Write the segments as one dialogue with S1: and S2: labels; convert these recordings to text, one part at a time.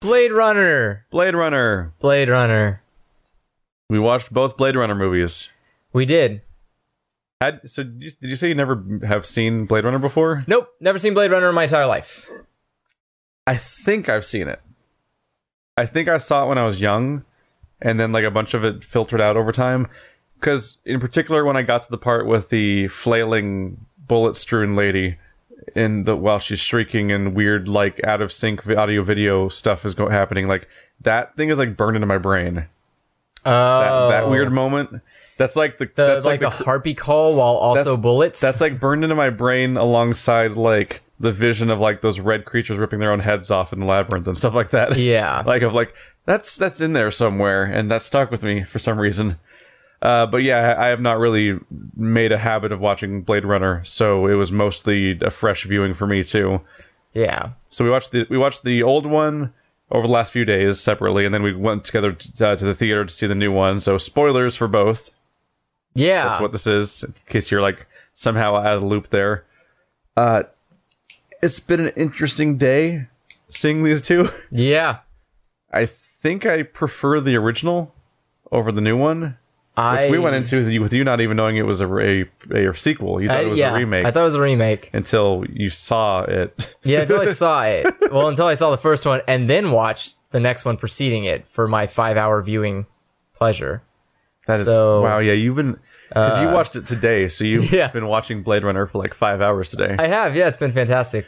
S1: Blade Runner.
S2: Blade Runner.
S1: Blade Runner.
S2: We watched both Blade Runner movies.
S1: We did.
S2: Had so did you, did you say you never have seen Blade Runner before?
S1: Nope, never seen Blade Runner in my entire life.
S2: I think I've seen it. I think I saw it when I was young, and then like a bunch of it filtered out over time. Because in particular, when I got to the part with the flailing, bullet-strewn lady, in the while she's shrieking and weird like out of sync audio video stuff is go- happening, like that thing is like burned into my brain.
S1: Oh,
S2: That, that weird moment. That's like the,
S1: The,
S2: that's
S1: like, the,
S2: cr-
S1: harpy call while also
S2: That's-
S1: bullets.
S2: that's like burned into my brain alongside like the vision of like those red creatures ripping their own heads off in the labyrinth and stuff like that.
S1: yeah.
S2: like of like that's that's in there somewhere and that stuck with me for some reason. Uh, but yeah, I I have not really made a habit of watching Blade Runner, so it was mostly a fresh viewing for me too.
S1: yeah.
S2: So we watched the we watched the old one over the last few days separately, and then we went together t- uh, to the theater to see the new one. So spoilers for both.
S1: Yeah.
S2: That's what this is. In case you're like somehow out of the loop there. Uh, it's been an interesting day seeing these two.
S1: yeah.
S2: I think I prefer the original over the new one, which
S1: I
S2: we went into with you- with you not even knowing it was a a, a sequel. You thought
S1: I-
S2: it was
S1: yeah,
S2: a remake
S1: I thought it was a remake.
S2: until you saw it.
S1: Yeah, until I saw it. Well, until I saw the first one and then watched the next one preceding it for my five hour viewing pleasure.
S2: That is
S1: So- uh,
S2: wow. Yeah, you've been because you watched it today, so you've
S1: yeah.
S2: been watching Blade Runner for like five hours today.
S1: I have, yeah, it's been fantastic.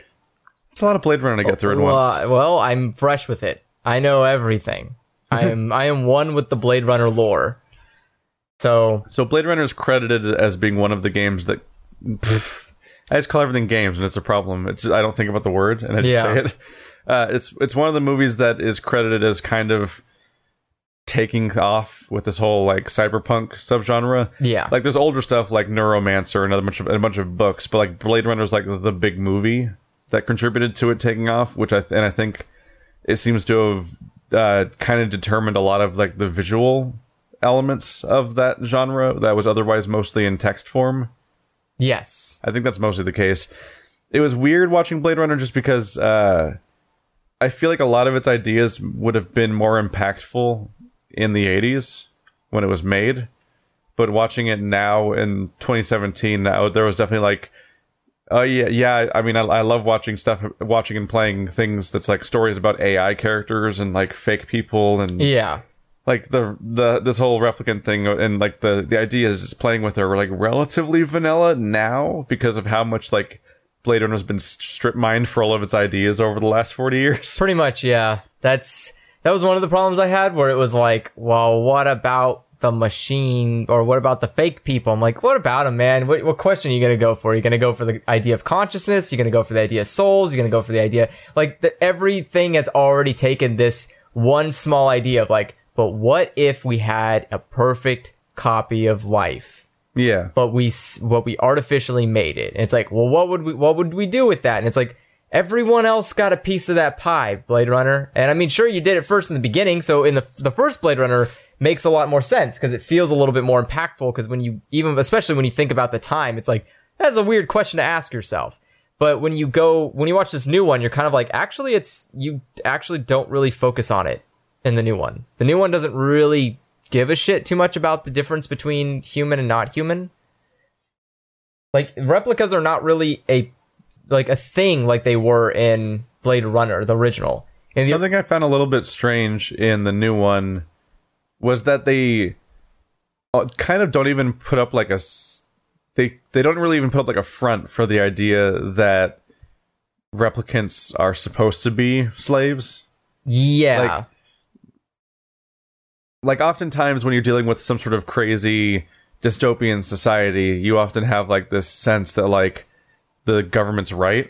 S2: it's a lot of Blade Runner to get through at
S1: well,
S2: once.
S1: I- well, I'm fresh with it. I know everything. I am I am one with the Blade Runner lore. So
S2: So Blade Runner is credited as being one of the games that. Pff, I just call everything games, and it's a problem. It's I don't think about the word, and I just
S1: Yeah.
S2: say it. Uh, it's it's one of the movies that is credited as kind of taking off with this whole like cyberpunk subgenre.
S1: yeah,
S2: Like there's older stuff like Neuromancer and a bunch of and a bunch of books, but like Blade Runner is like the big movie that contributed to it taking off, which I th- and I think it seems to have uh, kind of determined a lot of like the visual elements of that genre that was otherwise mostly in text form.
S1: yes,
S2: I think that's mostly the case. It was weird watching Blade Runner just because uh, I feel like a lot of its ideas would have been more impactful in the 80s when it was made. But watching it now in 2017, now, there was definitely like, oh, yeah, yeah. I mean, I, I love watching stuff, watching and playing things that's like stories about AI characters and like fake people and
S1: yeah,
S2: like the the this whole replicant thing and like the the idea is it's playing with her like relatively vanilla now because of how much like Blade Runner's been strip mined for all of its ideas over the last forty years.
S1: pretty much. Yeah, that's that was one of the problems I had where it was like, well, what about the machine or what about the fake people? I'm like, what about them, man? What, what question are you gonna go for? Are you gonna go for the idea of consciousness? You're gonna go for the idea of souls? You're gonna go for the idea like the, everything has already taken this one small idea of like, but what if we had a perfect copy of life?
S2: Yeah,
S1: but we s- what we artificially made it. And it's like, well, what would we what would we do with that? And it's like everyone else got a piece of that pie, Blade Runner. And I mean, sure, you did it first in the beginning, so in the the first Blade Runner makes a lot more sense because it feels a little bit more impactful. Because when you even especially when you think about the time, it's like that's a weird question to ask yourself. But when you go when you watch this new one, you're kind of like, actually, it's you actually don't really focus on it in the new one. The new one doesn't really give a shit too much about the difference between human and not human like replicas are not really a like a thing like they were in Blade Runner, the original. And the-
S2: Something I found a little bit strange in the new one was that they uh, kind of don't even put up like a s- they they don't really even put up like a front for the idea that replicants are supposed to be slaves.
S1: yeah,
S2: like- like oftentimes when you're dealing with some sort of crazy dystopian society, you often have like this sense that like the government's right.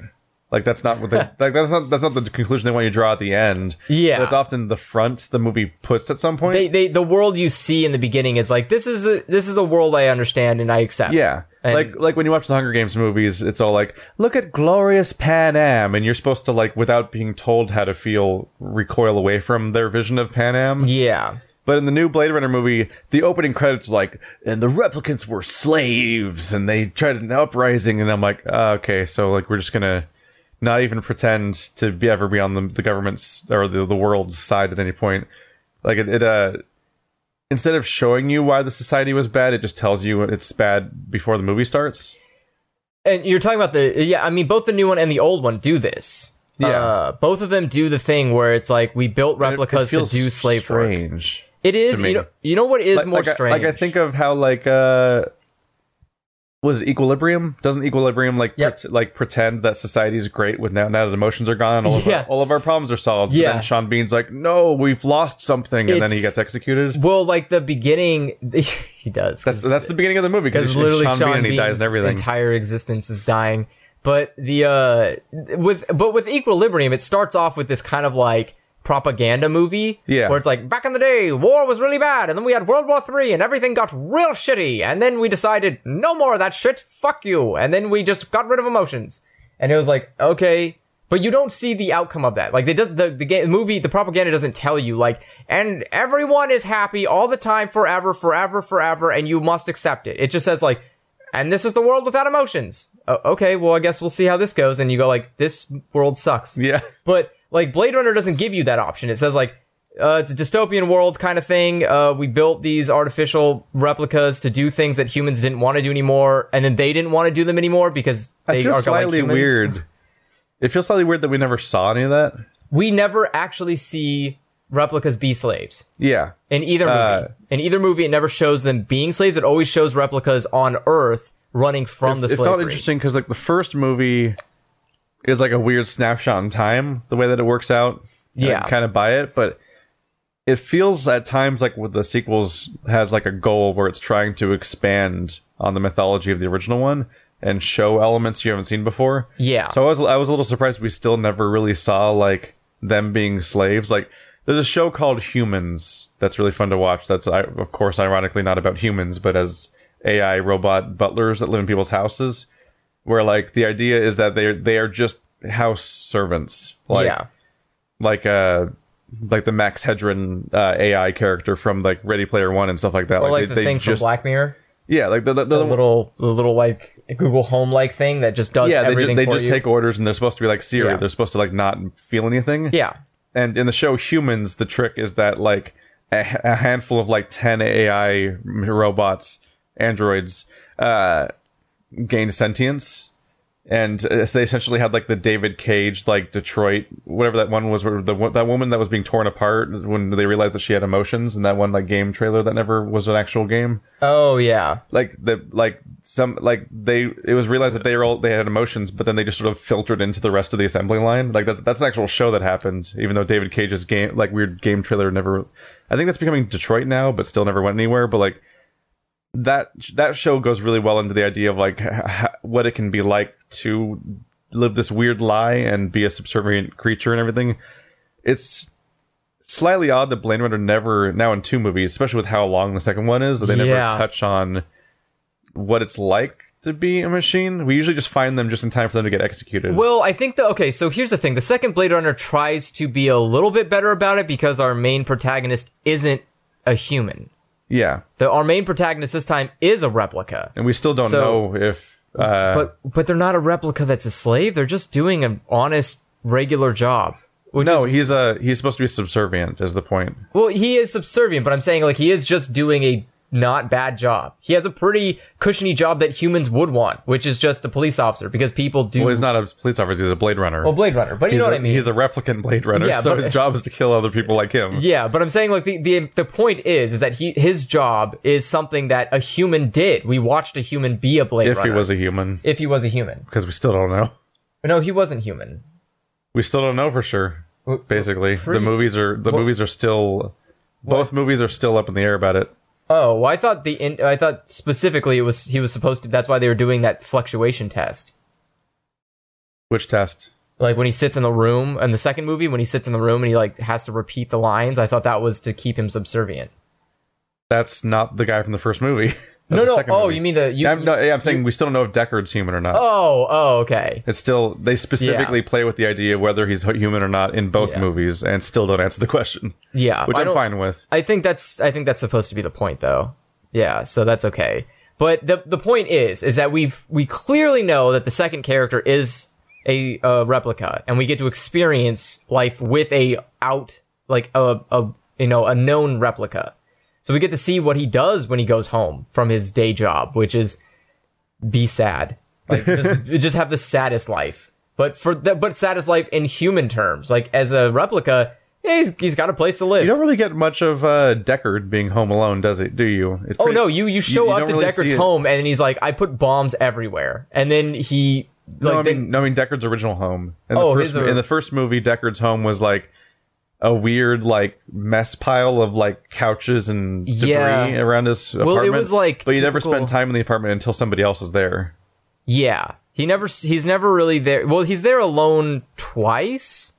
S2: Like that's not what they like that's not that's not the conclusion they want you to draw at the end.
S1: Yeah.
S2: That's often the front the movie puts at some point.
S1: they they the world you see in the beginning is like this is a this is a world I understand and I accept.
S2: yeah.
S1: And-
S2: like like when you watch the Hunger Games movies, it's all like, look at glorious Pan Am and you're supposed to like without being told how to feel recoil away from their vision of Pan Am.
S1: yeah,
S2: But in the new Blade Runner movie, the opening credits are like, and the replicants were slaves, and they tried an uprising, and I'm like, "Ah, okay, so like we're just gonna not even pretend to be ever be on the, the government's or the, the world's side at any point. Like it, it uh instead of showing you why the society was bad, it just tells you it's bad before the movie starts.
S1: And you're talking about the yeah, I mean both the new one and the old one do this.
S2: Yeah.
S1: Uh, both of them do the thing where it's like we built
S2: And it- it
S1: replicas to
S2: feels
S1: do slave work.
S2: strange.
S1: It is
S2: to me.
S1: you know you know what is
S2: Like-
S1: more
S2: like, I-
S1: strange.
S2: like I think of how like uh was it equilibrium? Doesn't equilibrium like
S1: Yep.
S2: pret- like pretend that society is great with now now that emotions are gone, all of
S1: Yeah.
S2: our, all of our problems are solved.
S1: Yeah.
S2: And then Sean Bean's like, no, we've lost something, and then he
S1: It's-
S2: gets executed.
S1: well, like the beginning, he does.
S2: That's that's the beginning of the movie
S1: because
S2: because
S1: literally
S2: Sean,
S1: Sean,
S2: Bean and he
S1: Bean's
S2: dies and everything.
S1: entire existence is dying. But the uh, with but with Equilibrium, it starts off with this kind of like propaganda movie,
S2: Yeah.
S1: where it's like back in the day, war was really bad, and then we had World War Three, and everything got real shitty, and then we decided no more of that shit, fuck you, and then we just got rid of emotions, and it was like okay. But you don't see the outcome of that. Like it does the the ga- movie, the propaganda doesn't tell you like, and everyone is happy all the time, forever, forever, forever, and you must accept it. It just says like, and this is the world without emotions. Oh, okay, well, I guess we'll see how this goes. And you go like, this world sucks.
S2: yeah,
S1: But like Blade Runner doesn't give you that option. It says like, uh, it's a dystopian world kind of thing. Uh, we built these artificial replicas to do things that humans didn't want to do anymore, and then they didn't want to do them anymore because they
S2: it feels
S1: are
S2: slightly
S1: like humans.
S2: weird. It feels slightly weird that we never saw any of that.
S1: We never actually see replicas be slaves
S2: Yeah,
S1: in either movie.
S2: Uh,
S1: in either movie, it never shows them being slaves. It always shows replicas on Earth running from the
S2: it
S1: slavery.
S2: felt interesting because like the first movie is like a weird snapshot in time the way that it works out
S1: Yeah.
S2: kind of buy it but it feels at times like with the sequels has like a goal where it's trying to expand on the mythology of the original one and show elements you haven't seen before
S1: Yeah.
S2: so i was i was a little surprised we still never really saw like them being slaves like there's a show called humans that's really fun to watch that's I, of course ironically not about humans but as ai robot butlers that live in people's houses where like the idea is that they they are just house servants like
S1: yeah.
S2: like uh like the Max Hedron uh, AI character from like Ready Player One and stuff like that.
S1: Or like, the
S2: they
S1: thing
S2: just
S1: from Black Mirror,
S2: yeah, like the, the, the,
S1: the little, the little like Google Home like thing that just does
S2: yeah they just,
S1: everything
S2: they
S1: for
S2: just
S1: you.
S2: take orders and they're supposed to be like Siri.
S1: Yeah.
S2: They're supposed to like not feel anything.
S1: yeah,
S2: and in the show humans the trick is that like a, a handful of like 10 ai robots androids uh gain sentience and uh, they essentially had like the david cage like detroit whatever that one was where the wo- that woman that was being torn apart when they realized that she had emotions and that one like game trailer that never was an actual game
S1: oh yeah,
S2: like the like some like they it was realized that they were all they had emotions but then they just sort of filtered into the rest of the assembly line like that's that's an actual show that happened even though david cage's game like weird game trailer never i think that's becoming detroit now but still never went anywhere but like that that show goes really well into the idea of like h- h- what it can be like to live this weird lie and be a subservient creature and everything it's slightly odd that blade runner never now in two movies especially with how long the second one is that they never
S1: Yeah.
S2: touch on what it's like to be a machine we usually just find them just in time for them to get executed
S1: Well, I think the okay. So here's the thing: the second Blade Runner tries to be a little bit better about it because our main protagonist isn't a human.
S2: yeah
S1: The, our main protagonist this time is a replica,
S2: and we still don't
S1: So-
S2: know if uh
S1: but but they're not a replica that's a slave. They're just doing an honest, regular job. Which
S2: no
S1: is,
S2: he's a he's supposed to be subservient is the point
S1: well, he is subservient, but I'm saying like he is just doing a not bad job. He has a pretty cushiony job that humans would want, which is just a police officer because people do.
S2: well he's not a police officer he's a blade runner
S1: well, Blade Runner, but you
S2: he's
S1: know
S2: a,
S1: what I mean.
S2: he's a replicant blade runner
S1: Yeah,
S2: so
S1: but-
S2: his job is to kill other people like him
S1: Yeah, but I'm saying like the, the the point is is that he his job is something that a human did. We watched a human be a Blade
S2: if
S1: Runner.
S2: he was a human
S1: if he was a human.
S2: because we still don't know
S1: No, he wasn't human.
S2: we still don't know for sure
S1: W-
S2: basically
S1: pretty-
S2: the movies are the movies are still both movies are still up in the air about it
S1: Oh, well, I thought the in, I thought specifically it was he was supposed to. That's why they were doing that fluctuation test.
S2: which test
S1: Like when he sits in the room in the second movie, when he sits in the room and he like has to repeat the lines. I thought that was to keep him subservient.
S2: that's not the guy from the first movie That's
S1: No,
S2: the
S1: no.
S2: second
S1: Oh,
S2: movie.
S1: you mean the you?
S2: I'm, no, yeah, I'm saying we still don't know if Deckard's human or not.
S1: oh, oh, okay.
S2: It's still they specifically play with the idea of whether he's human or not in both
S1: Yeah.
S2: movies, and still don't answer the question,
S1: Yeah,
S2: which
S1: I
S2: I'm
S1: don't-
S2: fine with.
S1: I think that's I think that's supposed to be the point though. Yeah, so that's okay. But the the point is is that we've we clearly know that the second character is a uh, replica, and we get to experience life with a out like a, a you know a known replica. So we get to see what he does when he goes home from his day job, which is be sad, like just just have the saddest life. But for the, but saddest life in human terms, like as a replica, yeah, he's he's got a place to live.
S2: You don't really get much of uh, Deckard being home alone, does it? Do you? It's
S1: Oh
S2: pretty-
S1: no, you you show
S2: you
S1: up
S2: don't
S1: to
S2: really
S1: Deckard's
S2: see it.
S1: home and he's like, I put bombs everywhere. And then he
S2: No,
S1: like
S2: I mean, no, I mean Deckard's original home. In
S1: Oh,
S2: the
S1: his
S2: first,
S1: or-
S2: in the first movie, Deckard's home was like a weird like mess pile of like couches and debris
S1: Yeah.
S2: around his apartment.
S1: it was, like,
S2: but you never
S1: typical-
S2: spend time in the apartment until somebody else is there.
S1: they- yeah. He never s- he's never really there. Well, he's there alone twice.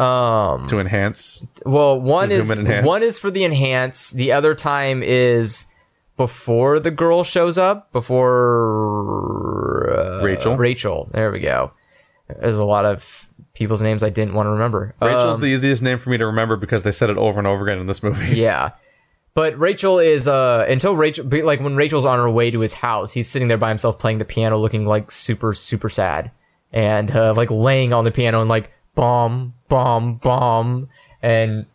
S1: Um
S2: to enhance.
S1: well, one
S2: To zoom
S1: is
S2: and enhance.
S1: one is for the enhance, the other time is before the girl shows up, before uh,
S2: Rachel?
S1: Rachel. There we go. There's a lot of people's names I didn't want to remember.
S2: Rachel's
S1: Um,
S2: the easiest name for me to remember because they said it over and over again in this movie.
S1: yeah. But Rachel is uh until Rachel but, like when Rachel's on her way to his house, he's sitting there by himself playing the piano, looking like super super sad, and uh, like laying on the piano and like bomb bomb bomb, and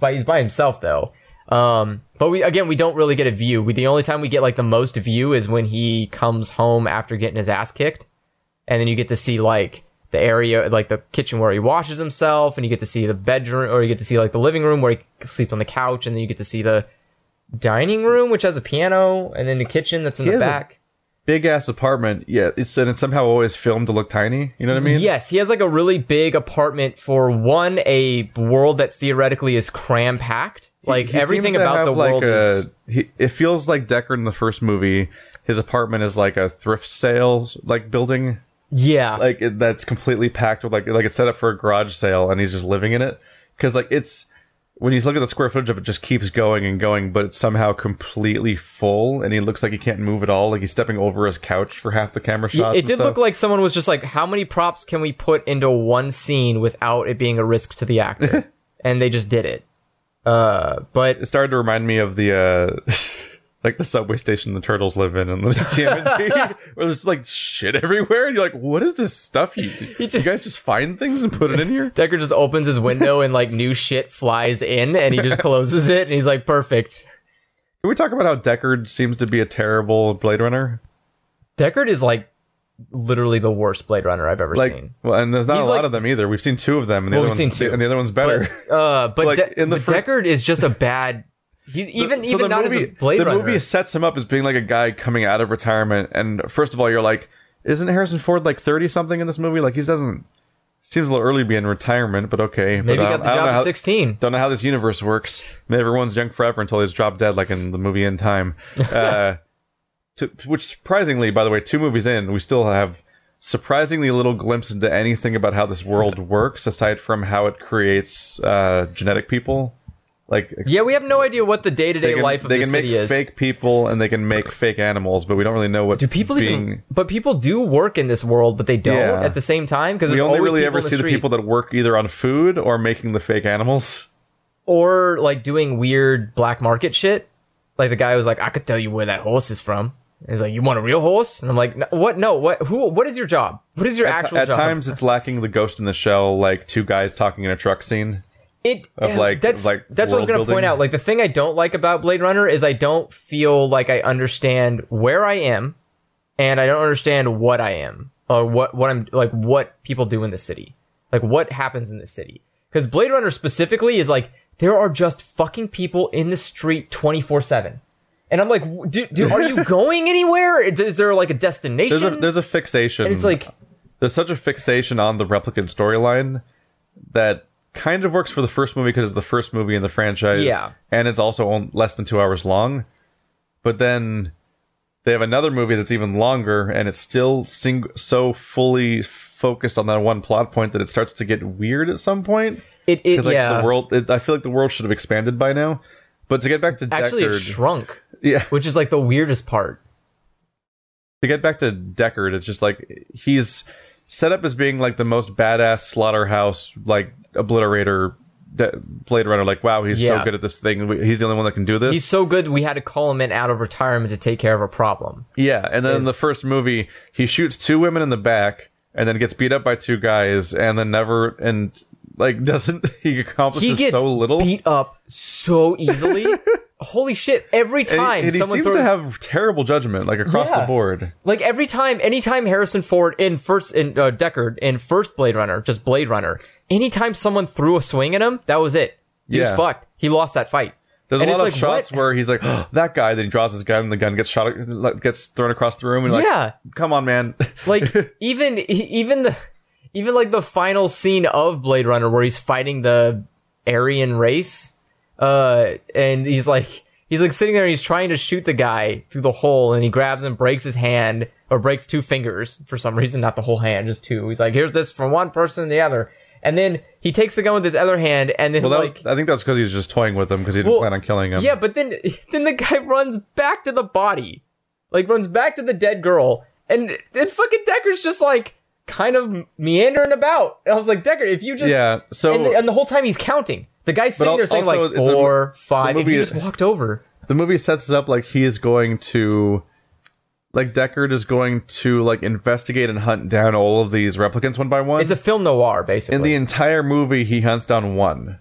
S1: but he's by himself though. Um, but we again we don't really get a view. We, the only time we get like the most view is when he comes home after getting his ass kicked, and then you get to see like the area like the kitchen where he washes himself and you get to see the bedroom or you get to see like the living room where he sleeps on the couch and then you get to see the dining room which has a piano and then the kitchen that's in the
S2: has a-
S1: back
S2: Big ass apartment. Yeah, it's and it's somehow always filmed to look tiny. You know what I mean?
S1: yes he has like a really big apartment for one a world that theoretically is cram packed like
S2: He seems
S1: everything
S2: to
S1: about
S2: have,
S1: the
S2: like,
S1: world
S2: a-
S1: is
S2: he- it feels like Deckard in the first movie. His apartment is like a thrift sale like building,
S1: yeah
S2: like it, that's completely packed with like like it's set up for a garage sale, and he's just living in it because like it's when he's looking at the square footage of it, just keeps going and going, but it's somehow completely full, and he looks like he can't move at all, like he's stepping over his couch for half the camera shots.
S1: Yeah, it
S2: and
S1: did
S2: stuff.
S1: look like someone was just like, how many props can we put into one scene without it being a risk to the actor? and they just did it. Uh, but
S2: it started to remind me of the uh like the subway station the turtles live in and the TMNT where there's like shit everywhere and you're like what is this stuff you,
S1: just-
S2: you guys just find things and put it in here
S1: Decker just opens his window and like new shit flies in and he just closes it and he's like, perfect.
S2: can we talk about how Deckard seems to be a terrible Blade Runner
S1: Deckard is like literally the worst Blade Runner I've ever
S2: like
S1: seen.
S2: well and there's not
S1: He's
S2: a lot
S1: like-
S2: of them either we've seen two of them and the
S1: Well,
S2: other
S1: we've seen
S2: one's-
S1: two.
S2: and the other one's better
S1: Uh, but,
S2: Like,
S1: De-
S2: in the
S1: but
S2: first-
S1: Deckard is just a bad. He, even
S2: So
S1: even not as a Blade
S2: the
S1: Runner.
S2: movie sets him up as being like a guy coming out of retirement and first of all you're like isn't harrison ford like 30 something in this movie like he doesn't seems a little early to be in retirement but okay
S1: Maybe he
S2: but I
S1: got
S2: don't-
S1: the
S2: I don't
S1: job
S2: know
S1: at
S2: how-
S1: 16.
S2: don't know how this universe works and everyone's young forever until he's dropped dead like in the movie in time uh, to, which surprisingly by the way two movies in we still have surprisingly little glimpse into anything about how this world works aside from how it creates uh, genetic people like
S1: Yeah, we have no idea what the day to
S2: they
S1: day
S2: can,
S1: life of
S2: they
S1: the
S2: can make
S1: city is.
S2: fake people and they can make fake animals, but we don't really know what
S1: Do people
S2: being.
S1: even? But people do work in this world, but they don't
S2: Yeah.
S1: at the same time because
S2: we only
S1: always
S2: really
S1: people
S2: ever
S1: in the
S2: see the
S1: street
S2: people that work either on food or making the fake animals.
S1: or like doing weird black market shit. Like the guy was like, "I could tell you where that horse is from." And he's like, "You want a real horse?" And I'm like, "No, "What? No. What? Who? What is your job? What is your
S2: At,
S1: actual
S2: at
S1: job?"
S2: times, it's lacking the Ghost in the Shell, like two guys talking in a truck scene.
S1: it
S2: of, like-
S1: that's
S2: of, like,
S1: that's what I was
S2: world
S1: gonna point
S2: building.
S1: out. Like the thing I don't like about Blade Runner is I don't feel like I understand where I am, and I don't understand what I am or what what I'm like what people do in the city, like what happens in the city. Because Blade Runner specifically is like there are just fucking people in the street twenty four seven. And I'm like, w- dude, dude, are you going anywhere? Is, is there like a destination?
S2: There's a there's a fixation.
S1: it's like,
S2: there's such a fixation on the replicant storyline that kind of works for the first movie because it's the first movie in the franchise.
S1: Yeah.
S2: And it's also on- less than two hours long. But then they have another movie that's even longer and it's still sing- so fully focused on that one plot point that it starts to get weird at some point.
S1: it, it
S2: Because like
S1: yeah.
S2: the world, it, I feel like the world should have expanded by now. But to get back to
S1: Actually, it
S2: Deckard,
S1: shrunk,
S2: yeah,
S1: which is like the weirdest part.
S2: to get back to Deckard, it's just like he's set up as being like the most badass slaughterhouse, like obliterator, de- Blade Runner. Like, wow, he's
S1: Yeah.
S2: so good at this thing. We- He's the only one that can do this.
S1: He's so good, we had to call him in out of retirement to take care of a problem.
S2: yeah, and then in the
S1: is-
S2: first movie, he shoots two women in the back. and then gets beat up by two guys and then never and like doesn't he accomplishes
S1: He gets
S2: so little
S1: beat up so easily. Holy shit! Every
S2: And he-
S1: time
S2: and he
S1: someone
S2: seems
S1: throws,
S2: to have terrible judgment like across
S1: Yeah.
S2: the board
S1: like every time, anytime Harrison Ford in first in uh, Deckard in first Blade Runner, just Blade Runner. Anytime someone threw a swing at him, that was it. He was
S2: Yeah.
S1: fucked. He lost that fight.
S2: there's
S1: And
S2: a
S1: it's
S2: lot of
S1: like,
S2: shots
S1: what-
S2: where he's like that guy then he draws his gun and the gun gets shot like, gets thrown across the room and like
S1: Yeah.
S2: come on man
S1: like even e, even the even like the final scene of Blade Runner where he's fighting the Aryan race, uh, and he's like he's like sitting there and he's trying to shoot the guy through the hole, and he grabs and breaks his hand or breaks two fingers for some reason, not the whole hand, just two. He's like, here's this from one person to the other, and then he takes the gun with his other hand, and then
S2: well that
S1: like
S2: was, i think that's because he was just toying with him because he didn't
S1: Well,
S2: plan on killing him
S1: yeah, but then then the guy runs back to the body, like runs back to the dead girl, and and fucking Decker's just like kind of meandering about. And I was like, Decker, if you just
S2: yeah so
S1: and, the, and the whole time he's counting. The guy's sitting
S2: al-
S1: there saying
S2: also,
S1: like
S2: it's a-
S1: four, five.
S2: the
S1: If you
S2: movie-
S1: just walked over,
S2: the movie sets it up like he is going to like Deckard is going to like investigate and hunt down all of these replicants one by one.
S1: it's a film noir basically.
S2: In the entire movie, he hunts down one,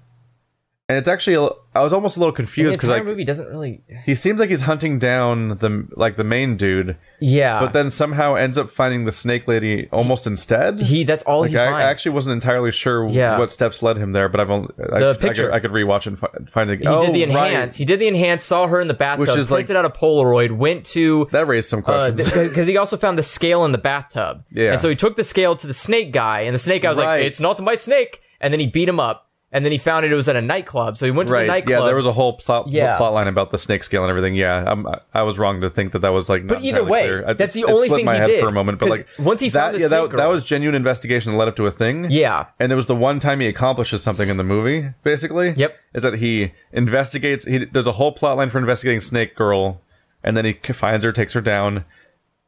S2: and it's actually a- I was almost a little
S1: The
S2: confused because
S1: entire
S2: like
S1: movie doesn't really.
S2: he seems like he's hunting down the like the main dude,
S1: Yeah,
S2: but then somehow ends up finding the snake lady almost instead.
S1: he that's all
S2: like,
S1: he
S2: I, I
S1: finds.
S2: actually wasn't entirely sure
S1: Yeah.
S2: what steps led him there, but I've only I,
S1: The
S2: I could-
S1: picture.
S2: I could, I could rewatch and fi- find it.
S1: he did the enhance. He did the enhance. Saw her in the bathtub.
S2: oh, is, like-
S1: printed out a Polaroid. Went to
S2: That raised
S1: Uh,
S2: some questions.
S1: because he also found the scale in the bathtub.
S2: Yeah.
S1: And so he took the scale to the snake guy, and the snake guy was
S2: Right.
S1: like, "It's not my snake," and then he beat him up. And then he found it was at a nightclub, so he went to the
S2: Right.
S1: nightclub.
S2: Yeah, there was a whole plot,
S1: Yeah.
S2: plot line about the snake scale and everything. Yeah, I'm, I- I was wrong to think that that was like. Not
S1: But either
S2: entirely
S1: way,
S2: clear. I-
S1: that's
S2: it-
S1: the
S2: it
S1: only
S2: slipped
S1: thing
S2: my
S1: he
S2: head
S1: did,
S2: for a moment. But
S1: 'cause
S2: like
S1: once he
S2: that,
S1: found the
S2: yeah, that,
S1: snake
S2: that
S1: girl-
S2: was genuine investigation that led up to a thing.
S1: Yeah.
S2: and it was the one time he accomplishes something in the movie. Basically,
S1: Yep.
S2: is that he investigates. He, there's a whole plot line for investigating Snake Girl, and then he c- finds her, takes her down,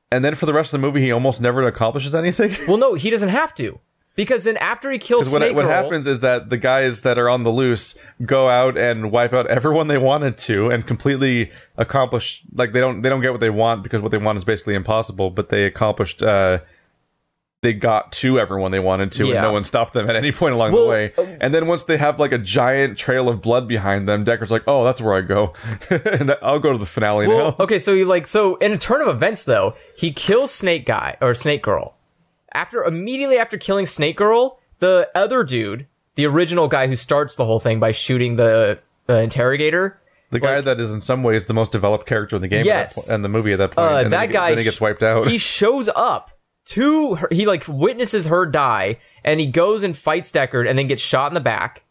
S2: and then for the rest of the movie, he almost never accomplishes anything.
S1: well, no, he doesn't have to, because then after he kills
S2: What,
S1: Snake
S2: what
S1: Girl,
S2: happens is that the guys that are on the loose go out and wipe out everyone they wanted to and completely accomplish like they don't they don't get what they want because what they want is basically impossible but they accomplished uh they got to everyone they wanted to and
S1: Yeah.
S2: no one stopped them at any point along
S1: Well,
S2: the way
S1: uh,
S2: and then once they have like a giant trail of blood behind them Decker's like oh that's where I go and that, I'll go to the finale
S1: Well,
S2: now
S1: okay, so he like so in a turn of events though, he kills Snake Guy or Snake Girl. After immediately after killing Snake Girl, the other dude, the original guy who starts the whole thing by shooting the uh, interrogator,
S2: the guy that is in some ways the most developed character in the game
S1: Yes.
S2: at that po- and the movie at that point
S1: uh,
S2: and then
S1: that
S2: he-
S1: guy
S2: then he
S1: sh-
S2: gets wiped out
S1: He shows up to her, he like witnesses her die, and he goes and fights Deckard, and then gets shot in the back,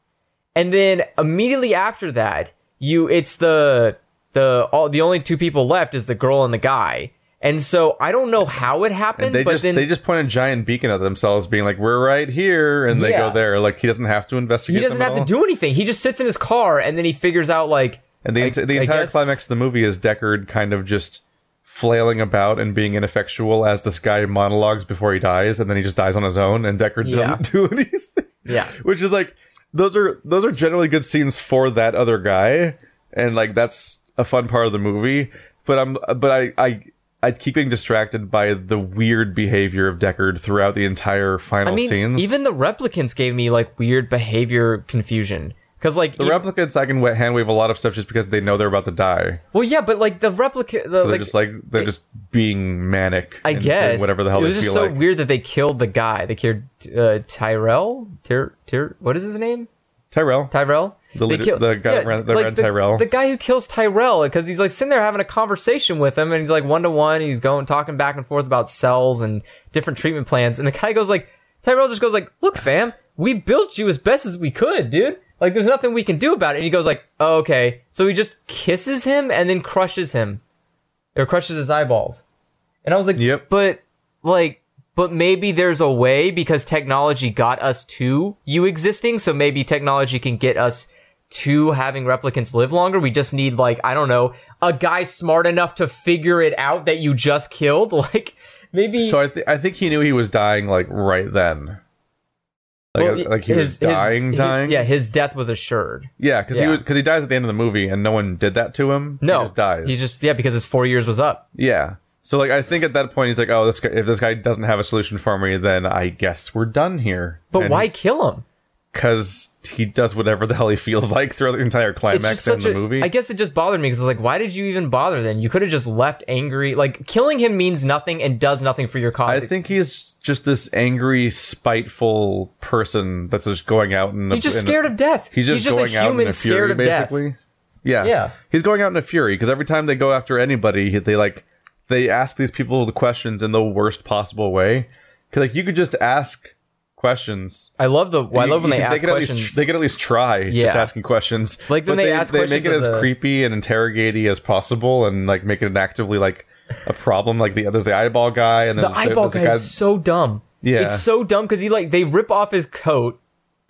S1: and then immediately after that, you it's the the all the only two people left is the girl and the guy. And so I don't know how it happened,
S2: They
S1: but
S2: just
S1: then
S2: they just point a giant beacon at themselves, being like, "We're right here," and they
S1: Yeah.
S2: go there. Like he doesn't have to investigate.
S1: he doesn't
S2: them at
S1: have to
S2: all.
S1: do anything. He just sits in his car and then he figures out like
S2: And the,
S1: I-
S2: ent- the
S1: I
S2: entire
S1: guess-
S2: climax of the movie is Deckard kind of just flailing about and being ineffectual as this guy monologues before he dies, and then he just dies on his own, and Deckard
S1: Yeah.
S2: doesn't do anything.
S1: Yeah.
S2: which is like those are those are generally good scenes for that other guy, and like that's a fun part of the movie. But I'm but I I. I keep getting distracted by the weird behavior of Deckard throughout the entire final
S1: I mean,
S2: scenes.
S1: even the replicants gave me like weird behavior confusion because like
S2: The
S1: e-
S2: replicants, I can wet hand wave a lot of stuff just because they know they're about to die.
S1: well yeah, but like the replica the,
S2: So they're
S1: like,
S2: just like they're just being manic.
S1: I
S2: and doing
S1: guess
S2: whatever the hell
S1: it was
S2: they
S1: just
S2: feel
S1: so
S2: like.
S1: weird that they killed the guy. They killed uh, Tyrell. Tyr, Tyr, what is his name?
S2: Tyrell,
S1: Tyrell.
S2: The
S1: They
S2: leader- the guy that ran- that ran
S1: the,
S2: Tyrell.
S1: The guy who kills Tyrell because he's like sitting there having a conversation with him, and he's like one to one. He's going talking back and forth about cells and different treatment plans, and the guy goes like, Tyrell just goes like, "Look, fam, we built you as best as we could, dude. Like, there's nothing we can do about it." And he goes like, oh, "Okay," so he just kisses him and then crushes him, or crushes his eyeballs. And I was like,
S2: Yep.
S1: but like, but maybe there's a way because technology got us to you existing. So maybe technology can get us to having replicants live longer. We just need like, I don't know, a guy smart enough to figure it out that you just killed. Like maybe
S2: so I, th- I think he knew he was dying like right then. Like,
S1: well,
S2: uh, like he was dying,
S1: his-
S2: dying.
S1: yeah, his death was assured.
S2: yeah, because
S1: yeah.
S2: he because he dies at the end of the movie, and no one did that to him.
S1: No,
S2: he just dies.
S1: He's just yeah because his four years was up.
S2: yeah. So like I think at that point he's like, oh, this guy, if this guy doesn't have a solution for me, then I guess we're done here.
S1: But why kill him?
S2: Because he does whatever the hell he feels like throughout the entire
S1: It's
S2: climax
S1: just
S2: in
S1: such
S2: the
S1: a. I
S2: movie.
S1: guess it just bothered me because I was like, why did you even bother? Then you could have just left angry. Like killing him means nothing and does nothing for your
S2: I
S1: cause.
S2: think he's just this angry, spiteful person that's just going out and
S1: he's just scared of death.
S2: He's just,
S1: a
S2: going out in
S1: human
S2: a
S1: scared
S2: fury,
S1: of death.
S2: basically. Yeah,
S1: Yeah.
S2: He's going out in a fury because every time they go after anybody, they like they ask these people the questions in the worst possible way. Because like you could just ask questions
S1: I love the. I
S2: You-
S1: love when
S2: you
S1: they
S2: can-
S1: ask
S2: can at least-
S1: questions.
S2: they can at least try just
S1: Yeah.
S2: asking questions.
S1: Like, then
S2: But
S1: they ask
S2: they make
S1: questions
S2: it
S1: of
S2: as
S1: the-
S2: creepy and interrogaty as possible, and like make it an actively like a problem. Like the there's the eyeball guy, and then
S1: the
S2: there's
S1: eyeball
S2: there's the
S1: guy is so dumb.
S2: Yeah.
S1: it's so dumb because he like they rip off his coat,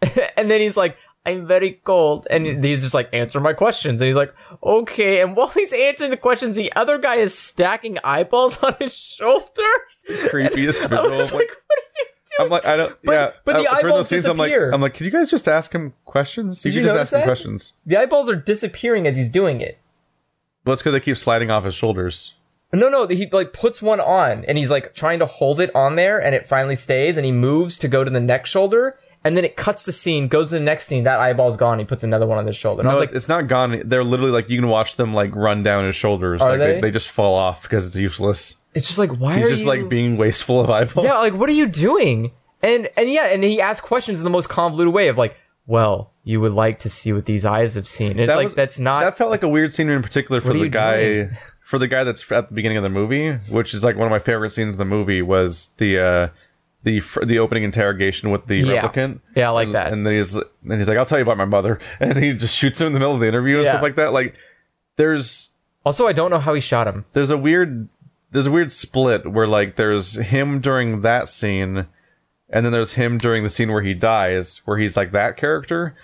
S1: and then he's like, "I'm very cold," and he's just like, "Answer my questions," and he's like, "Okay." And while he's answering the questions, the other guy is stacking eyeballs on his shoulders.
S2: creepiest
S1: I
S2: visual.
S1: was like, "What are you doing?"
S2: I'm like, I don't.
S1: But-
S2: yeah,
S1: but the
S2: I- during
S1: eyeballs
S2: I'm like,
S1: disappear.
S2: I'm like, can you guys just ask him questions? You
S1: Did
S2: can
S1: you
S2: just
S1: notice
S2: ask him
S1: that?
S2: questions.
S1: the eyeballs are disappearing as he's doing it.
S2: Well, it's because they keep sliding off his shoulders.
S1: No, no, he like puts one on and he's like trying to hold it on there and it finally stays and he moves to go to the next shoulder and then it cuts the scene, goes to the next scene, that eyeball's gone, he puts another one on his shoulder. And I
S2: No,
S1: was like,
S2: it's not gone. They're literally like you can watch them like run down his shoulders.
S1: Are
S2: like
S1: they?
S2: they just fall off because it's useless.
S1: it's just like why
S2: He's
S1: are
S2: just
S1: you
S2: like being wasteful of eyeballs.
S1: Yeah, like what are you doing? And and yeah, and he asked questions in the most convoluted way of like, well, you would like to see what these eyes have seen. And it's
S2: That
S1: like
S2: was-
S1: that's not
S2: that felt like a weird scene in particular for
S1: are
S2: the
S1: you
S2: guy
S1: doing?
S2: for the guy that's at the beginning of the movie, which is like one of my favorite scenes in the movie was the uh the fr- the opening interrogation with the
S1: Yeah.
S2: replicant.
S1: Yeah, I like
S2: and,
S1: that.
S2: And then he's and he's like, "I'll tell you about my mother," and he just shoots him in the middle of the interview and
S1: Yeah.
S2: stuff like that. Like, there's
S1: also I don't know how he shot him.
S2: there's a weird there's a weird split where like there's him during that scene and then there's him during the scene where he dies where he's like that character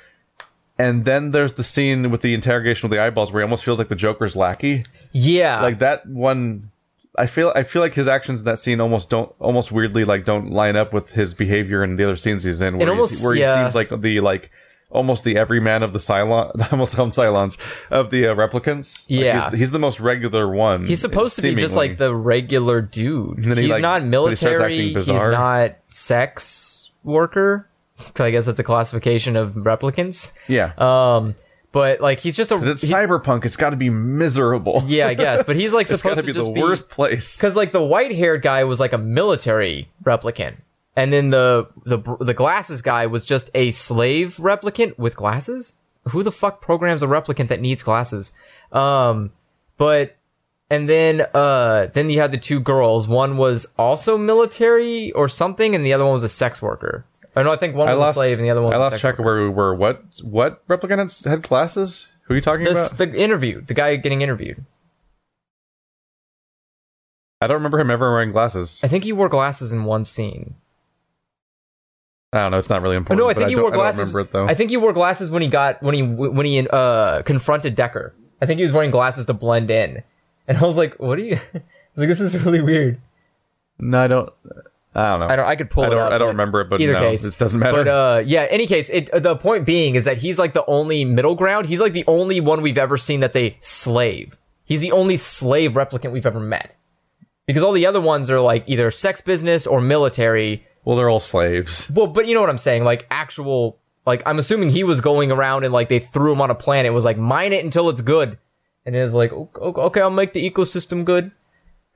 S2: and then there's the scene with the interrogation of the eyeballs where he almost feels like the joker's lackey
S1: Yeah.
S2: like that one i feel i feel like his actions in that scene almost don't almost weirdly like don't line up with his behavior in the other scenes he's in where,
S1: almost-
S2: he's, where he
S1: yeah.
S2: seems like the like almost the everyman of the cylon I almost call him cylons of the uh, replicants Like,
S1: Yeah.
S2: he's, he's the most regular one
S1: He's supposed to be just
S2: seemingly.
S1: like the regular dude.
S2: then
S1: He's
S2: he, like-
S1: not
S2: but he starts
S1: military.
S2: acting
S1: he's
S2: bizarre.
S1: not sex worker. 'Cause I guess that's a classification of replicants.
S2: yeah
S1: Um, but like he's just a
S2: But it's
S1: he-
S2: cyberpunk. It's got to be miserable.
S1: yeah, I guess. But he's like
S2: it's got
S1: supposed
S2: to
S1: to
S2: be the
S1: just
S2: worst place.
S1: because like the white haired guy was like a military replicant, and then the the br- the glasses guy was just a slave replicant with glasses. Who the fuck programs a replicant that needs glasses? Um, but and then uh then you had the two girls. One was also military or something, and the other one was a sex worker. Or no, I think one
S2: I
S1: was
S2: lost
S1: a slave and the other one was
S2: I
S1: a
S2: lost
S1: sex
S2: track
S1: worker.
S2: of where we were. What what replicant has- had classes? Who are you talking
S1: This,
S2: about?
S1: the interview, the guy getting interviewed.
S2: I don't remember him ever wearing glasses.
S1: I think he wore glasses in one scene.
S2: I don't know. It's not really
S1: Oh,
S2: important.
S1: no, I
S2: but
S1: think he
S2: don't-
S1: wore glasses.
S2: I don't remember it though.
S1: I think he wore glasses when he got when he when he uh, confronted Decker. I think he was wearing glasses to blend in, and I was like, "What are you?" I was like, "This is really weird."
S2: no, I don't. I don't know.
S1: I don't. I could pull.
S2: I don't-
S1: it up,
S2: I don't
S1: but
S2: remember it, but
S1: either
S2: no,
S1: case,
S2: this doesn't matter.
S1: But uh, yeah, any case, it, the point being is that he's like the only middle ground. He's like the only one we've ever seen that's a slave. He's the only slave replicant we've ever met, because all the other ones are like either sex business or military.
S2: Well, they're all slaves.
S1: Well, but you know what I'm saying, like actual like I'm assuming he was going around and like they threw him on a planet and was like mine it until it's good. And it was like o- o- okay, I'll make the ecosystem good.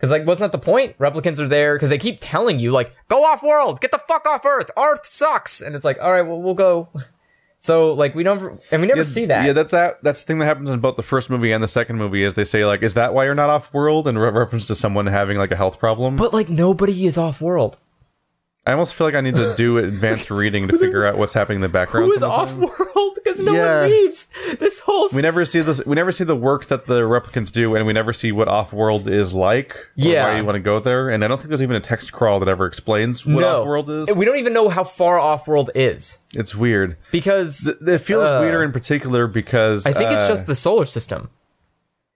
S1: Cuz like wasn't that the point? Replicants are there cuz they keep telling you like go off world, get the fuck off earth. Earth sucks. And it's like all right, well we'll go. So like we don't and we never see that.
S2: Yeah, that's that. That's the thing that happens in both the first movie and the second movie. Is they say like, "Is that why you're not off world?" in re- reference to someone having like a health problem.
S1: but like nobody is off world.
S2: I almost feel like I need to do advanced reading to figure out what's happening in the background.
S1: Who is
S2: sometimes.
S1: off world cuz no
S2: Yeah.
S1: one leaves. This whole
S2: we never see this we never see the work that the replicants do and we never see what off-world is like or
S1: Yeah.
S2: why you want to go there and i don't think there's even a text crawl that ever explains what
S1: no.
S2: off-world is
S1: We don't even know how far off world is
S2: it's weird
S1: because
S2: it feels
S1: Uh,
S2: weirder in particular because
S1: I think
S2: uh,
S1: it's just the solar system.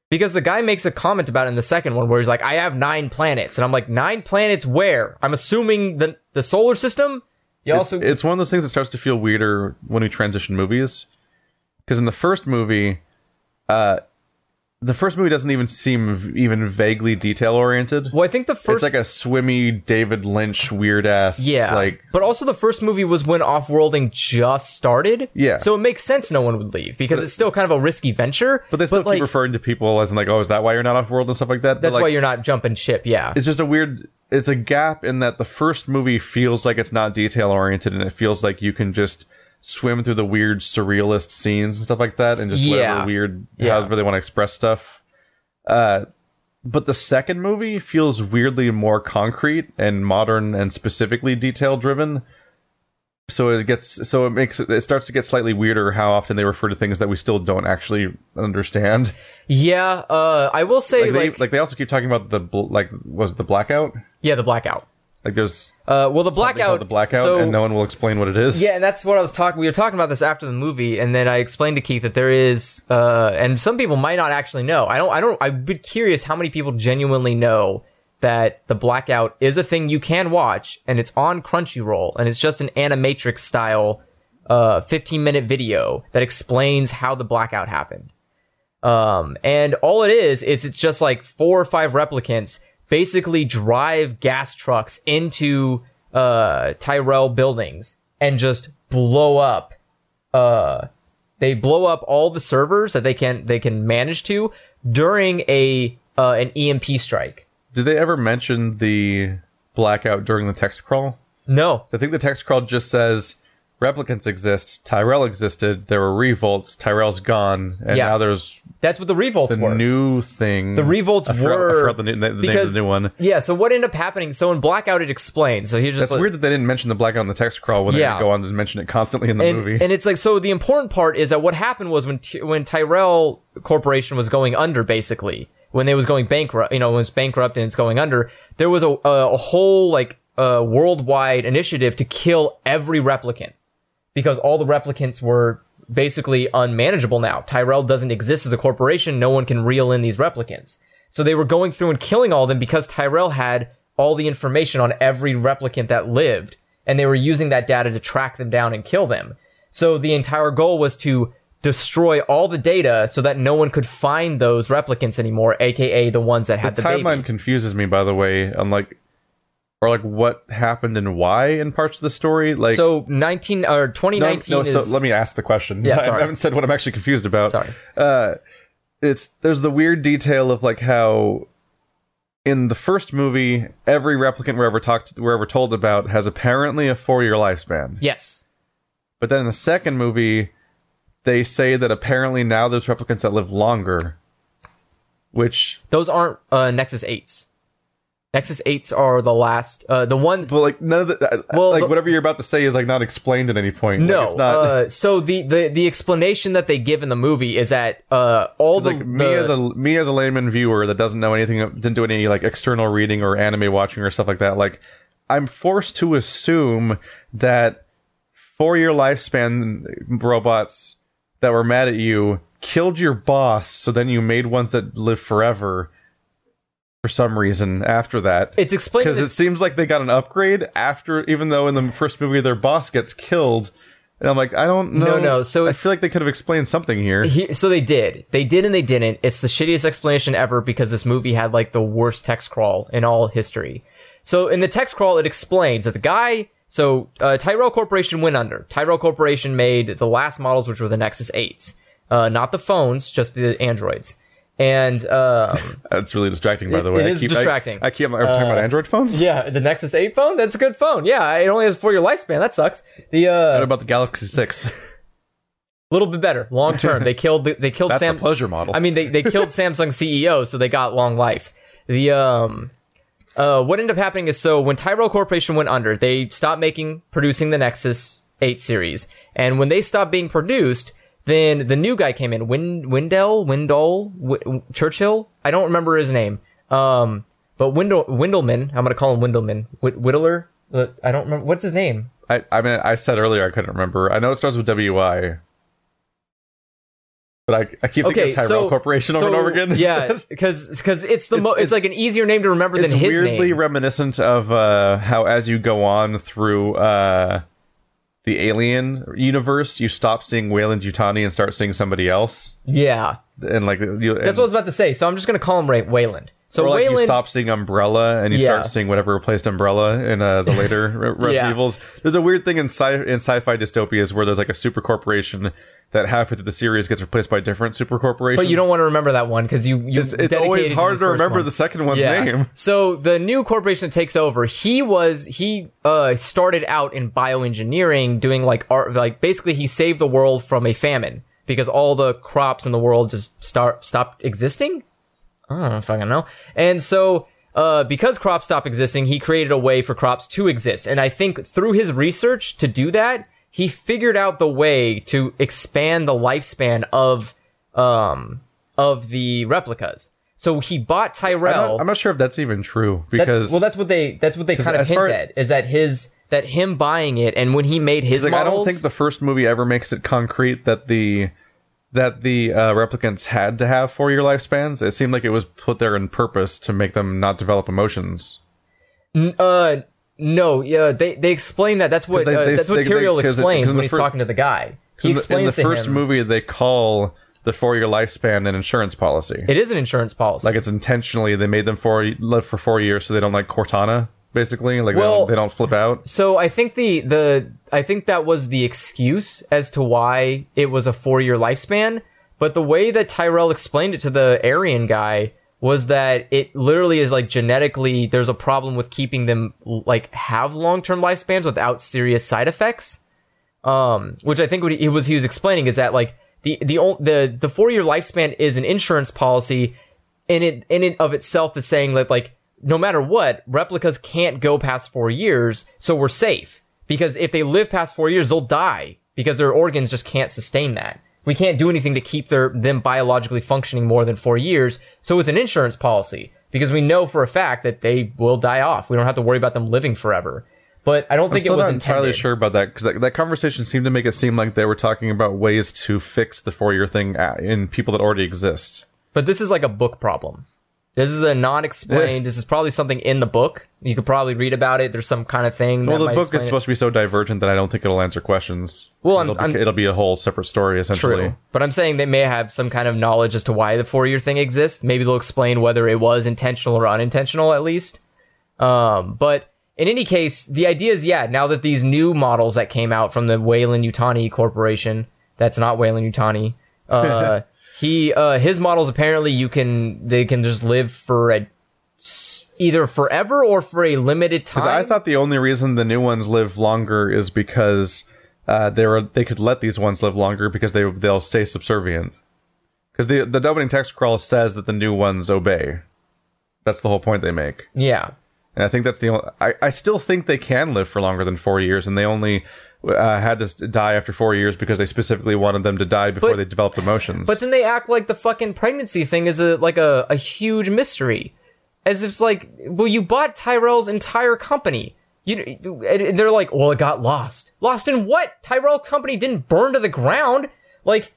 S1: Because the guy makes a comment about it in the second one where he's like, I have nine planets. And I'm like, nine planets where? I'm assuming the, the solar system? You also.
S2: it's one of those things that starts to feel weirder when we transition movies because in the first movie uh the first movie doesn't even seem v- even vaguely detail oriented.
S1: Well, I think the
S2: It's
S1: first
S2: like a swimmy David Lynch weird ass.
S1: yeah,
S2: like
S1: but also the first movie was when off-worlding just started.
S2: Yeah.
S1: so it makes sense no one would leave because it's still kind of a risky venture.
S2: But they still keep
S1: like,
S2: referring to people as in like, oh, is that why you're not off world and stuff like that?
S1: that's
S2: but like,
S1: why you're not jumping ship. Yeah,
S2: it's just a weird. It's a gap in that the first movie feels like it's not detail oriented, and it feels like you can just swim through the weird surrealist scenes and stuff like that, and just
S1: Yeah.
S2: whatever weird
S1: Yeah.
S2: however they want to express stuff. Uh, but the second movie feels weirdly more concrete and modern and specifically detail driven. So it gets so it makes it starts to get slightly weirder how often they refer to things that we still don't actually understand
S1: yeah. Uh, I will say
S2: like they,
S1: like,
S2: like they also keep talking about the bl- like was it the blackout?
S1: yeah, the blackout.
S2: Like there's
S1: Uh, well, the
S2: something called
S1: blackout.
S2: the blackout,
S1: so-
S2: and no one will explain what it is.
S1: Yeah, and that's what I was talking. We were talking about this after the movie, and then I explained to Keith that there is, uh, and some people might not actually know. I don't. I don't. I'd be curious how many people genuinely know that the blackout is a thing you can watch, and it's on Crunchyroll, and it's just an animatrix style, uh, fifteen minute video that explains how the blackout happened. Um, and all it is is it's just like four or five replicants basically drive gas trucks into uh Tyrell buildings and just blow up. Uh, they blow up all the servers that they can they can manage to during a uh, an EMP strike.
S2: Did they ever mention the blackout during the text crawl?
S1: No,
S2: So I think the text crawl just says replicants exist, Tyrell existed, there were revolts, Tyrell's gone, and
S1: Yeah.
S2: now there's
S1: that's what the revolts
S2: the
S1: were.
S2: new thing.
S1: The revolts
S2: I forgot,
S1: were
S2: I forgot the, new, the name of
S1: because-
S2: the new one.
S1: yeah. So what ended up happening? So in Blackout, it explained. So he's just
S2: That's
S1: like,
S2: weird that they didn't mention the blackout in the text crawl when
S1: Yeah.
S2: they go on to mention it constantly in the
S1: and,
S2: movie.
S1: and it's like so the important part is that what happened was when T- when Tyrell Corporation was going under basically when they was going bankrupt you know when it's bankrupt and it's going under there was a a, a whole like uh, worldwide initiative to kill every replicant because all the replicants were basically unmanageable now. Tyrell doesn't exist as a corporation. No one can reel in these replicants. So they were going through and killing all of them because Tyrell had all the information on every replicant that lived, and they were using that data to track them down and kill them. So the entire goal was to destroy all the data so that no one could find those replicants anymore, aka the ones that had the,
S2: the timeline
S1: baby.
S2: confuses me by the way on like or like what happened and why in parts of the story like
S1: So 19 or
S2: no,
S1: 2019
S2: no,
S1: is
S2: so let me ask the question
S1: Yeah,
S2: I-
S1: sorry.
S2: I, haven't said what i'm actually confused about
S1: Sorry.
S2: uh it's there's the weird detail of like how in the first movie every replicant we're ever talked we're ever told about has apparently a four-year lifespan
S1: yes.
S2: but then in the second movie they say that apparently now there's replicants that live longer which
S1: Those aren't uh, Nexus eights. Nexus eights are the last, uh, the ones.
S2: But like none of the I-
S1: Well,
S2: like
S1: the-
S2: whatever you're about to say is like not explained at any point.
S1: No,
S2: like, it's not
S1: uh, so the, the the explanation that they give in the movie is that uh, all the,
S2: like me
S1: the-
S2: as a me as a layman viewer that doesn't know anything, didn't do any like external reading or anime watching or stuff like that. Like I'm forced to assume that four year lifespan robots that were mad at you killed your boss, so then you made ones that live forever for some reason after that.
S1: it's explained
S2: because
S1: that-
S2: it seems like they got an upgrade after even though in the first movie their boss gets killed and i'm like i don't know
S1: No, no, so
S2: i
S1: it's-
S2: feel like they could have explained something here
S1: he, so they did, they did, and they didn't. It's the shittiest explanation ever because this movie had like the worst text crawl in all history. So in the text crawl, it explains that the guy. So uh, Tyrell Corporation went under. Tyrell Corporation made the last models, which were the Nexus eights, uh, not the phones, just the androids. And um,
S2: that's really distracting by the
S1: It-
S2: way
S1: it
S2: I
S1: is
S2: keep- I-
S1: distracting. Uh,
S2: i, keep am I talking about android phones
S1: Yeah, the Nexus 8 phone? That's a good phone. Yeah, it only has a four year lifespan. That sucks. The
S2: what
S1: uh
S2: about the galaxy 6
S1: little bit better. Long term. They killed the, they killed
S2: that's
S1: Sam
S2: the pleasure model
S1: I mean they, they killed Samsung CEO, so they got long life. The um uh what ended up happening is so when Tyrell Corporation went under, they stopped making producing the Nexus 8 series. And when they stopped being produced, then the new guy came in, Win Wendell, Wendell, w- Churchill. I don't remember his name. Um but Wendell Wendelman, I'm going to call him Wendelman. Whit- Whittler? Uh, I don't remember what's his name.
S2: I, I mean i said earlier i couldn't remember i know it starts with wi but i, I keep thinking
S1: okay,
S2: of tyrell
S1: so,
S2: corporation over
S1: so,
S2: and over again
S1: Yeah, because it's the
S2: It's-
S1: mo- it's,
S2: it's-
S1: like an easier name to remember than
S2: it's
S1: his
S2: weirdly
S1: name.
S2: reminiscent of uh, how as you go on through uh, the Alien universe, you stop seeing Wayland Utani and start seeing somebody else,
S1: Yeah,
S2: and like you, and,
S1: that's what I was about to say. So I'm just gonna call him Ray Wayland. So
S2: or like you
S1: Wayland,
S2: stop seeing Umbrella and you
S1: Yeah.
S2: start seeing whatever replaced Umbrella in uh, the later Re- Resident
S1: Yeah.
S2: Evils. There's a weird thing in sci in sci-fi dystopias where there's like a super corporation that halfway through the series gets replaced by a different super corporation.
S1: but you don't want to remember that one because you you.
S2: It's, it's always hard to remember the second one's name.
S1: So the new corporation that takes over, he was he uh started out in bioengineering doing like art like basically he saved the world from a famine because all the crops in the world just start stopped existing. I don't fucking know. And so uh because crops stopped existing, he created a way for crops to exist. And I think through his research to do that, he figured out the way to expand the lifespan of um of the replicas. So he bought Tyrell.
S2: I'm not, I'm not sure if that's even true because
S1: That's, well, that's what they that's what they kind of
S2: as
S1: hint
S2: far-
S1: at is that his that him buying it and when he made his
S2: like, I
S1: models.
S2: don't think the first movie ever makes it concrete that the that the uh, replicants had to have four year lifespans. It seemed like it was put there in purpose to make them not develop emotions.
S1: uh, no, yeah, they they explain that. That's what
S2: 'Cause they-
S1: uh,
S2: they-
S1: that's what
S2: they-
S1: Tyrael
S2: 'cause it- 'cause
S1: explains
S2: in
S1: when
S2: the
S1: he's
S2: fir-
S1: talking to the guy. He
S2: in the, in
S1: explains
S2: the
S1: to
S2: first
S1: him
S2: movie they call the four year lifespan an insurance policy.
S1: it is an insurance policy.
S2: like it's intentionally they made them four live for four years so they don't like Cortana basically. Like they,
S1: Well-
S2: don't, they don't flip out.
S1: so I think the the I think that was the excuse as to why it was a four year lifespan. But the way that Tyrell explained it to the Aryan guy was that it literally is like genetically there's a problem with keeping them like have long term lifespans without serious side effects. Um, which I think what he was he was explaining is that like the the ol- the the four year lifespan is an insurance policy in it in it of itself is saying that like no matter what replicas can't go past four years so we're safe because if they live past four years they'll die because their organs just can't sustain that we can't do anything to keep their them biologically functioning more than four years so it's an insurance policy because we know for a fact that they will die off we don't have to worry about them living forever but i don't think
S2: Still
S1: it was
S2: not entirely
S1: intended.
S2: sure about that because that, that conversation seemed to make it seem like they were talking about ways to fix the four year thing uh, in people that already exist.
S1: But this is like a book problem. This is a non-explained. This is probably something in the book. You could probably read about it. There's some kind of thing.
S2: Well,
S1: that
S2: the
S1: might
S2: book is
S1: explain it.
S2: supposed to be so divergent that I don't think it'll answer questions.
S1: Well, I'm-
S2: it'll,
S1: I'm-
S2: be, it'll be a whole separate story essentially.
S1: True, but I'm saying they may have some kind of knowledge as to why the four-year thing exists. Maybe they'll explain whether it was intentional or unintentional, at least. Um, but in any case, the idea is, yeah, now that these new models that came out from the Wayland Utani Corporation, that's not Wayland Utani, uh, he, uh, his models apparently you can, they can just live for a, s- either forever or for a limited time.
S2: So I thought the only reason the new ones live longer is because uh, they were they could let these ones live longer because they they'll stay subservient. Because the the doubling text crawl says that the new ones obey. That's the whole point they make,
S1: yeah.
S2: and I think that's the only. I, I still think they can live for longer than four years, and they only uh, had to s- die after four years because they specifically wanted them to die before
S1: But-
S2: they developed emotions.
S1: But then they act like the fucking pregnancy thing is a like a, a huge mystery, as if it's like, well, you bought Tyrell's entire company. You and they're like, well, it got lost. Lost in what? Tyrell company didn't burn to the ground. Like,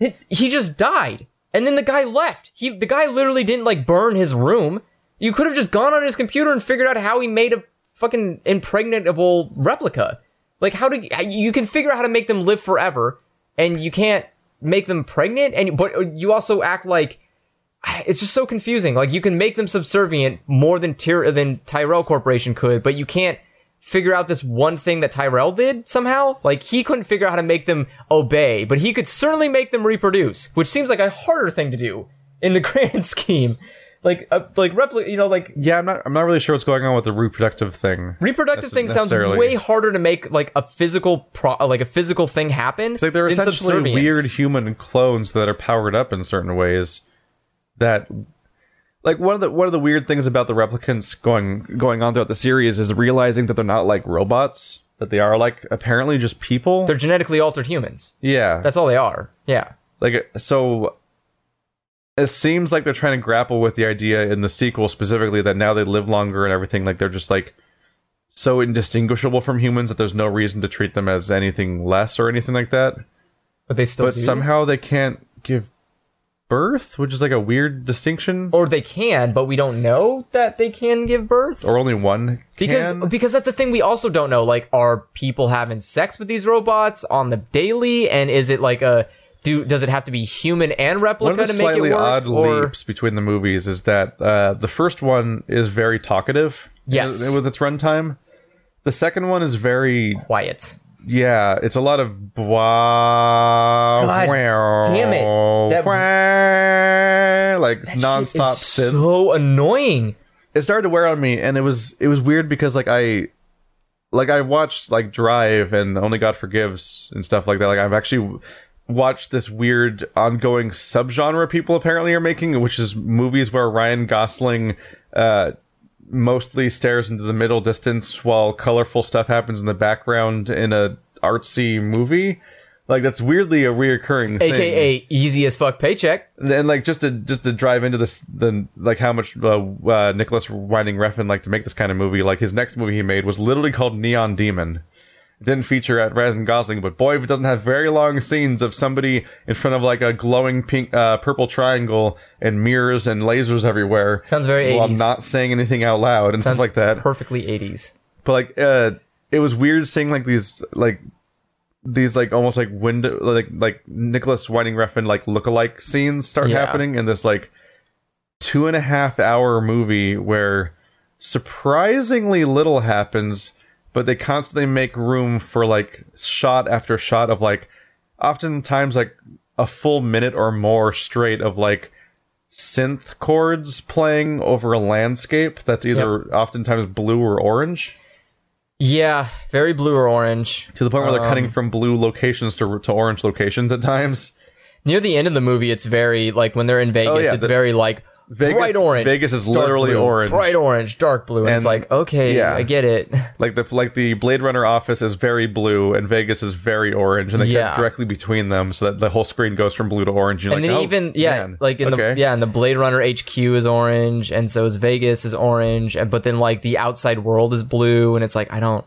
S1: it's, he just died, and then the guy left. He the guy literally didn't like burn his room. You could have just gone on his computer and figured out how he made a fucking impregnable replica. Like, how do you, you can figure out how to make them live forever, and you can't make them pregnant, and but you also act like it's just so confusing. Like, you can make them subservient more than Tyr- than Tyrell Corporation could, but you can't figure out this one thing that Tyrell did somehow. Like, he couldn't figure out how to make them obey, but he could certainly make them reproduce, which seems like a harder thing to do in the grand scheme. Like, uh, like repli- you know, like
S2: yeah, I'm not I'm not really sure what's going on with the reproductive thing.
S1: reproductive
S2: Necess-
S1: thing sounds
S2: necessarily.
S1: way harder to make like a physical pro like a physical thing happen.
S2: It's like they're
S1: than
S2: essentially
S1: subservience.
S2: weird human clones that are powered up in certain ways. That, like one of the one of the weird things about the replicants going going on throughout the series is realizing that they're not like robots. That they are like apparently just people.
S1: They're genetically altered humans.
S2: yeah,
S1: That's all they are. Yeah.
S2: like so. It seems like they're trying to grapple with the idea in the sequel specifically that now they live longer and everything. Like they're just like so indistinguishable from humans that there's no reason to treat them as anything less or anything like that
S1: But they still
S2: but
S1: do.
S2: somehow they can't give birth, which is like a weird distinction, or,
S1: Or they can, but we don't know that they can give birth.
S2: only one
S1: because
S2: can.
S1: because that's the thing we also don't know like are people having sex with these robots on the daily and is it like a do does it have to be human and
S2: one of
S1: replica
S2: the
S1: to make it
S2: slightly
S1: work
S2: odd
S1: or
S2: leaps between the movies is that uh, the first one is very talkative. in-
S1: Yes.
S2: with its runtime. The second one is very
S1: quiet
S2: yeah. It's a lot of blah.
S1: God
S2: wow,
S1: damn it. That-
S2: wow, like
S1: That shit is
S2: nonstop synth.
S1: so annoying
S2: it started to wear on me and it was it was weird because like i like i watched like drive and only god forgives and stuff like that like i've actually w- watched this weird ongoing subgenre people apparently are making which is movies where ryan gosling uh mostly stares into the middle distance while colorful stuff happens in the background in a artsy movie like that's weirdly a reoccurring thing
S1: aka easy as fuck paycheck
S2: and like just to just to drive into this the like how much uh, uh, Nicholas Winding Refn like to make this kind of movie like his next movie he made was literally called Neon Demon It didn't feature at Ryan Gosling but boy if it doesn't have very long scenes of somebody in front of like a glowing pink uh, purple triangle and mirrors and lasers everywhere
S1: Sounds very
S2: while
S1: 80s.
S2: not saying anything out loud and
S1: Sounds
S2: stuff like that
S1: perfectly 80s
S2: but like uh it was weird seeing like these like these like almost like window like like Nicholas Winding Refn like lookalike scenes start
S1: Yeah.
S2: happening in this like two and a half hour movie where surprisingly little happens, but they constantly make room for like shot after shot of like oftentimes like a full minute or more straight of like synth chords playing over a landscape that's either oftentimes blue or orange
S1: yeah very blue or orange
S2: to the point where they're
S1: Um,
S2: cutting from blue locations to, to orange locations at times.
S1: near the end of the movie it's very like when they're in vegas
S2: Oh, yeah,
S1: it's
S2: the-
S1: very like
S2: Vegas-
S1: bright orange
S2: Vegas is
S1: dark
S2: literally
S1: blue,
S2: orange.
S1: bright orange dark blue and, it's
S2: And-
S1: like okay
S2: yeah.
S1: i get it
S2: Like the like the Blade Runner office is very blue and Vegas is very orange, and they
S1: Yeah.
S2: cut directly between them so that the whole screen goes from blue to orange. You're
S1: and
S2: like,
S1: then
S2: "Oh,
S1: even yeah,
S2: man,
S1: like in
S2: okay."
S1: the yeah, and the Blade Runner HQ is orange, and so is Vegas is orange, and but then like the outside world is blue, and it's like I don't.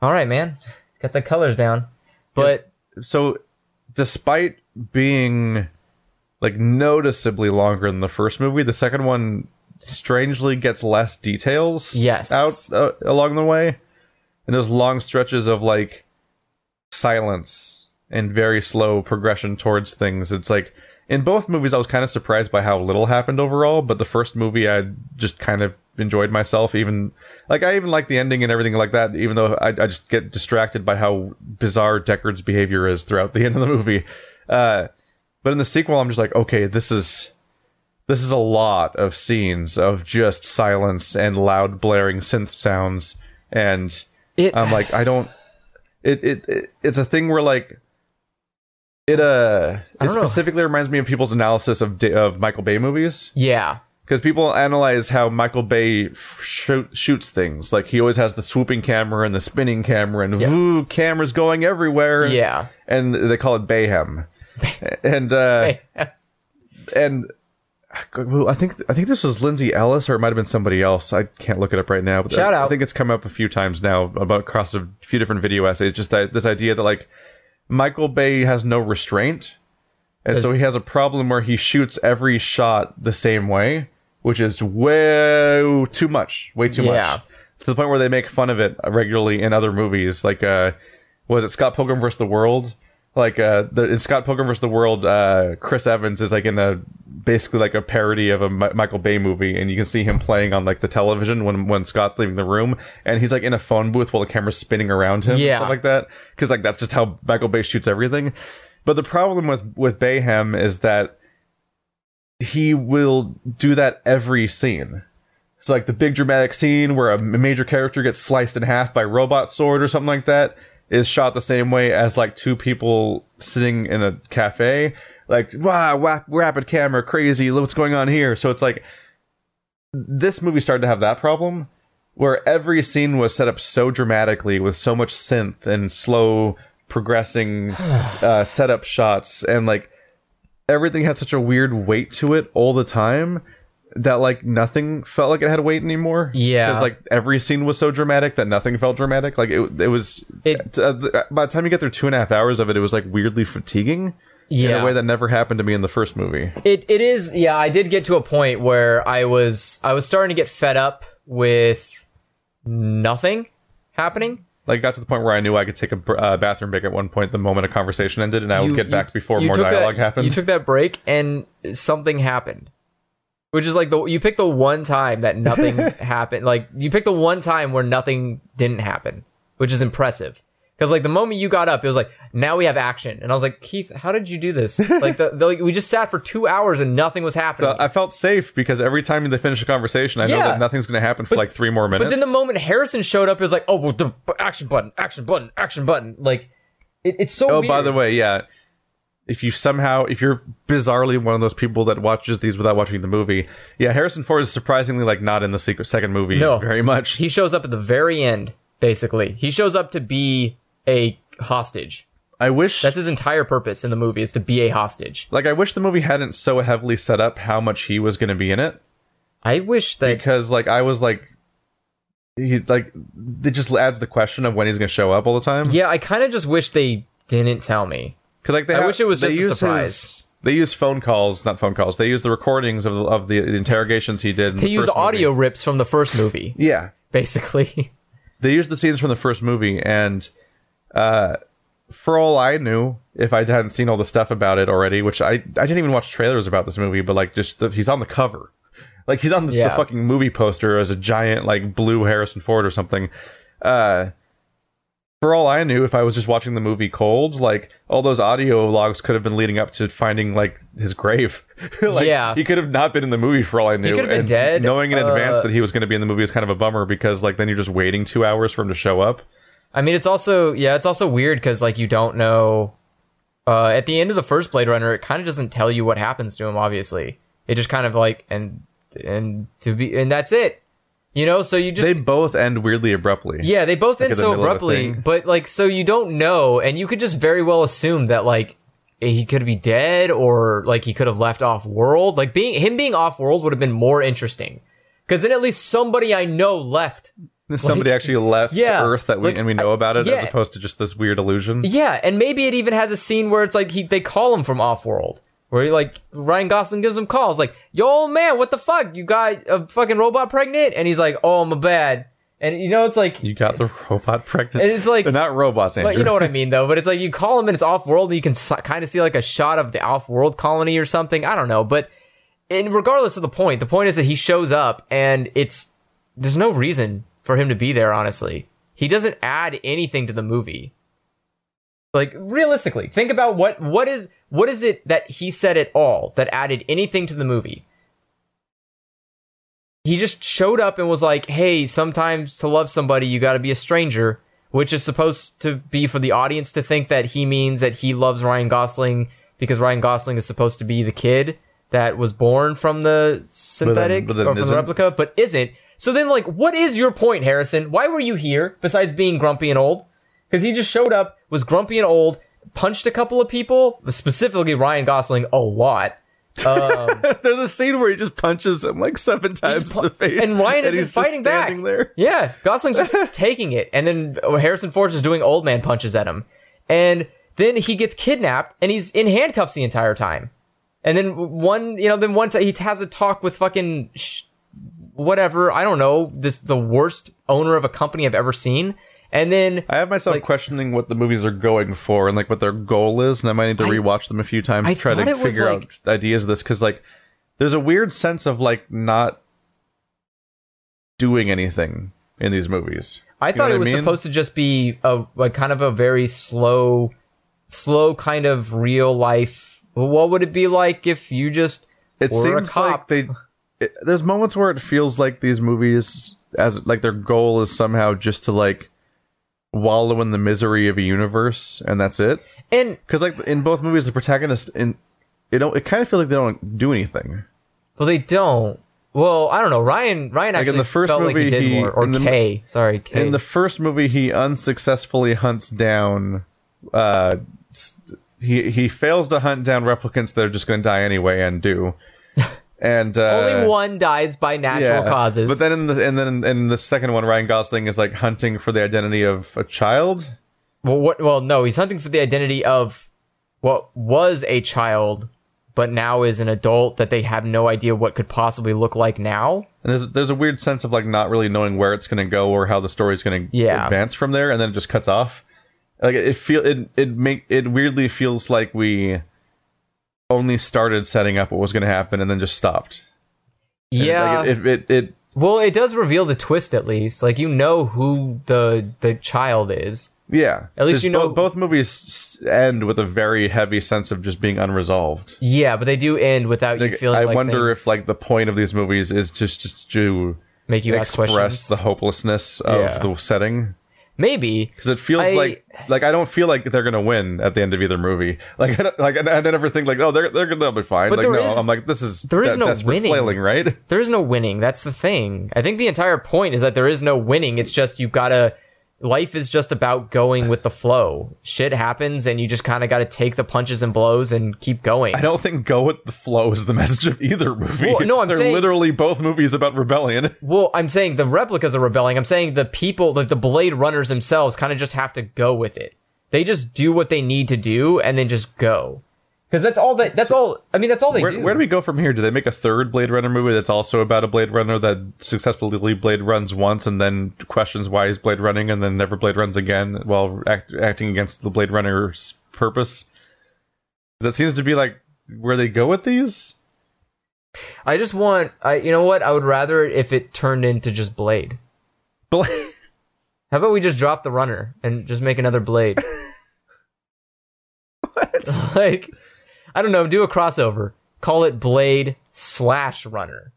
S1: All right, man, got the colors down, but
S2: So, despite being like noticeably longer than the first movie, the second one strangely gets less details.
S1: Yes.
S2: out uh, along the way, and there's long stretches of like silence and very slow progression towards things. It's like in both movies, I was kind of surprised by how little happened overall, but the first movie, I just kind of enjoyed myself. Even like I even like the ending and everything like that, even though I, I just get distracted by how bizarre Deckard's behavior is throughout the end of the movie. Uh, but in the sequel, I'm just like, okay, this is this is a lot of scenes of just silence and loud blaring synth sounds and
S1: it
S2: I'm like, I don't. It, it it it's a thing where like it uh
S1: I
S2: it
S1: don't know.
S2: specifically reminds me of people's analysis of da- of Michael Bay movies
S1: yeah,
S2: because people analyze how Michael Bay f- shoot, shoots things. Like he always has the swooping camera and the spinning camera and "Ooh, cameras going everywhere.
S1: yeah,
S2: and they call it Bayhem. and uh
S1: hey,
S2: and I think I think this was Lindsay Ellis or it might have been somebody else. I can't look it up right now. But
S1: Shout
S2: I,
S1: out.
S2: I think it's come up a few times now about across a few different video essays. Just that this idea that like Michael Bay has no restraint, and so he has a problem where he shoots every shot the same way, which is way too much, way too
S1: Yeah.
S2: much to the point where they make fun of it regularly in other movies. Like, uh, was it Scott Pilgrim vs. the World? Like, uh, the, in Scott Pilgrim vs. the World, uh, Chris Evans is like in a basically like a parody of a Mi- Michael Bay movie, and you can see him playing on like the television when when Scott's leaving the room, and he's like in a phone booth while the camera's spinning around him,
S1: Yeah.
S2: and stuff like that, because like that's just how Michael Bay shoots everything. But the problem with with Bayhem is that he will do that every scene. So like the big dramatic scene where a major character gets sliced in half by robot sword or something like that is shot the same way as like two people sitting in a cafe. Like wow, wap, rapid camera, crazy. look What's going on here? So it's like this movie started to have that problem where every scene was set up so dramatically with so much synth and slow progressing uh, setup shots and like everything had such a weird weight to it all the time that like nothing felt like it had weight anymore.
S1: Yeah.
S2: because like every scene was so dramatic that nothing felt dramatic. Like it, it was.
S1: It-
S2: uh, th- by the time you get through two and a half hours of it, it was like weirdly fatiguing. in
S1: Yeah.
S2: a way that never happened to me in the first movie.
S1: It it is yeah, I did get to a point where I was I was starting to get fed up with nothing happening.
S2: Like, got to the point where I knew I could take a br- uh, bathroom break at one point the moment a conversation ended, and I would
S1: You-
S2: Oh, get back
S1: you-
S2: before
S1: you
S2: more
S1: took that-
S2: dialogue happened.
S1: You took that break and something happened. Which is like the you picked the one time that nothing happened. Like you picked the one time where nothing didn't happen, which is impressive. Because like the moment you got up, it was like now we have action, and I was like Keith, how did you do this? like the, the like, we just sat for two hours and nothing was happening.
S2: So I felt safe because every time they finish a conversation, I know
S1: Yeah.
S2: that nothing's going to happen for like three more minutes.
S1: But then the moment Harrison showed up, it was like, oh, well, the action button, action button, action button. Like, it, it's so.
S2: oh,
S1: weird.
S2: by the way, yeah. If you somehow, if you're bizarrely one of those people that watches these without watching the movie, yeah, Harrison Ford is surprisingly like not in the secret second movie
S1: No.
S2: very much.
S1: he shows up at the very end. Basically, he shows up to be a hostage.
S2: I wish
S1: That's his entire purpose in the movie is to be a hostage.
S2: like I wish the movie hadn't so heavily set up how much he was going to be in it
S1: I wish that.
S2: because like I was like he like it just adds the question of when he's going to show up all the time.
S1: Yeah, I kind of just wish they didn't tell me.
S2: Cause like they
S1: I
S2: ha-
S1: wish it was
S2: they
S1: just a
S2: use
S1: surprise.
S2: his- they use phone calls, not phone calls. They use the recordings of the, of the interrogations he did. In
S1: They
S2: the
S1: use
S2: first
S1: audio
S2: Movie.
S1: rips from the first movie,
S2: Yeah,
S1: basically.
S2: they use the scenes from the first movie, and uh, for all I knew, if I hadn't seen all the stuff about it already, which I I didn't even watch trailers about this movie, but like just the, he's on the cover, like he's on the, the
S1: Yeah.
S2: fucking movie poster as a giant like blue Harrison Ford or something. Uh, for all I knew, if I was just watching the movie cold, like all those audio logs could have been leading up to finding like his grave. like,
S1: Yeah.
S2: he could have not been in the movie for all I knew.
S1: could have been
S2: and
S1: dead.
S2: Knowing in
S1: Uh,
S2: advance that he was going to be in the movie is kind of a bummer because like then you're just waiting two hours for him to show up.
S1: I mean, it's also yeah, it's also weird because like you don't know. Uh, at the end of the first Blade Runner, it kind of doesn't tell you what happens to him. Obviously, it just kind of like and and to be and that's it. You know, so you just
S2: They both end weirdly abruptly.
S1: yeah, they both end
S2: in the
S1: so
S2: middle of a
S1: abruptly,
S2: thing.
S1: but like so you don't know, and you could just very well assume that like he could be dead or like he could have left off world. Like being him being off world would have been more interesting because then at least somebody I know left.
S2: Somebody
S1: like-
S2: actually left
S1: Yeah,
S2: Earth that we
S1: like,
S2: and we know about it as
S1: yeah.
S2: opposed to just this weird illusion.
S1: Yeah, and maybe it even has a scene where it's like he they call him from Offworld, where he, like Ryan Gosling gives him calls like, "Yo, man, what the fuck? You got a fucking robot pregnant?" And he's like, "Oh, my bad." And you know, it's like,
S2: You got the robot pregnant.
S1: And it's like-
S2: they're not robots, Andrew.
S1: but you know what I mean though. But it's like you call him and it's Offworld, and you can s- kind of see like a shot of the Offworld colony or something. I don't know, but and regardless of the point, the point is that he shows up and it's there's no reason for him to be there. Honestly, he doesn't add anything to the movie. like realistically think about what what is what is it that he said at all that added anything to the movie he just showed up and was like hey sometimes to love somebody you got to be a stranger which is supposed to be for the audience to think that he means that he loves ryan gosling because ryan gosling is supposed to be the kid that was born from the synthetic
S2: but then
S1: or from
S2: isn't.
S1: the replica but isn't so then like what is your point harrison why were you here besides being grumpy and old because he just showed up, was grumpy and old, punched a couple of people, specifically Ryan Gosling a lot.
S2: There's a scene where he just punches him like seven times
S1: pu-
S2: in the face,
S1: and Ryan isn't
S2: he's just
S1: fighting back.
S2: standing There.
S1: Yeah, Gosling's just taking it, and then Harrison Ford is doing old man punches at him, and then he gets kidnapped, and he's in handcuffs the entire time, and then one, you know, then once he has a talk with fucking sh- whatever, I don't know, this the worst owner of a company I've ever seen, and then
S2: I have myself questioning what the movies are going for and like what their goal is, and I might need to rewatch them a few times
S1: I
S2: to try
S1: thought
S2: to
S1: it was,
S2: figure
S1: like-
S2: out ideas of this because like there's a weird sense of like not doing anything in these movies.
S1: I
S2: know
S1: thought
S2: what I
S1: it was
S2: mean?
S1: supposed to just be a like kind of a very slow, slow kind of real life. What would it be like if you just
S2: It
S1: were
S2: seems
S1: a cop?
S2: like they. It, there's moments where it feels like these movies, as like their goal is somehow just to like wallow in the misery of a universe, and that's it.
S1: and
S2: Because like in both movies, the protagonist in it don't. It kind of feels like they don't do anything.
S1: well, they don't. Well, I don't know. Ryan Ryan
S2: in
S1: actually
S2: the first
S1: felt like
S2: movie,
S1: he did
S2: he-
S1: more. Or
S2: in the-
S1: K, sorry, K.
S2: In the first movie, he unsuccessfully hunts down. Uh, st- he he fails to hunt down replicants that are just going to die anyway and do. And uh,
S1: Only one dies by natural causes.
S2: But then in the and then in the second one, Ryan Gosling is like hunting for the identity of a child.
S1: well, what, well, no, he's hunting for the identity of what was a child but now is an adult that they have no idea what could possibly look like now.
S2: And there's there's a weird sense of like not really knowing where it's going to go or how the story's going to
S1: Yeah.
S2: advance from there, and then it just cuts off. Like it feel it it make it weirdly feels like we only started setting up what was going to happen and then just stopped. And,
S1: Yeah.
S2: like, it, it, it it
S1: well, it does reveal the twist at least. Like you know who the the child is.
S2: yeah.
S1: At least
S2: There's
S1: you know-
S2: bo- both movies s- end with a very heavy sense of just being unresolved.
S1: Yeah, but they do end without you
S2: Like,
S1: feeling.
S2: I
S1: like
S2: wonder
S1: things
S2: if like the point of these movies is just just to
S1: make you ask
S2: express
S1: questions.
S2: the hopelessness of
S1: Yeah.
S2: the setting.
S1: Maybe
S2: because it feels
S1: I-
S2: like like I don't feel like they're gonna win at the end of either movie. Like I don't, like I, I never think like oh they're they're gonna they'll be fine.
S1: But
S2: like
S1: there
S2: no,
S1: is-
S2: I'm like this is
S1: there is
S2: de-
S1: no
S2: desperate
S1: winning.
S2: flailing, right?
S1: there is no winning. That's the thing. I think the entire point is that there is no winning. It's just you gotta. Life is just about going with the flow. Shit happens, and you just kind of got to take the punches and blows and keep going.
S2: I don't think go with the flow is the message of either movie.
S1: Well, no, I'm
S2: they're
S1: saying-
S2: literally both movies about rebellion.
S1: Well, I'm saying the replicas are rebelling. I'm saying the people, like the Blade Runners themselves, kind of just have to go with it. They just do what they need to do and then just go. Because that's all that. That's all. I mean, that's all they
S2: Where,
S1: do.
S2: where do we go from here? Do they make a third Blade Runner movie that's also about a Blade Runner that successfully Blade runs once and then questions why he's Blade running and then never Blade runs again while act, acting against the Blade Runner's purpose? That seems to be like where they go with these.
S1: I just want. I. You know what? I would rather it if it turned into just Blade.
S2: Blade.
S1: How about we just drop the runner and just make another Blade? what? Like, I don't know. Do a crossover. Call it Blade slash Runner.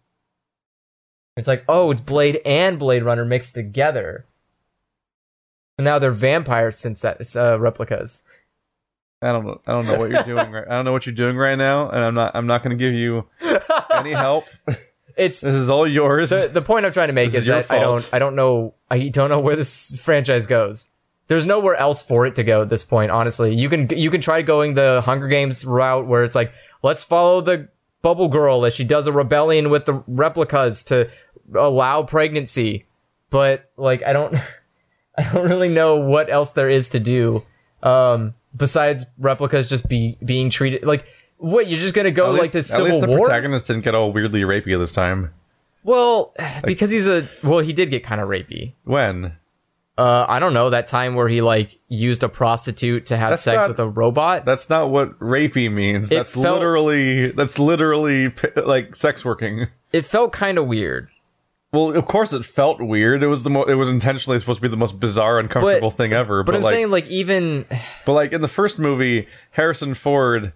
S1: It's like, oh, it's Blade and Blade Runner mixed together. So now they're vampires since that's uh, replicas.
S2: I don't know. I don't know what you're doing right. I don't know what you're doing right now, and I'm not. I'm not going to give you any help.
S1: It's
S2: This is all yours.
S1: the, the point I'm trying to make
S2: This
S1: is
S2: is your
S1: that I don't
S2: fault.
S1: I don't know I don't know where this franchise goes. There's nowhere else for it to go at this point. Honestly, you can you can try going the Hunger Games route where it's like let's follow the Bubble Girl as she does a rebellion with the replicas to allow pregnancy, but like I don't I don't really know what else there is to do um, besides replicas just be being treated like what you're just gonna go
S2: At
S1: like
S2: least-
S1: to
S2: at
S1: civil
S2: least the
S1: war.
S2: protagonist didn't get all weirdly rapey this time.
S1: well, because he's a well, he did get kind of rapey.
S2: When
S1: uh, I don't know that time where he like used a prostitute to have
S2: That's
S1: sex
S2: not-
S1: with a robot.
S2: that's not what rapey means. That's
S1: felt-
S2: literally. That's literally p- like sex working.
S1: it felt kind of weird.
S2: Well, of course it felt weird. It was the mo- it was intentionally supposed to be the most bizarre, uncomfortable thing ever. But,
S1: But I'm
S2: like,
S1: saying like even
S2: But like in the first movie, Harrison Ford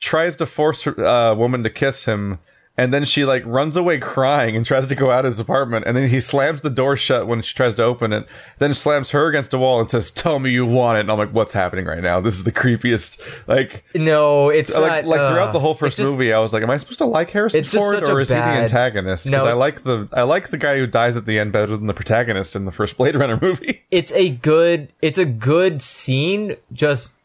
S2: tries to force her, uh, woman to kiss him, and then she like runs away crying and tries to go out of his apartment, and then he slams the door shut when she tries to open it, then slams her against a wall and says, "Tell me you want it." And I'm like, "What's happening right now? This is the creepiest." Like,
S1: no, it's
S2: like,
S1: not,
S2: like
S1: uh,
S2: throughout the whole
S1: it's
S2: first
S1: just-
S2: movie, I was like, "Am I supposed to like Harrison
S1: It's just
S2: Ford
S1: such a
S2: or is he
S1: bad-
S2: the antagonist?"
S1: No,
S2: Because I
S1: it's-
S2: like the I like the guy who dies at the end better than the protagonist in the first Blade Runner movie.
S1: It's a good. It's a good scene. Just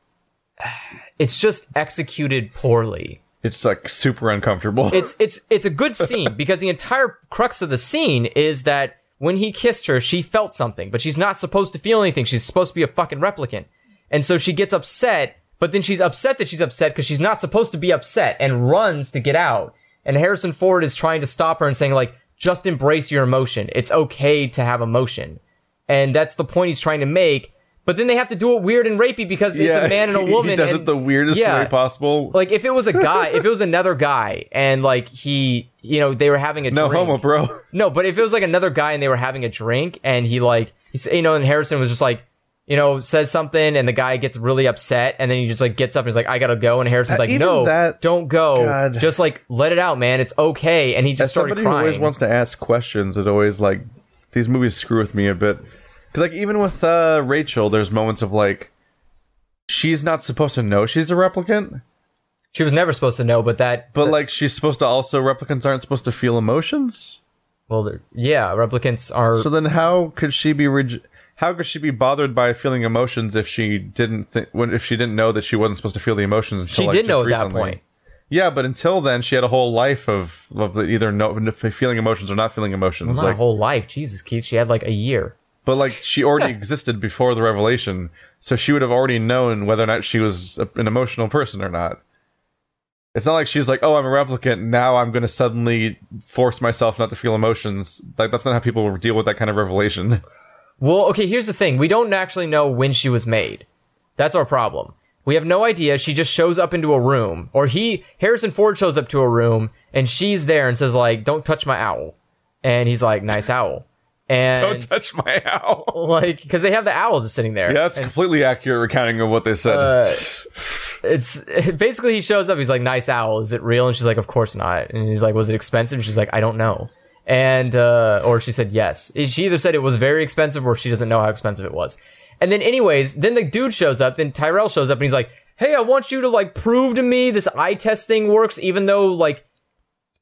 S1: it's just executed poorly.
S2: It's like super uncomfortable.
S1: it's it's it's a good scene because the entire crux of the scene is that when he kissed her, she felt something, but she's not supposed to feel anything. She's supposed to be a fucking replicant, and so she gets upset. But then she's upset that she's upset because she's not supposed to be upset and runs to get out. And Harrison Ford is trying to stop her and saying like, just embrace your emotion. It's okay to have emotion, and that's the point he's trying to make. But then they have to do it weird and rapey because it's a man and a
S2: he-
S1: woman.
S2: He does
S1: and-
S2: it the weirdest
S1: Yeah.
S2: way possible.
S1: like if it was a guy, if it was another guy, and like he, you know, they were having a
S2: no
S1: drink.
S2: homo, bro.
S1: No, but if it was like another guy and they were having a drink, and he like, he s- you know, and Harrison was just like, you know, says something, and the guy gets really upset, and then he just like gets up and he's like, I gotta go, and Harrison's like,
S2: Uh, even
S1: No,
S2: that-
S1: don't go,
S2: God.
S1: just like let it out, man, it's okay, and he just
S2: As
S1: started
S2: somebody who always
S1: crying.
S2: wants to ask questions, it always like these movies screw with me a bit. Because like even with uh, Rachel, there's moments of like she's not supposed to know she's a replicant,
S1: she was never supposed to know, but that,
S2: but like she's supposed to also replicants aren't supposed to feel emotions.
S1: well, they're- yeah, replicants are.
S2: So then how could she be reg- how could she be bothered by feeling emotions if she didn't think when if she didn't know that she wasn't supposed to feel the emotions? Until,
S1: she
S2: like,
S1: did
S2: just
S1: know at that
S2: recently?
S1: point.
S2: Yeah, but until then, she had a whole life of of either no, feeling emotions or not feeling emotions.
S1: Not
S2: like,
S1: a whole life, Jesus, Keith. She had like a year.
S2: But like she already existed before the revelation, so she would have already known whether or not she was a, an emotional person or not. It's not like she's like, "Oh, I'm a replicant. Now I'm going to suddenly force myself not to feel emotions." Like that's not how people deal with that kind of revelation.
S1: Well, okay, here's the thing. We don't actually know when she was made. That's our problem. We have no idea. She just shows up into a room, or he, Harrison Ford shows up to a room, and she's there and says, like, don't touch my owl. And he's like, nice owl. And,
S2: Don't touch my owl.
S1: like, because they have the owl just sitting there.
S2: Yeah, that's
S1: And,
S2: completely accurate recounting of what they said.
S1: uh, it's basically he shows up. He's like, "Nice owl. Is it real?" And she's like, "Of course not." And he's like, "Was it expensive?" And she's like, "I don't know." And uh, or she said yes. She either said it was very expensive or she doesn't know how expensive it was. And then, anyways, then the dude shows up. Then Tyrell shows up and he's like, "Hey, I want you to like prove to me this eye test thing works, even though like."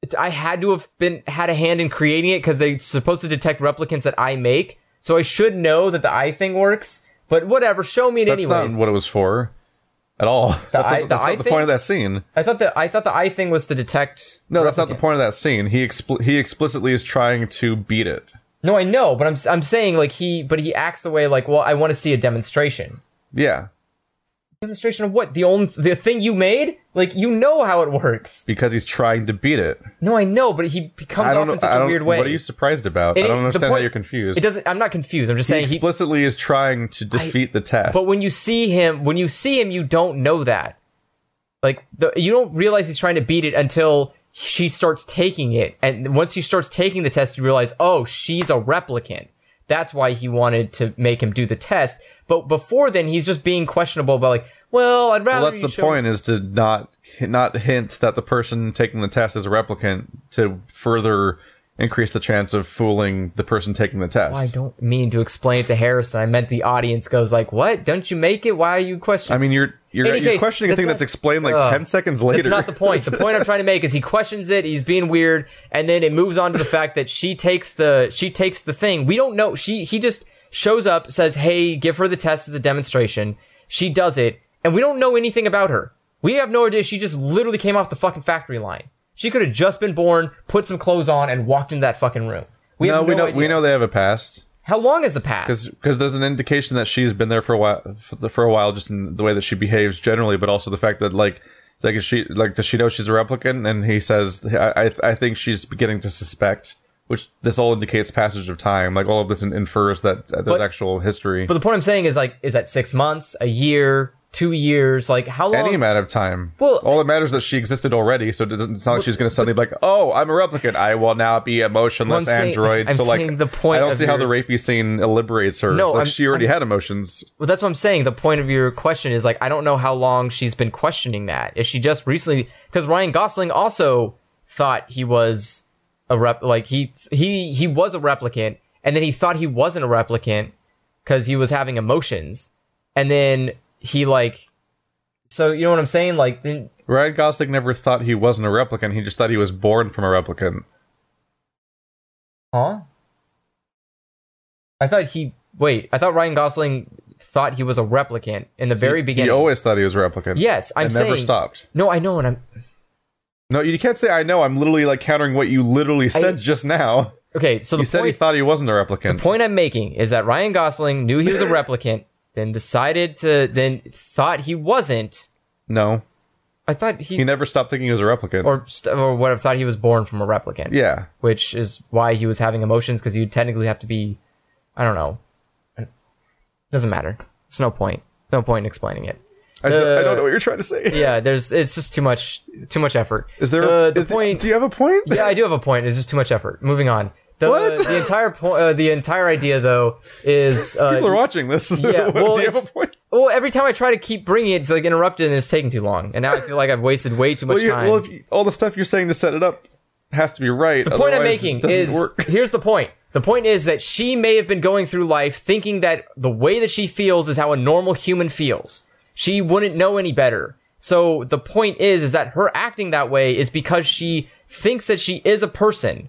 S1: it- I had to have been had a hand in creating it because they're supposed to detect replicants that I make, so I should know that the eye thing works. But whatever, show me it
S2: that's
S1: anyways.
S2: not what it was for at all. that's
S1: eye-
S2: not,
S1: the
S2: that's not
S1: eye
S2: the
S1: thing?
S2: point of that scene.
S1: I thought that I thought the eye thing was to detect.
S2: No, that's not the
S1: replicants.
S2: point of that scene. He expl- he explicitly is trying to beat it.
S1: No, I know, but I'm s- I'm saying like he, but he acts the way like, well, I want to see a demonstration.
S2: Yeah,
S1: Demonstration of what? The only the thing you made? Like you know how it works.
S2: because he's trying to beat it.
S1: No, I know, but he he comes
S2: I don't
S1: off
S2: know.
S1: in such
S2: I
S1: a
S2: don't-
S1: weird way.
S2: What are you surprised about?
S1: It
S2: I don't
S1: ain't- the
S2: understand how
S1: point-
S2: you're confused.
S1: it doesn't. I'm not confused. I'm just
S2: he
S1: saying he.
S2: explicitly is trying to defeat the test.
S1: But when you see him, when you see him, you don't know that. Like the, you don't realize he's trying to beat it until she starts taking it, and once he starts taking the test, you realize, oh, she's a replicant. That's why he wanted to make him do the test. But before then, he's just being questionable about like, well, I'd rather.
S2: well, that's
S1: you
S2: the
S1: show-
S2: point: is to not not hint that the person taking the test is a replicant to further increase the chance of fooling the person taking the test.
S1: I don't mean to explain it to Harrison. I meant the audience goes like, "What? Don't you make it? Why are you questioning?"
S2: I mean, you're you're,
S1: Any
S2: you're
S1: case,
S2: questioning a
S1: that's
S2: thing
S1: not-
S2: that's explained like
S1: Ugh.
S2: ten seconds later.
S1: That's not the point. The point I'm trying to make is he questions it. He's being weird, and then it moves on to the fact that she takes the she takes the thing. We don't know. She he just shows up, says, "Hey, give her the test as a demonstration." She does it, and we don't know anything about her. We have no idea. She just literally came off the fucking factory line. She could have just been born, put some clothes on, and walked into that fucking room. We
S2: no,
S1: have
S2: we
S1: no
S2: know
S1: idea.
S2: we know they have a past
S1: how long has the past.
S2: because there's an indication that she's been there for a while for a while just in the way that she behaves generally, but also the fact that like it's like is she like does she know she's a replicant? And he says I I, I think she's beginning to suspect. Which this all indicates passage of time. Like all of this in- infers that uh, there's
S1: But-
S2: actual history.
S1: But the point I'm saying is like, is that six months, a year, two years? Like how long?
S2: any amount of time.
S1: Well-
S2: all that matters is that she existed already, so it doesn't, it's not like she's going to suddenly be like, "Oh, I'm a replicant. I will now be emotionless
S1: Well, I'm saying-
S2: android."
S1: I'm
S2: so
S1: saying
S2: like,
S1: the point
S2: I don't
S1: of
S2: see how the
S1: your-
S2: rapey scene liberates her.
S1: No,
S2: like,
S1: I'm-
S2: she already had emotions.
S1: Well, that's what I'm saying. The point of your question is like, I don't know how long she's been questioning that. Is she just recently? Because Ryan Gosling also thought he was a rep, like he he he was a replicant, and then he thought he wasn't a replicant because he was having emotions, and then he like, so you know what I'm saying? Like, then
S2: Ryan Gosling never thought he wasn't a replicant. He just thought he was born from a replicant.
S1: huh? I thought he wait. I thought Ryan Gosling thought he was a replicant in the very beginning.
S2: He always thought he was a replicant.
S1: yes, I'm
S2: and
S1: saying
S2: never stopped.
S1: no. I know, and I'm
S2: No, you can't say I know. I'm literally like countering what you literally said just now.
S1: okay. So the
S2: You said
S1: point
S2: he thought he wasn't a replicant.
S1: The point I'm making is that Ryan Gosling knew he was a replicant, then decided to, then thought he wasn't.
S2: no,
S1: I thought he,
S2: he never stopped thinking he was a replicant.
S1: or st- or what I thought he was born from a replicant.
S2: yeah,
S1: Which is why he was having emotions because you technically have to be, I don't know. Doesn't matter. It's no point. No point in explaining it.
S2: I, don't, I don't
S1: the-
S2: know what you're trying to say.
S1: Yeah, there's it's just too much too much effort.
S2: Is there
S1: the, the
S2: is there-
S1: point?
S2: do you have a point?
S1: yeah, I do have a point. It's just too much effort. Moving on. The,
S2: What?
S1: the entire point, uh, the entire idea though is uh,
S2: People are watching this.
S1: Yeah,
S2: Do
S1: well,
S2: you have a
S1: it's-
S2: point?
S1: Well, every time I try to keep bringing it, it's like interrupted and it's taking too long. And now I feel like I've wasted way too much
S2: Well, you-
S1: time.
S2: well, if you, all the stuff you're saying to set it up has to be right.
S1: the point I'm making is here's the point. The point is that she may have been going through life thinking that the way that she feels is how a normal human feels. She wouldn't know any better. So the point is, is that her acting that way is because she thinks that she is a person.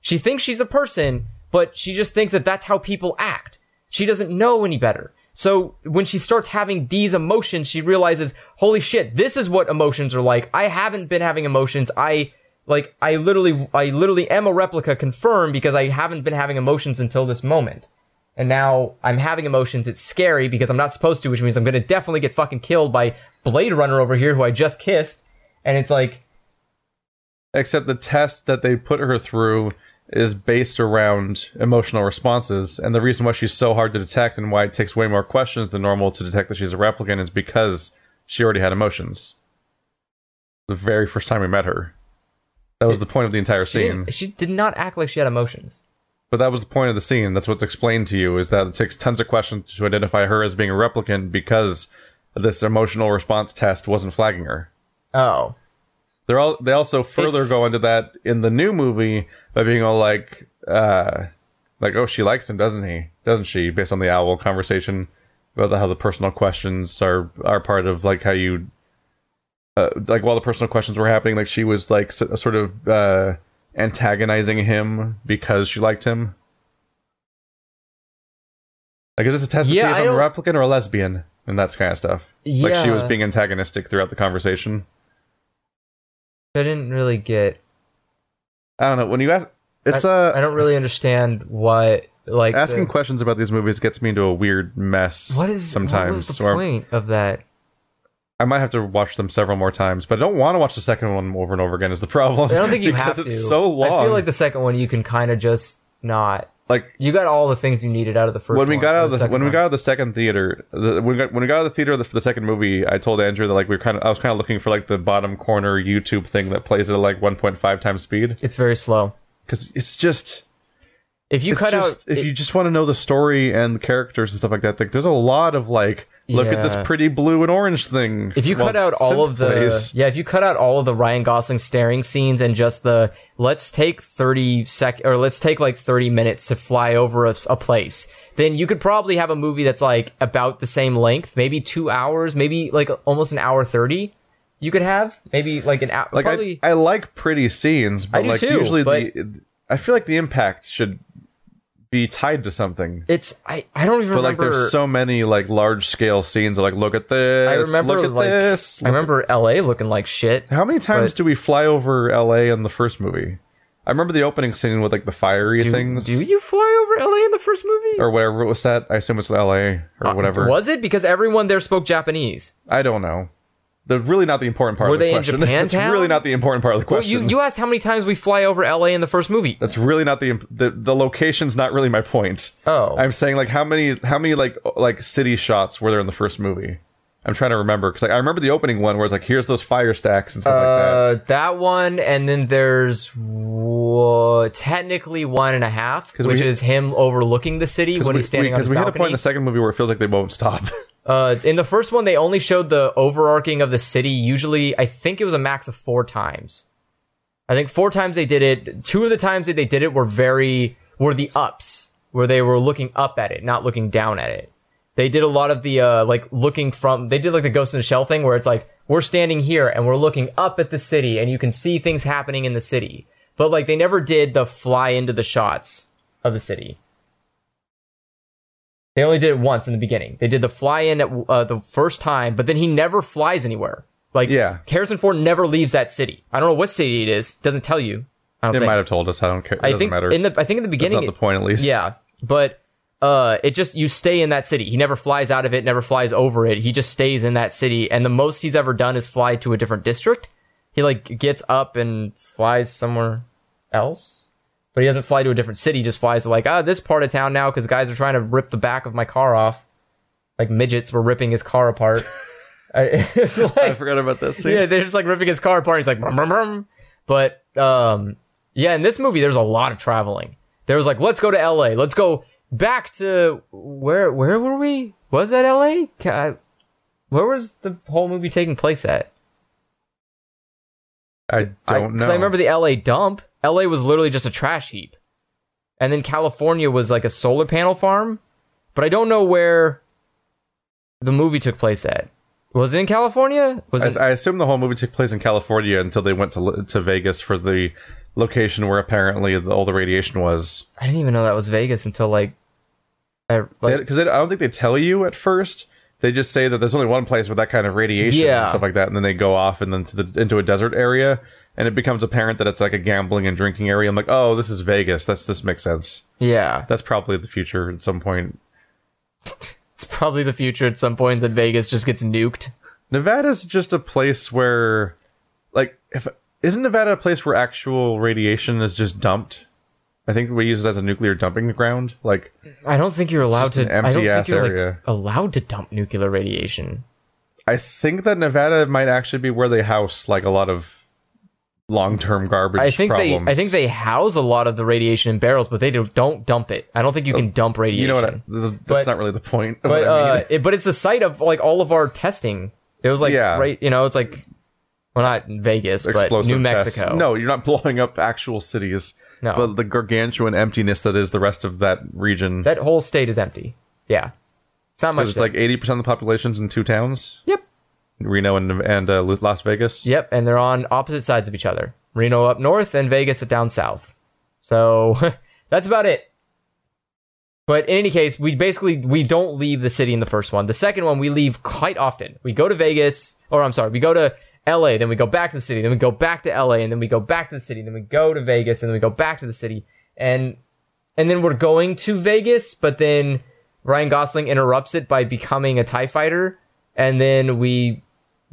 S1: She thinks she's a person, but she just thinks that that's how people act. She doesn't know any better. So when she starts having these emotions, she realizes, holy shit, this is what emotions are like. I haven't been having emotions. I, like, I literally, I literally am a replica confirmed because I haven't been having emotions until this moment. and now I'm having emotions. It's scary because I'm not supposed to, which means I'm gonna definitely get fucking killed by Blade Runner over here, who I just kissed. And it's like,
S2: Except the test that they put her through is based around emotional responses, and the reason why she's so hard to detect and why it takes way more questions than normal to detect that she's a replicant is because she already had emotions. The very first time we met her, that was the point of the entire
S1: she,
S2: scene.
S1: didn't, she did not act like she had emotions.
S2: But that was the point of the scene. That's what's explained to you is that it takes tons of questions to identify her as being a replicant because this emotional response test wasn't flagging her.
S1: Oh,
S2: They're all they also further
S1: It's-
S2: go into that in the new movie by being all like uh like oh she likes him, doesn't he? Doesn't she? Based on the owl conversation about how the personal questions are are part of like how you uh, like while the personal questions were happening like she was like s- sort of uh antagonizing him because she liked him. Like is this a test to
S1: Yeah,
S2: see
S1: I
S2: if I'm a
S1: don't-
S2: replicant or a lesbian and that kind of stuff. Like she was
S1: Yeah.
S2: being antagonistic throughout the conversation.
S1: I didn't really get.
S2: I don't know. When you ask, it's
S1: I,
S2: uh,
S1: I don't really understand what like the-
S2: asking questions about these movies gets me into a weird mess.
S1: what is
S2: sometimes
S1: what was the
S2: where
S1: point of that?
S2: I might have to watch them several more times, but I don't want to watch the second one over and over again. Is the problem?
S1: I don't think you have
S2: because
S1: to.
S2: it's so long.
S1: I feel like the second one you can kind of just not.
S2: like
S1: You got all the things you needed out of the first.
S2: when we
S1: one,
S2: got
S1: or
S2: out of the,
S1: second
S2: when we
S1: one.
S2: got out of the second theater, the, when, we got, when we got out of the theater for the second movie, I told Andrew that like we were kind of I was kind of looking for like the bottom corner YouTube thing that plays at like 1.5 times speed
S1: it's very slow.
S2: because it's just
S1: If you
S2: It's
S1: cut
S2: just-
S1: out,
S2: if you just want to know the story and the characters and stuff like that like there's a lot of like look at this
S1: Yeah.
S2: pretty blue and orange thing
S1: If you
S2: while
S1: cut out all
S2: synth
S1: of the
S2: plays.
S1: yeah, if you cut out all of the Ryan Gosling staring scenes and just the let's take thirty sec or let's take like thirty minutes to fly over a, a place, then you could probably have a movie that's like about the same length, maybe two hours, maybe like almost an hour thirty. You could have maybe like an hour,
S2: like
S1: probably
S2: I, I like pretty scenes but
S1: do
S2: like
S1: too,
S2: usually
S1: but-
S2: the i feel like the impact should be tied to something
S1: it's I, I don't even
S2: but like
S1: remember.
S2: there's so many like large scale scenes of like look at this
S1: I remember
S2: look at
S1: like
S2: this
S1: I remember L.A. looking like shit.
S2: how many times
S1: but-
S2: do we fly over la in the first movie i remember the opening scene with like the fiery things
S1: Do you fly over L.A. in the first movie?
S2: or whatever it was set i assume it's la or whatever
S1: Uh, was it because everyone there spoke Japanese?
S2: I don't know. The really not the important part.
S1: Were
S2: of the
S1: they in
S2: question. That's
S1: Japantown?
S2: really not the important part of the
S1: Well,
S2: question.
S1: you you asked how many times we fly over LA in the first movie.
S2: That's really not the, imp- the the location's not really my point.
S1: Oh,
S2: I'm saying like how many how many like o- like city shots were there in the first movie? I'm trying to remember because like, I remember the opening one where it's like here's those fire stacks and stuff like that.
S1: uh, that one, and then there's wo- technically one and a half, which
S2: we-
S1: is him overlooking the city when he's standing on
S2: because
S1: his
S2: we hit a point
S1: balcony.
S2: in the second movie where it feels like they won't stop.
S1: uh, in the first one, they only showed the overarching of the city. Usually, I think it was a max of four times. I think four times they did it. Two of the times that they did it were very were the ups, where they were looking up at it, not looking down at it. They did a lot of the uh, like looking from. They did like the Ghost in the Shell thing, where it's like we're standing here and we're looking up at the city, and you can see things happening in the city. But like they never did the fly into the shots of the city. They only did it once in the beginning. They did the fly in at uh, the first time, but then he never flies anywhere. Like
S2: Yeah.
S1: Harrison Ford never leaves that city. I don't know what city it is. Doesn't tell you. I don't
S2: it
S1: think.
S2: might have told us. I don't care. It
S1: I
S2: doesn't
S1: think
S2: matter.
S1: in the I think in the
S2: That's
S1: beginning.
S2: not the point at least.
S1: yeah, but uh, it just you stay in that city. He never flies out of it. Never flies over it. He just stays in that city. And the most he's ever done is fly to a different district. He like gets up and flies somewhere else. But he doesn't fly to a different city. He just flies to like ah this part of town now because guys are trying to rip the back of my car off. Like midgets were ripping his car apart. I- it's like,
S2: I forgot about this.
S1: yeah, they're just like ripping his car apart. He's like, brum, brum, brum. but um, yeah, in this movie, there's a lot of traveling. There was like, let's go to L.A. Let's go back to where? Where were we? Was that L.A.? Ca I, where was the whole movie taking place at?
S2: I don't know.
S1: Because I remember the L.A. dump. L.A. was literally just a trash heap, and then California was like a solar panel farm. But I don't know where the movie took place at. Was it in California? Was it?
S2: I, I assume the whole movie took place in California until they went to L- to Vegas for the location where apparently the, all the radiation was.
S1: I didn't even know that was Vegas until like, I, like
S2: Because I don't think they tell you at first. They just say that there's only one place with that kind of radiation
S1: Yeah.
S2: and stuff like that, and then they go off and then to the, into a desert area, and it becomes apparent that it's like a gambling and drinking area. I'm like, oh, this is Vegas. That's this makes sense.
S1: Yeah.
S2: That's probably the future at some point.
S1: It's probably the future at some point that Vegas just gets nuked.
S2: Nevada's just a place where, like, if isn't Nevada a place where actual radiation is just dumped? I think we use it as a nuclear dumping ground. Like,
S1: I don't think you're allowed
S2: just an
S1: to. I don't think
S2: empty-ass
S1: you're like,
S2: area.
S1: allowed to dump nuclear radiation.
S2: I think that Nevada might actually be where they house like a lot of long-term garbage.
S1: I think
S2: problems.
S1: they. I think they house a lot of the radiation in barrels, but they do, don't dump it. I don't think you can dump radiation.
S2: Oh, You know what? I, th- th- that's
S1: But-
S2: not really the point. Of
S1: but
S2: what I mean.
S1: uh, it, but it's the site of like all of our testing. It was like
S2: Yeah.
S1: right, you know, it's like well, not Vegas, but
S2: explosive
S1: New
S2: tests.
S1: Mexico.
S2: No, you're not blowing up actual cities.
S1: No.
S2: But the gargantuan emptiness that is the rest of that region.
S1: that whole state is empty. Yeah, it's not much.
S2: 'Cause it's
S1: there.
S2: like 80% of the population's in two towns,
S1: yep,
S2: Reno and, and uh, Lu- Las Vegas.
S1: yep, and they're on opposite sides of each other. Reno up north and Vegas down south. So that's about it. But in any case, we basically we don't leave the city in the first one. The second one we leave quite often. We go to Vegas, or I'm sorry, we go to LA, then we go back to the city, then we go back to LA, and then we go back to the city, then we go to Vegas, and then we go back to the city, and and then we're going to Vegas, but then Ryan Gosling interrupts it by becoming a Tie Fighter, and then we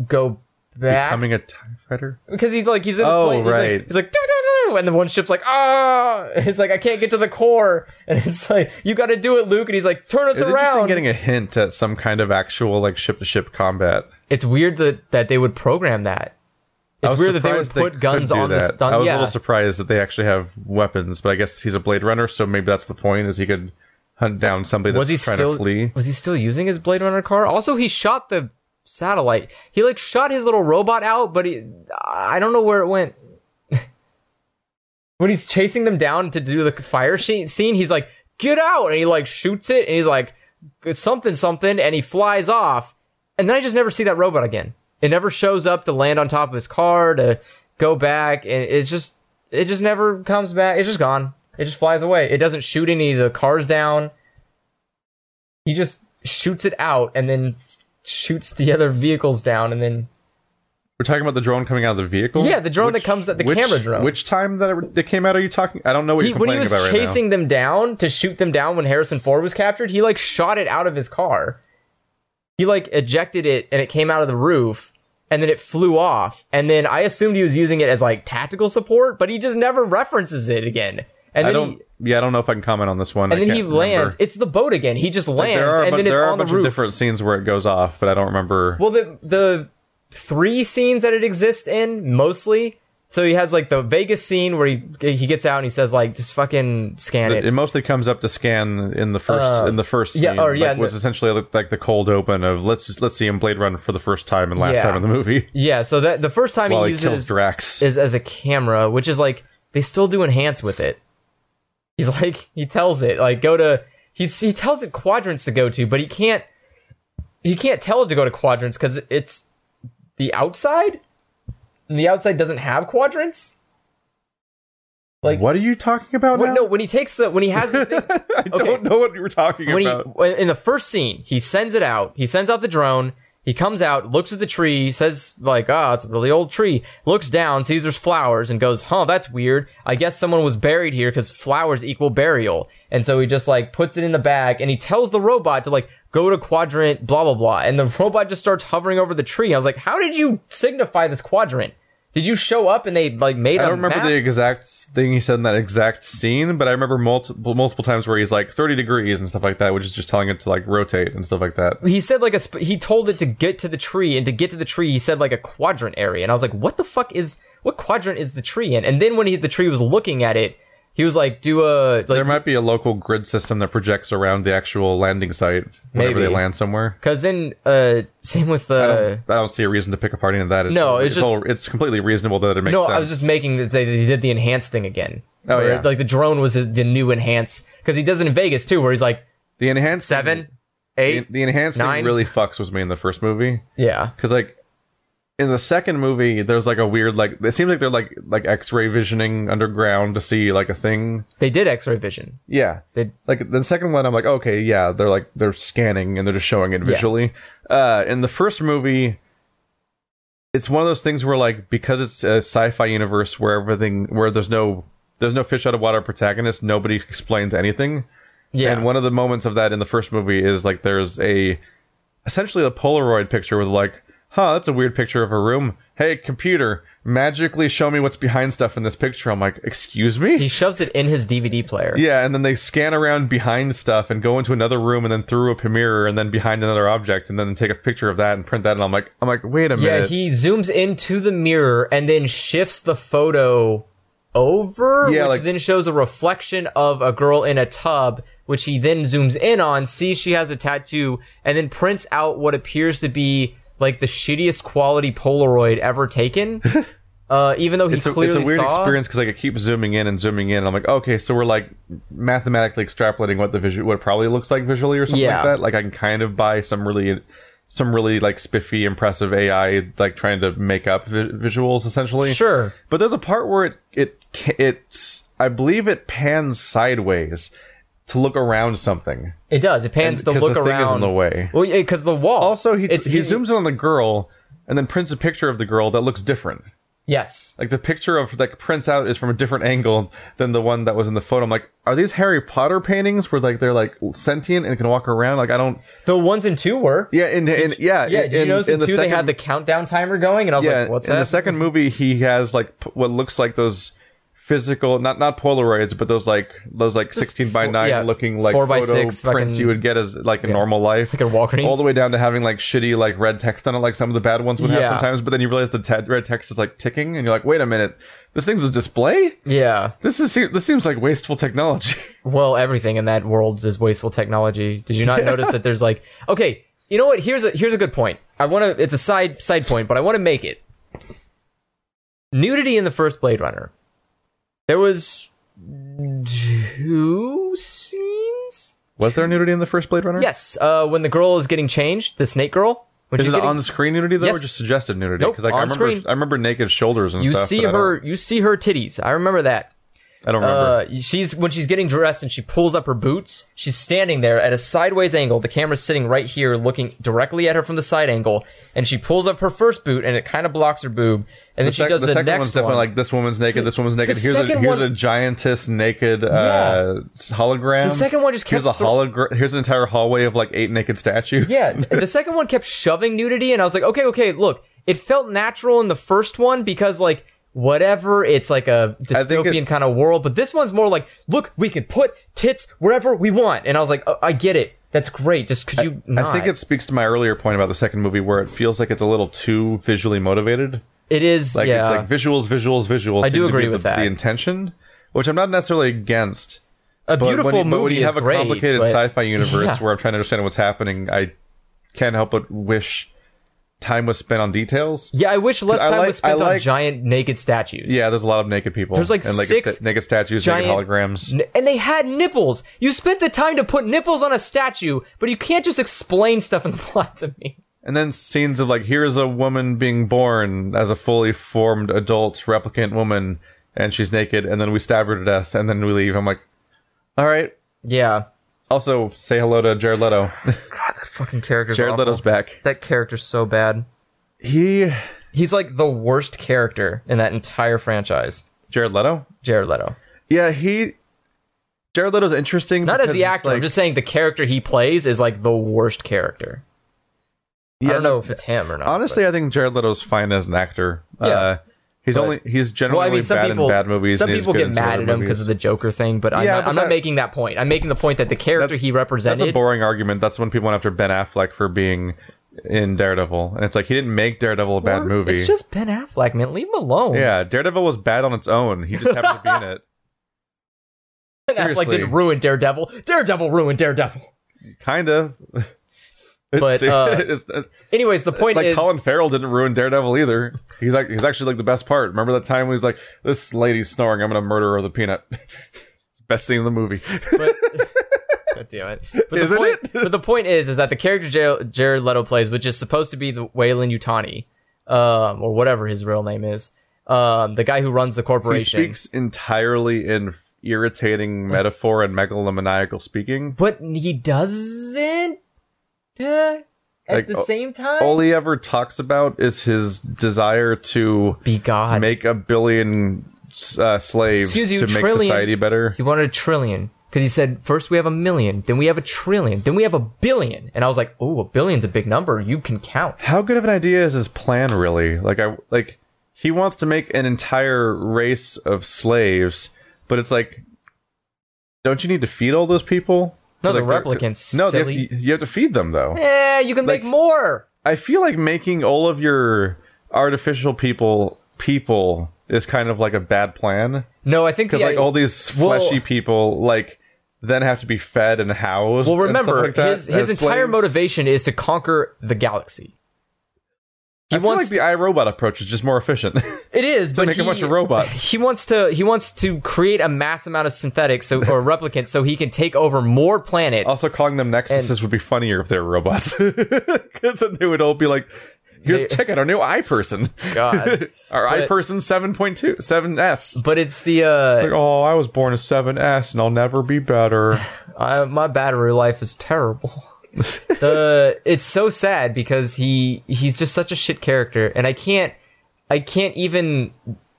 S1: go back
S2: Becoming a TIE fighter?
S1: because he's like he's in the
S2: Oh,
S1: plane.
S2: right.
S1: He's like, he's like "Doo, doo, doo," and the one ship's like ah, it's like I can't get to the core, and it's like you got to do it, Luke, and he's like turn us
S2: It's interesting
S1: around.
S2: getting a hint at some kind of actual like ship to ship combat.
S1: it's weird that that they would program that.
S2: I
S1: It's
S2: was
S1: weird that they would
S2: surprised
S1: put
S2: could
S1: guns
S2: do
S1: on the
S2: that.
S1: stun.
S2: I was
S1: yeah,
S2: a little surprised that they actually have weapons, but I guess he's a Blade Runner, so maybe that's the point. Is he could hunt down somebody that's
S1: was he
S2: trying
S1: still
S2: to flee?
S1: was he still using his Blade Runner car? Also, he shot the satellite. He like shot his little robot out, but he I don't know where it went. when he's chasing them down to do the fire she- scene, he's like, "Get out!" and he like shoots it, and he's like, "Something, something," and he flies off. And then I just never see that robot again. It never shows up to land on top of his car to go back, and it's just it just never comes back. It's just gone. It just flies away. It doesn't shoot any of the cars down. He just shoots it out and then shoots the other vehicles down, and then
S2: We're talking about the drone coming out of the vehicle.
S1: Yeah, the drone that comes out- the
S2: which-
S1: camera drone.
S2: Which time that it, it came out? Are you talking? I don't know what
S1: he,
S2: you're
S1: when he
S2: complaining
S1: was
S2: about
S1: chasing them down to shoot them down when Harrison Ford was captured, he like shot it out of his car. He like ejected it and it came out of the roof and then it flew off. And then I assumed he was using it as like tactical support, but he just never references it again. And
S2: right now. I
S1: then
S2: don't.
S1: he,
S2: yeah, I don't know if I can comment on this one.
S1: and
S2: I
S1: then he
S2: can't
S1: lands.
S2: remember.
S1: It's the boat again. He just
S2: Like,
S1: lands
S2: there are, a
S1: and
S2: bu-
S1: then it's
S2: there are
S1: on
S2: a
S1: the
S2: bunch
S1: roof.
S2: of different scenes where it goes off, but I don't remember.
S1: Well, the the three scenes that it exists in mostly. So he has like the Vegas scene where he he gets out and he says like just fucking scan
S2: it,
S1: it. Uh,
S2: it mostly comes up to scan in the first in the first scene.
S1: yeah, or yeah,
S2: like, was
S1: the-
S2: essentially like, like the cold open of let's just- let's see him Blade Runner for the first time and last
S1: Yeah.
S2: time in the movie
S1: Yeah. So that the first time
S2: while
S1: he
S2: he kills
S1: uses
S2: Drax.
S1: is as a camera, which is like they still do enhance with it. He's like he tells it like go to he's he tells it quadrants to go to, but he can't he can't tell it to go to quadrants because it's the outside. And the outside doesn't have quadrants. like-
S2: what are you talking about?
S1: Wait,
S2: now?
S1: no, when he takes the when he has the thing,
S2: I don't know what you were talking
S1: when
S2: about.
S1: he in the first scene he sends it out he sends out the drone he comes out looks at the tree says like ah it's a really old tree looks down sees there's flowers and goes huh that's weird i guess someone was buried here because flowers equal burial and so he just like puts it in the bag and he tells the robot to like go to quadrant blah blah blah and the robot just starts hovering over the tree i was like how did you signify this quadrant did you show up and they like made
S2: I
S1: a
S2: don't remember
S1: map?
S2: the exact thing he said in that exact scene, but I remember multiple multiple times where he's like thirty degrees and stuff like that, which is just telling it to like rotate and stuff like that.
S1: he said like a sp- he told it to get to the tree and to get to the tree he said like a quadrant area and i was like what the fuck is what quadrant is the tree in and then when he, the tree was looking at it he was like do a
S2: There
S1: like
S2: might be a local grid system that projects around the actual landing site whenever
S1: Maybe.
S2: they land somewhere.
S1: because then uh same with
S2: I
S1: uh
S2: don't, I don't see a reason to pick apart any of that. It's
S1: No,
S2: all-
S1: it's just-
S2: all- it's completely reasonable that it makes
S1: no
S2: sense.
S1: i was just making that they they did the enhance thing again
S2: Oh,
S1: Where,
S2: yeah.
S1: like the drone was the new enhance because he does it in vegas too where he's like
S2: the enhanced
S1: seven
S2: The,
S1: eight
S2: the enhanced
S1: nine.
S2: thing really fucks with me in the first movie.
S1: yeah
S2: because like in the second movie there's like a weird like it seems like they're like like x-ray visioning underground to see like a thing
S1: they did x-ray vision
S2: yeah
S1: They-
S2: like the second one i'm like okay yeah they're like they're scanning and they're just showing it visually uh in the first movie it's one of those things where like because it's a sci-fi universe where everything where there's no there's no fish out of water protagonist. Nobody explains anything.
S1: Yeah.
S2: And one of the moments of that in the first movie is like there's a essentially a Polaroid picture with like, huh, that's a weird picture of a room. Hey, computer, magically show me what's behind stuff in this picture. I'm like, excuse me?
S1: he shoves it in his DVD player.
S2: Yeah, and then they scan around behind stuff and go into another room and then through up a mirror and then behind another object and then take a picture of that and print that and I'm like I'm like, wait a
S1: Yeah,
S2: minute.
S1: he zooms into the mirror and then shifts the photo over,
S2: Yeah,
S1: which
S2: like-
S1: then shows a reflection of a girl in a tub, which he then zooms in on, sees she has a tattoo, and then prints out what appears to be like the shittiest quality Polaroid ever taken. uh, even though he
S2: it's, a,
S1: clearly
S2: it's a weird
S1: saw.
S2: experience because like it keeps zooming in and zooming in. And I'm like, okay, so we're like mathematically extrapolating what the visu- what it probably looks like visually or something
S1: Yeah.
S2: like that. Like I can kind of buy some really, some really like spiffy, impressive AI like trying to make up vi- visuals essentially.
S1: Sure.
S2: But there's a part where it it ca- it's I believe it pans sideways to look around something.
S1: It does. It pans to
S2: because
S1: look
S2: the thing
S1: around.
S2: is in the way.
S1: Well, because the wall.
S2: Also, he
S1: It's-
S2: he zooms in on the girl and then prints a picture of the girl that looks different.
S1: Yes.
S2: Like the picture of like prints out is from a different angle than the one that was in the photo. I'm like, are these Harry Potter paintings where like they're like sentient and can walk around? Like I don't.
S1: The ones in two were.
S2: Yeah, and, and yeah,
S1: Yeah, did you
S2: in-
S1: notice
S2: in
S1: in two they
S2: second-
S1: had the countdown timer going? And I was
S2: yeah,
S1: like, what's
S2: in
S1: that?
S2: the second movie he has like p- what looks like those physical not not Polaroids but those like those like sixteen by
S1: four-
S2: nine
S1: yeah,
S2: looking like
S1: four by
S2: photo
S1: six
S2: prints
S1: fucking-
S2: you would get as like in normal life.
S1: Like a Walgreens.
S2: all the way down to having like shitty like red text on it like some of the bad ones would have
S1: Yeah.
S2: sometimes. But then you realize the te- red text is like ticking and you're like, wait a minute, this thing's a display.
S1: yeah.
S2: This is this seems like wasteful technology.
S1: Well, everything in that world is wasteful technology. Did you not notice that there's like okay, you know what? Here's a here's a good point. I want to. It's a side side point, but I want to make it. Nudity in the first Blade Runner. There was two scenes.
S2: Was there nudity in the first Blade Runner?
S1: Yes, uh, when the girl is getting changed, the snake girl. When
S2: Is
S1: she's
S2: it
S1: getting,
S2: on screen nudity though, or
S1: Yes.
S2: just suggested nudity?
S1: Nope,
S2: Because like I
S1: on
S2: remember,
S1: screen.
S2: I remember naked shoulders and
S1: you
S2: stuff.
S1: see
S2: but I don't-
S1: her, you see her titties. I remember that.
S2: I don't, remember.
S1: Uh, she's when she's getting dressed and she pulls up her boots. She's standing there at a sideways angle. The camera's sitting right here, looking directly at her from the side angle. And she pulls up her first boot, and it kind of blocks her boob. And then she
S2: Sec-
S1: does the,
S2: second one's
S1: next one.
S2: definitely like this woman's naked, this woman's naked.
S1: the
S2: Here's a
S1: second
S2: here's
S1: one-
S2: a giantess naked uh, hologram.
S1: the second one just kept
S2: here's a
S1: thro-
S2: hologram. Here's an entire hallway of like eight naked statues.
S1: Yeah, the second one kept shoving nudity, and I was like, okay, okay, look, it felt natural in the first one because like whatever, it's like a
S2: think it-
S1: dystopian kind of world, but this one's more like, look, we can put tits wherever we want, and I was like, oh, I get it, that's great. Just could you?
S2: I think it speaks to my earlier point about the second movie where it feels like it's a little too visually motivated.
S1: it is
S2: Like
S1: yeah.
S2: it's like visuals, visuals, visuals. I
S1: do agree with
S2: the,
S1: that.
S2: The intention, which I'm not necessarily against.
S1: a
S2: But
S1: beautiful
S2: when you,
S1: movie
S2: but when you
S1: is
S2: have a
S1: great,
S2: complicated
S1: but-
S2: sci-fi universe
S1: Yeah.
S2: where I'm trying to understand what's happening, I can't help but wish time was spent on details.
S1: Yeah, I wish less
S2: I
S1: time
S2: like-
S1: was spent
S2: I
S1: on
S2: like-
S1: giant naked statues.
S2: Yeah, there's a lot of naked people.
S1: There's, like,
S2: and
S1: six
S2: sta- naked statues,
S1: giant-
S2: naked holograms.
S1: N- And they had nipples. You spent the time to put nipples on a statue, but you can't just explain stuff in the plot to me.
S2: And then scenes of like here's a woman being born as a fully formed adult replicant woman and she's naked and then we stab her to death and then we leave. I'm like, "All right.
S1: Yeah.
S2: Also, say hello to Jared Leto.
S1: God, that fucking character's
S2: Jared
S1: awful.
S2: Leto's back.
S1: That character's so bad.
S2: He
S1: He's like the worst character in that entire franchise.
S2: Jared Leto?
S1: Jared Leto.
S2: Yeah, he Jared Leto's interesting
S1: Not as
S2: because
S1: the
S2: it's,
S1: actor. I'm
S2: like-
S1: just saying the character he plays is like the worst character.
S2: Yeah,
S1: I don't know if it's him or not.
S2: Honestly, I think Jared Leto's fine as an actor.
S1: Yeah.
S2: Uh, he's
S1: But-
S2: only he's
S1: but-
S2: generally
S1: well, I mean, some
S2: bad
S1: people
S2: in bad movies.
S1: some
S2: and he's
S1: people
S2: good
S1: get
S2: in some
S1: mad
S2: other
S1: at him
S2: movies.
S1: because of the Joker thing, but I'm,
S2: Yeah,
S1: not,
S2: but
S1: I'm not
S2: that-
S1: making that point. I'm making the point that the character he represented.
S2: That's a boring argument. That's when people went after Ben Affleck for being in Daredevil, and it's like he didn't make Daredevil a bad movie.
S1: It's just Ben Affleck, man. Leave him alone.
S2: yeah, Daredevil was bad on its own. He just happened to be in it.
S1: ben Affleck
S2: seriously.
S1: didn't ruin Daredevil. Daredevil ruined Daredevil.
S2: Kind of.
S1: But, uh, Anyways, the point
S2: like
S1: is,
S2: Colin Farrell didn't ruin Daredevil either. He's like he's actually like the best part. Remember that time when he's like, "This lady's snoring. I'm gonna murder her with a peanut." It's the best scene in the movie.
S1: God damn it. But the
S2: Isn't
S1: point,
S2: it?
S1: but the point is, is that the character Jar- Jared Leto plays, which is supposed to be the Waylon Utani, um, or whatever his real name is, um, the guy who runs the
S2: He
S1: corporation.
S2: speaks entirely in irritating metaphor and megalomaniacal speaking.
S1: but he doesn't uh, at
S2: Like,
S1: the
S2: o-
S1: same time
S2: All he ever talks about is his desire to
S1: be God.
S2: make a billion uh, slaves
S1: Excuse you,
S2: to make
S1: trillion-
S2: society better.
S1: He wanted a trillion because he said first we have a million, then we have a trillion, then we have a billion, and I was like, oh, a billion's a big number. You can count.
S2: How good of an idea is his plan, really? Like, I like he wants to make an entire race of slaves, but it's like, don't you need to feed all those people?
S1: No, the
S2: they're-
S1: replicants,
S2: No, they have-
S1: silly.
S2: you have to feed them though.
S1: Yeah, you can make
S2: Like-
S1: more.
S2: I feel like making all of your artificial people people is kind of like a bad plan
S1: No, I think
S2: because
S1: the-
S2: like all these
S1: Well-
S2: fleshy people like then have to be fed and housed.
S1: Well,
S2: and stuff
S1: remember
S2: like that
S1: his his
S2: as
S1: entire
S2: slaves.
S1: motivation is to conquer the galaxy. He
S2: I feel
S1: wants
S2: like the iRobot approach is just more efficient.
S1: it is, but
S2: make a
S1: he,
S2: bunch of robots.
S1: He wants to he wants to create a mass amount of synthetics so, or replicants so he can take over more planets.
S2: Also, calling them Nexuses would be funnier if they were robots, because then they would all be like, "Here's
S1: They-
S2: check out our new i person,
S1: God.
S2: our i
S1: But-
S2: person 7.2, 7S."
S1: but it's the uh,
S2: Like, oh, I was born a 7S and I'll never be better.
S1: I, my battery life is terrible. the it's so sad because he he's just such a shit character, and I can't I can't even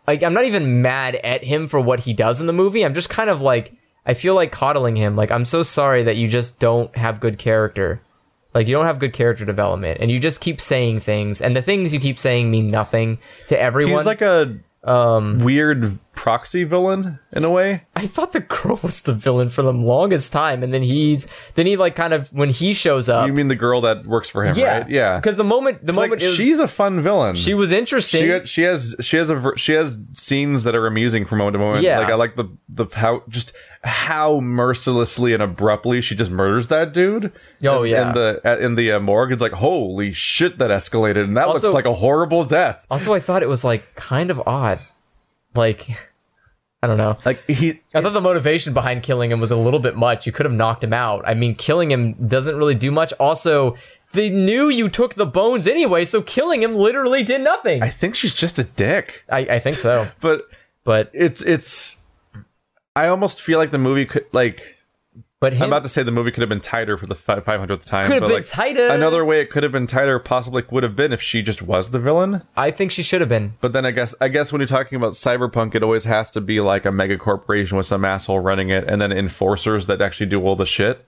S1: like I'm not even mad at him for what he does in the movie. I'm just kind of like I feel like coddling him. Like I'm so sorry that you just don't have good character. Like you don't have good character development, and you just keep saying things, and the things you keep saying mean nothing to everyone.
S2: He's like a
S1: um,
S2: weird proxy villain in a way.
S1: I thought the girl was the villain for the longest time, and then he's then he like kind of when he shows up,
S2: You mean the girl that works for him,
S1: uh, Yeah,
S2: right? Yeah.
S1: Because the moment the
S2: It's like,
S1: moment is,
S2: she's a fun villain.
S1: she was interesting.
S2: she got- she has she has a ver- she has scenes that are amusing from moment to moment.
S1: Yeah.
S2: like I like the the how just how mercilessly and abruptly she just murders that dude.
S1: Oh,
S2: in,
S1: yeah.
S2: in the at- in the uh, morgue, it's like holy shit that escalated, and that
S1: Also-
S2: looks like a horrible death.
S1: also, I thought it was like kind of odd. Like, I don't know.
S2: Like he,
S1: I thought the motivation behind killing him was a little bit much. You could have knocked him out. I mean, killing him doesn't really do much. Also, they knew you took the bones anyway, so killing him literally did nothing.
S2: I
S1: I,
S2: think she's just a dick,
S1: I, think so,
S2: but
S1: but
S2: it's it's. I almost feel like the movie could like
S1: but him,
S2: I'm about to say the movie could have been tighter for the five hundredth time.
S1: Could have
S2: but,
S1: been
S2: like,
S1: tighter.
S2: Another way it could have been tighter possibly would have been if she just was the villain.
S1: I think she should have been.
S2: But then I guess I guess when you're talking about cyberpunk, it always has to be like a mega corporation with some asshole running it, and then enforcers that actually do all the shit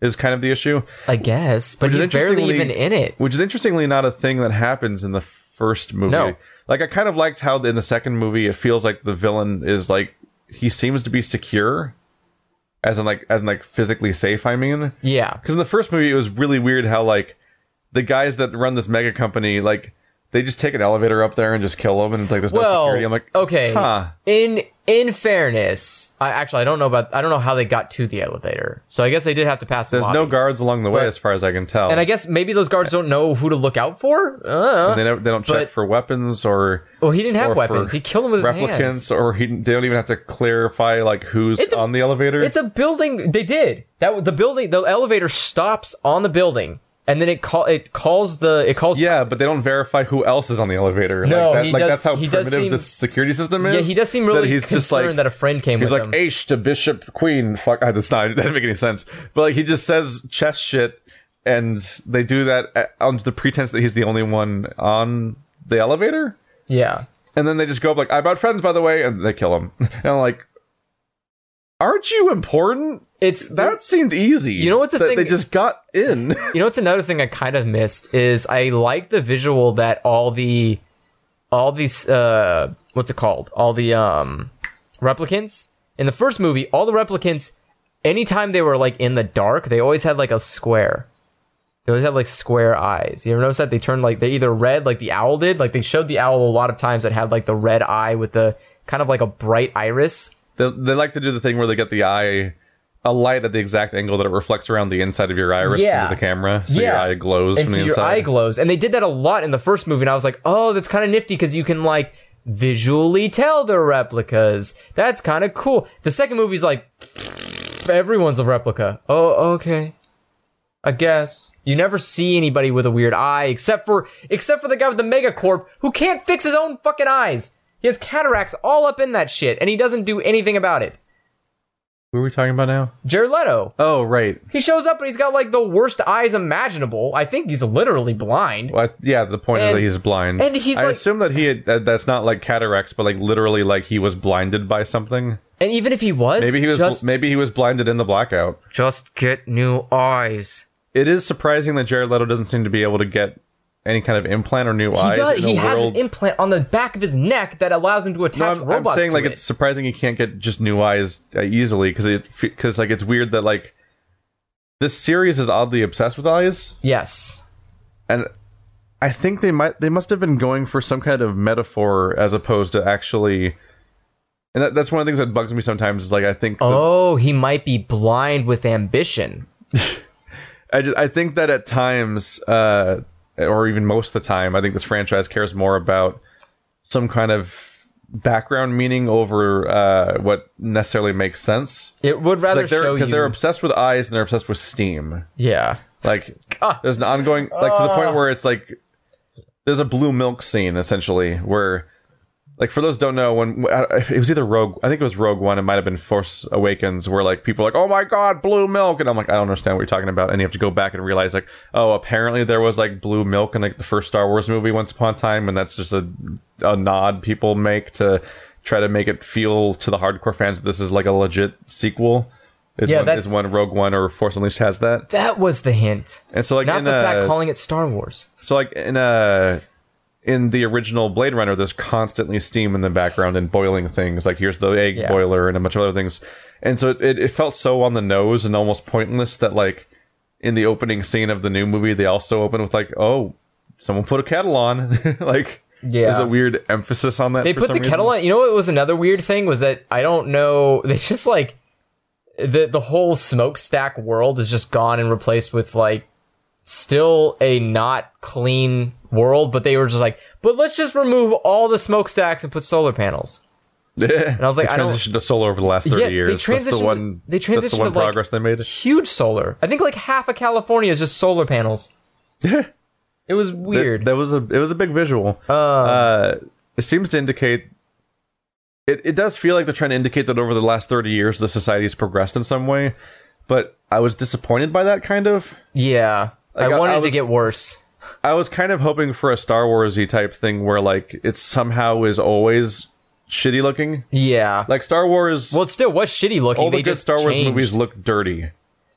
S2: is kind of the issue.
S1: I guess, but
S2: Which is
S1: he's barely
S2: interestingly-
S1: even in it.
S2: Which is interestingly not a thing that happens in the first movie.
S1: No.
S2: Like I kind of liked how in the second movie it feels like the villain is like he seems to be secure, as in like as in like physically safe. I mean,
S1: Yeah,
S2: because in the first movie it was really weird how like the guys that run this mega company like they just take an elevator up there and just kill them and it's like there's no
S1: well,
S2: security i'm like
S1: okay.
S2: huh
S1: In in fairness, I actually I don't know about I don't know how they got to the elevator. So I guess they did have to pass.
S2: there's
S1: the lobby.
S2: no guards along the way
S1: But-
S2: as far as i can tell
S1: and I guess maybe those guards don't know who to look out for. Uh,
S2: they, never, they don't check
S1: but-
S2: for weapons or
S1: well, he didn't
S2: or
S1: have
S2: for
S1: weapons. He killed him with his
S2: replicants
S1: hands.
S2: or he, they don't even have to clarify like who's
S1: It's a-
S2: on the elevator
S1: It's a building. They did that. The building, the elevator stops on the building, and then it call it calls the it calls.
S2: yeah, but they don't verify who else is on the elevator.
S1: No,
S2: like, that,
S1: he
S2: like
S1: does-
S2: that's how
S1: he does
S2: primitive
S1: seem-
S2: this security system is.
S1: Yeah, he does seem
S2: that
S1: really
S2: he's
S1: concerned
S2: just like
S1: that a friend came
S2: He's
S1: with
S2: like
S1: him.
S2: ace to bishop queen. Fuck, ah, that's not that doesn't make any sense. But like he just says chess shit, and they do that at- on the pretense that he's the only one on the elevator,
S1: yeah,
S2: and then they just go up like I bought friends by the way, and they kill him. And I'm like, aren't you important?
S1: it's
S2: That seemed easy. You
S1: know what's the
S2: that
S1: thing-
S2: They just got in.
S1: You know, what's another thing I kind of missed is I like the visual that all the, all these, uh, what's it called? All the um, replicants in the first movie. All the replicants, anytime they were like in the dark, they always had like a square. They always had like square eyes. You ever notice that they turned like they either red, like the owl did. Like they showed the owl a lot of times that had like the red eye with the kind of like a bright iris.
S2: they, they like to do the thing where they get the eye. A light at the exact angle that it reflects around the inside of your iris
S1: Yeah.
S2: into the camera, so your
S1: Yeah.
S2: eye glows
S1: and
S2: from
S1: so
S2: the
S1: your
S2: inside.
S1: eye glows. And they did that a lot in the first movie, and I was like, oh, that's kind of nifty because you can like visually tell they're replicas. That's kind of cool. The second movie's like everyone's a replica. Oh, okay, I guess. You never see anybody with a weird eye except for except for the guy with the megacorp who can't fix his own fucking eyes. He has cataracts all up in that shit, and he doesn't do anything about it.
S2: Who are we talking about now?
S1: Jared Leto.
S2: Oh, right.
S1: He shows up and he's got like the worst eyes imaginable. I think he's literally blind.
S2: Well, I- yeah, the point is
S1: And-
S2: that he's blind.
S1: and he's
S2: I
S1: like-
S2: assume that he had, that, that's not like cataracts, but like literally like he was blinded by something.
S1: And even if he was,
S2: Maybe he was bl-
S1: just
S2: maybe he was blinded in the blackout.
S1: just get new eyes.
S2: It is surprising that Jared Leto doesn't seem to be able to get any kind of implant or new
S1: He
S2: eyes.
S1: does.
S2: in
S1: He
S2: a
S1: has
S2: world-
S1: an implant on the back of his neck that allows him to
S2: No,
S1: attach
S2: I'm, I'm
S1: robots.
S2: saying
S1: to
S2: like
S1: it.
S2: it's surprising he can't get just new eyes uh, easily because it because like it's weird that like this series is oddly obsessed with eyes
S1: yes.
S2: and I think they might they must have been going for some kind of metaphor as opposed to actually. And that, that's one of the things that bugs me sometimes is like I think the-
S1: Oh, he might be blind with ambition.
S2: I just, I think that at times, uh, or even most of the time, I think this franchise cares more about some kind of background meaning over uh, what necessarily makes sense.
S1: It would rather
S2: Like they're
S1: show you.
S2: because they're obsessed with eyes and they're obsessed with steam.
S1: yeah.
S2: Like there's an ongoing like to the
S1: Ah.
S2: point where it's like there's a blue milk scene essentially where like for those who don't know when it was either Rogue I think it was Rogue One it might have been Force Awakens where like people are like oh my god blue milk and I'm like I don't understand what you're talking about and you have to go back and realize like oh apparently there was like blue milk in like the first Star Wars movie once upon a time and that's just a a nod people make to try to make it feel to the hardcore fans that this is like a legit sequel is
S1: Yeah,
S2: when,
S1: that's-
S2: is when Rogue One or Force Unleashed has that
S1: That was the hint.
S2: and so like
S1: Not
S2: in
S1: the fact
S2: uh,
S1: calling it Star Wars.
S2: so like in uh in the original Blade Runner, there's constantly steam in the background and boiling things. Like here's the egg
S1: Yeah.
S2: boiler and a bunch of other things. And so it, it felt so on the nose and almost pointless that like in the opening scene of the new movie, they also open with like, oh, someone put a kettle on. like
S1: Yeah.
S2: there's a weird emphasis on that.
S1: They
S2: for
S1: put the
S2: some
S1: kettle
S2: reason.
S1: on. You know what was another weird thing was that I don't know. They just like the the whole smokestack world is just gone and replaced with like still a not clean world, but they were just like, but let's just remove all the smokestacks and put solar panels.
S2: and
S1: I was like,
S2: they
S1: I don't-
S2: transitioned to solar over the last thirty
S1: Yeah, they
S2: years. That's the
S1: transitioned-
S2: one.
S1: they
S2: That's
S1: transitioned
S2: the one
S1: to, like-
S2: progress they made.
S1: Huge solar. I think like half of California is just solar panels. it was weird.
S2: That was a it was a big visual. Uh, it seems to indicate it, it does feel like they're trying to indicate that over the last 30 years the society's progressed in some way but i was disappointed by that kind of
S1: yeah,
S2: Like,
S1: I
S2: I-
S1: wanted
S2: I
S1: to
S2: was-
S1: get worse.
S2: i was kind of hoping for a star warsy type thing where like it somehow is always shitty looking
S1: Yeah.
S2: like star wars
S1: well, it still was shitty looking.
S2: all
S1: they
S2: the good
S1: just
S2: star wars
S1: changed.
S2: movies look dirty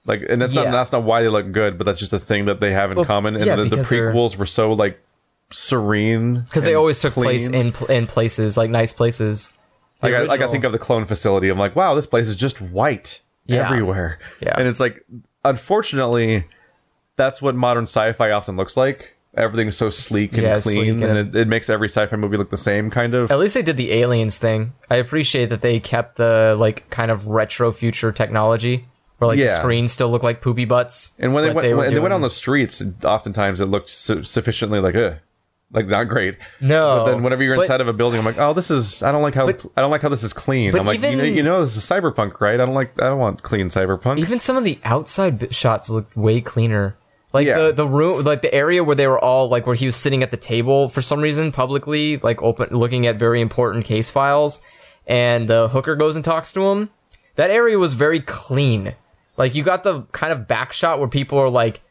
S2: like and that's not
S1: Yeah.
S2: that's not why they look good but that's just a thing that they have in
S1: Well,
S2: common and
S1: yeah,
S2: the, the
S1: because they're-
S2: prequels were so like serene
S1: because they
S2: and
S1: always took place
S2: clean.
S1: in pl- in places like nice places. The
S2: like I, like I
S1: original-
S2: think of the clone facility i'm like wow this place is just white
S1: Yeah.
S2: everywhere
S1: Yeah.
S2: and it's like unfortunately that's what modern sci-fi often looks like everything's so sleek and
S1: Yeah, sleek
S2: clean and,
S1: and-
S2: it, it makes every sci-fi movie look the same kind of
S1: at least they did the aliens thing. I appreciate that they kept the like kind of retro future technology where like the
S2: Yeah.
S1: screens still look like poopy butts.
S2: and when they
S1: but
S2: went,
S1: were
S2: when they went
S1: doing-
S2: on the streets oftentimes it looked su- sufficiently like uh like not great
S1: no,
S2: but then whenever you're
S1: but-
S2: inside of a building i'm like oh this is i don't like how i don't like how this is clean
S1: but
S2: i'm like you know
S1: even-
S2: you know this is cyberpunk right i don't like i don't want clean cyberpunk
S1: even some of the outside bi- shots looked way cleaner. Like
S2: Yeah.
S1: the the room, like the area where they were all like where he was sitting at the table for some reason publicly, like open looking at very important case files, and the hooker goes and talks to him. That area was very clean. Like you got the kind of back shot where people are like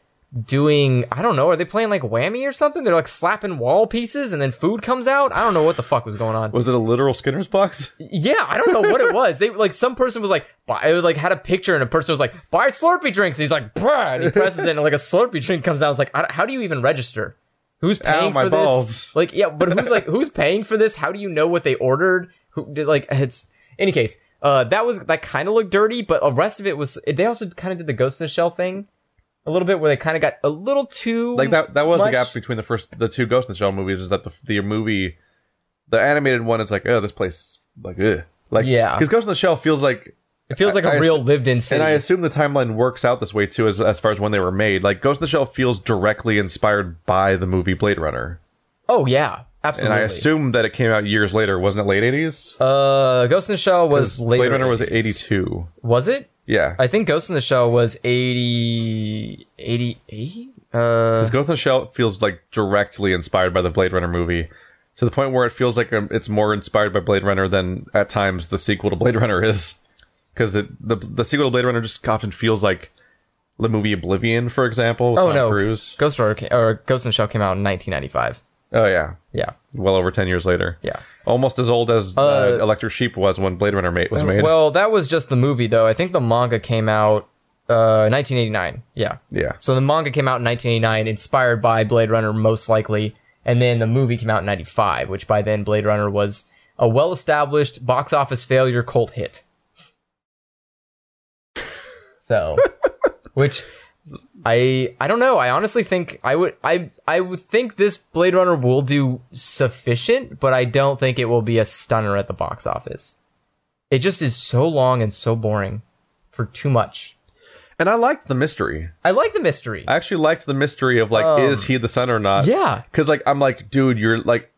S1: doing I don't know, are they playing like whammy or something? They're like slapping wall pieces and then food comes out. I don't know what the fuck was going on.
S2: was it a literal skinner's box
S1: Yeah, I don't know what it was. They like some person was like, buy, it was like had a picture and a person was like, buy Slurpee drinks. And he's like, bruh, and he presses it and like a Slurpee drink comes out. It's like, I, don't- how do you even register? Who's paying
S2: my
S1: for
S2: balls.
S1: this? Like, yeah, but who's like who's paying for this? How do you know what they ordered? Who did like it's any case? Uh, that was that kind of looked dirty, but the rest of it was. They also kind of did the Ghost in the Shell thing a little bit, where they kind of got a little too
S2: like that that was the
S1: much.
S2: gap between the first the two ghost in the shell movies is that the, the movie the animated one is like oh this place like ugh. like
S1: Yeah.
S2: because ghost in the shell feels like
S1: It feels like a
S2: I- I
S1: real
S2: ass-
S1: lived-in city.
S2: and i assume the timeline works out this way too as, as far as when they were made like ghost in the shell feels directly inspired by the movie blade runner
S1: oh yeah,
S2: and
S1: absolutely.
S2: i assume that it came out years later wasn't it late 80s
S1: Uh, Ghost in the Shell was later.
S2: blade runner was
S1: 80s.
S2: 82
S1: Was it?
S2: yeah
S1: I think Ghost in the Shell was 80, 88? Uh,
S2: Ghost in the Shell feels like directly inspired by the Blade Runner movie to the point where it feels like um, it's more inspired by Blade Runner than at times the sequel to Blade Runner is. because the, the the sequel to Blade Runner just often feels like the movie Oblivion, for example. With
S1: Oh
S2: Tom
S1: no,
S2: Cruise.
S1: Ghost Rider ca- or Ghost in the Shell came out in 1995.
S2: Oh yeah,
S1: Yeah,
S2: well over ten years later.
S1: yeah.
S2: almost as old as uh,
S1: Uh,
S2: Electric Sheep was when Blade Runner made, was made.
S1: Well, that was just the movie though. I think the manga came out uh 1989. Yeah.
S2: yeah,
S1: So the manga came out in 1989, inspired by Blade Runner, most likely, and then the movie came out in 95, which by then Blade Runner was a well established box office failure cult hit. So, which I I don't know. I honestly think I would I I would think this Blade Runner will do sufficient, but I don't think it will be a stunner at the box office. It just is so long and so boring for too much.
S2: and I liked the mystery.
S1: I like the mystery.
S2: I uh, actually liked the mystery of like,
S1: Um,
S2: is he the son or not?
S1: yeah.
S2: because like I'm like, dude, you're like,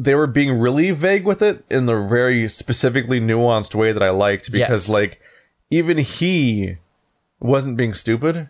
S2: they were being really vague with it in the very specifically nuanced way that I liked
S1: Yes.
S2: because like even he wasn't being stupid.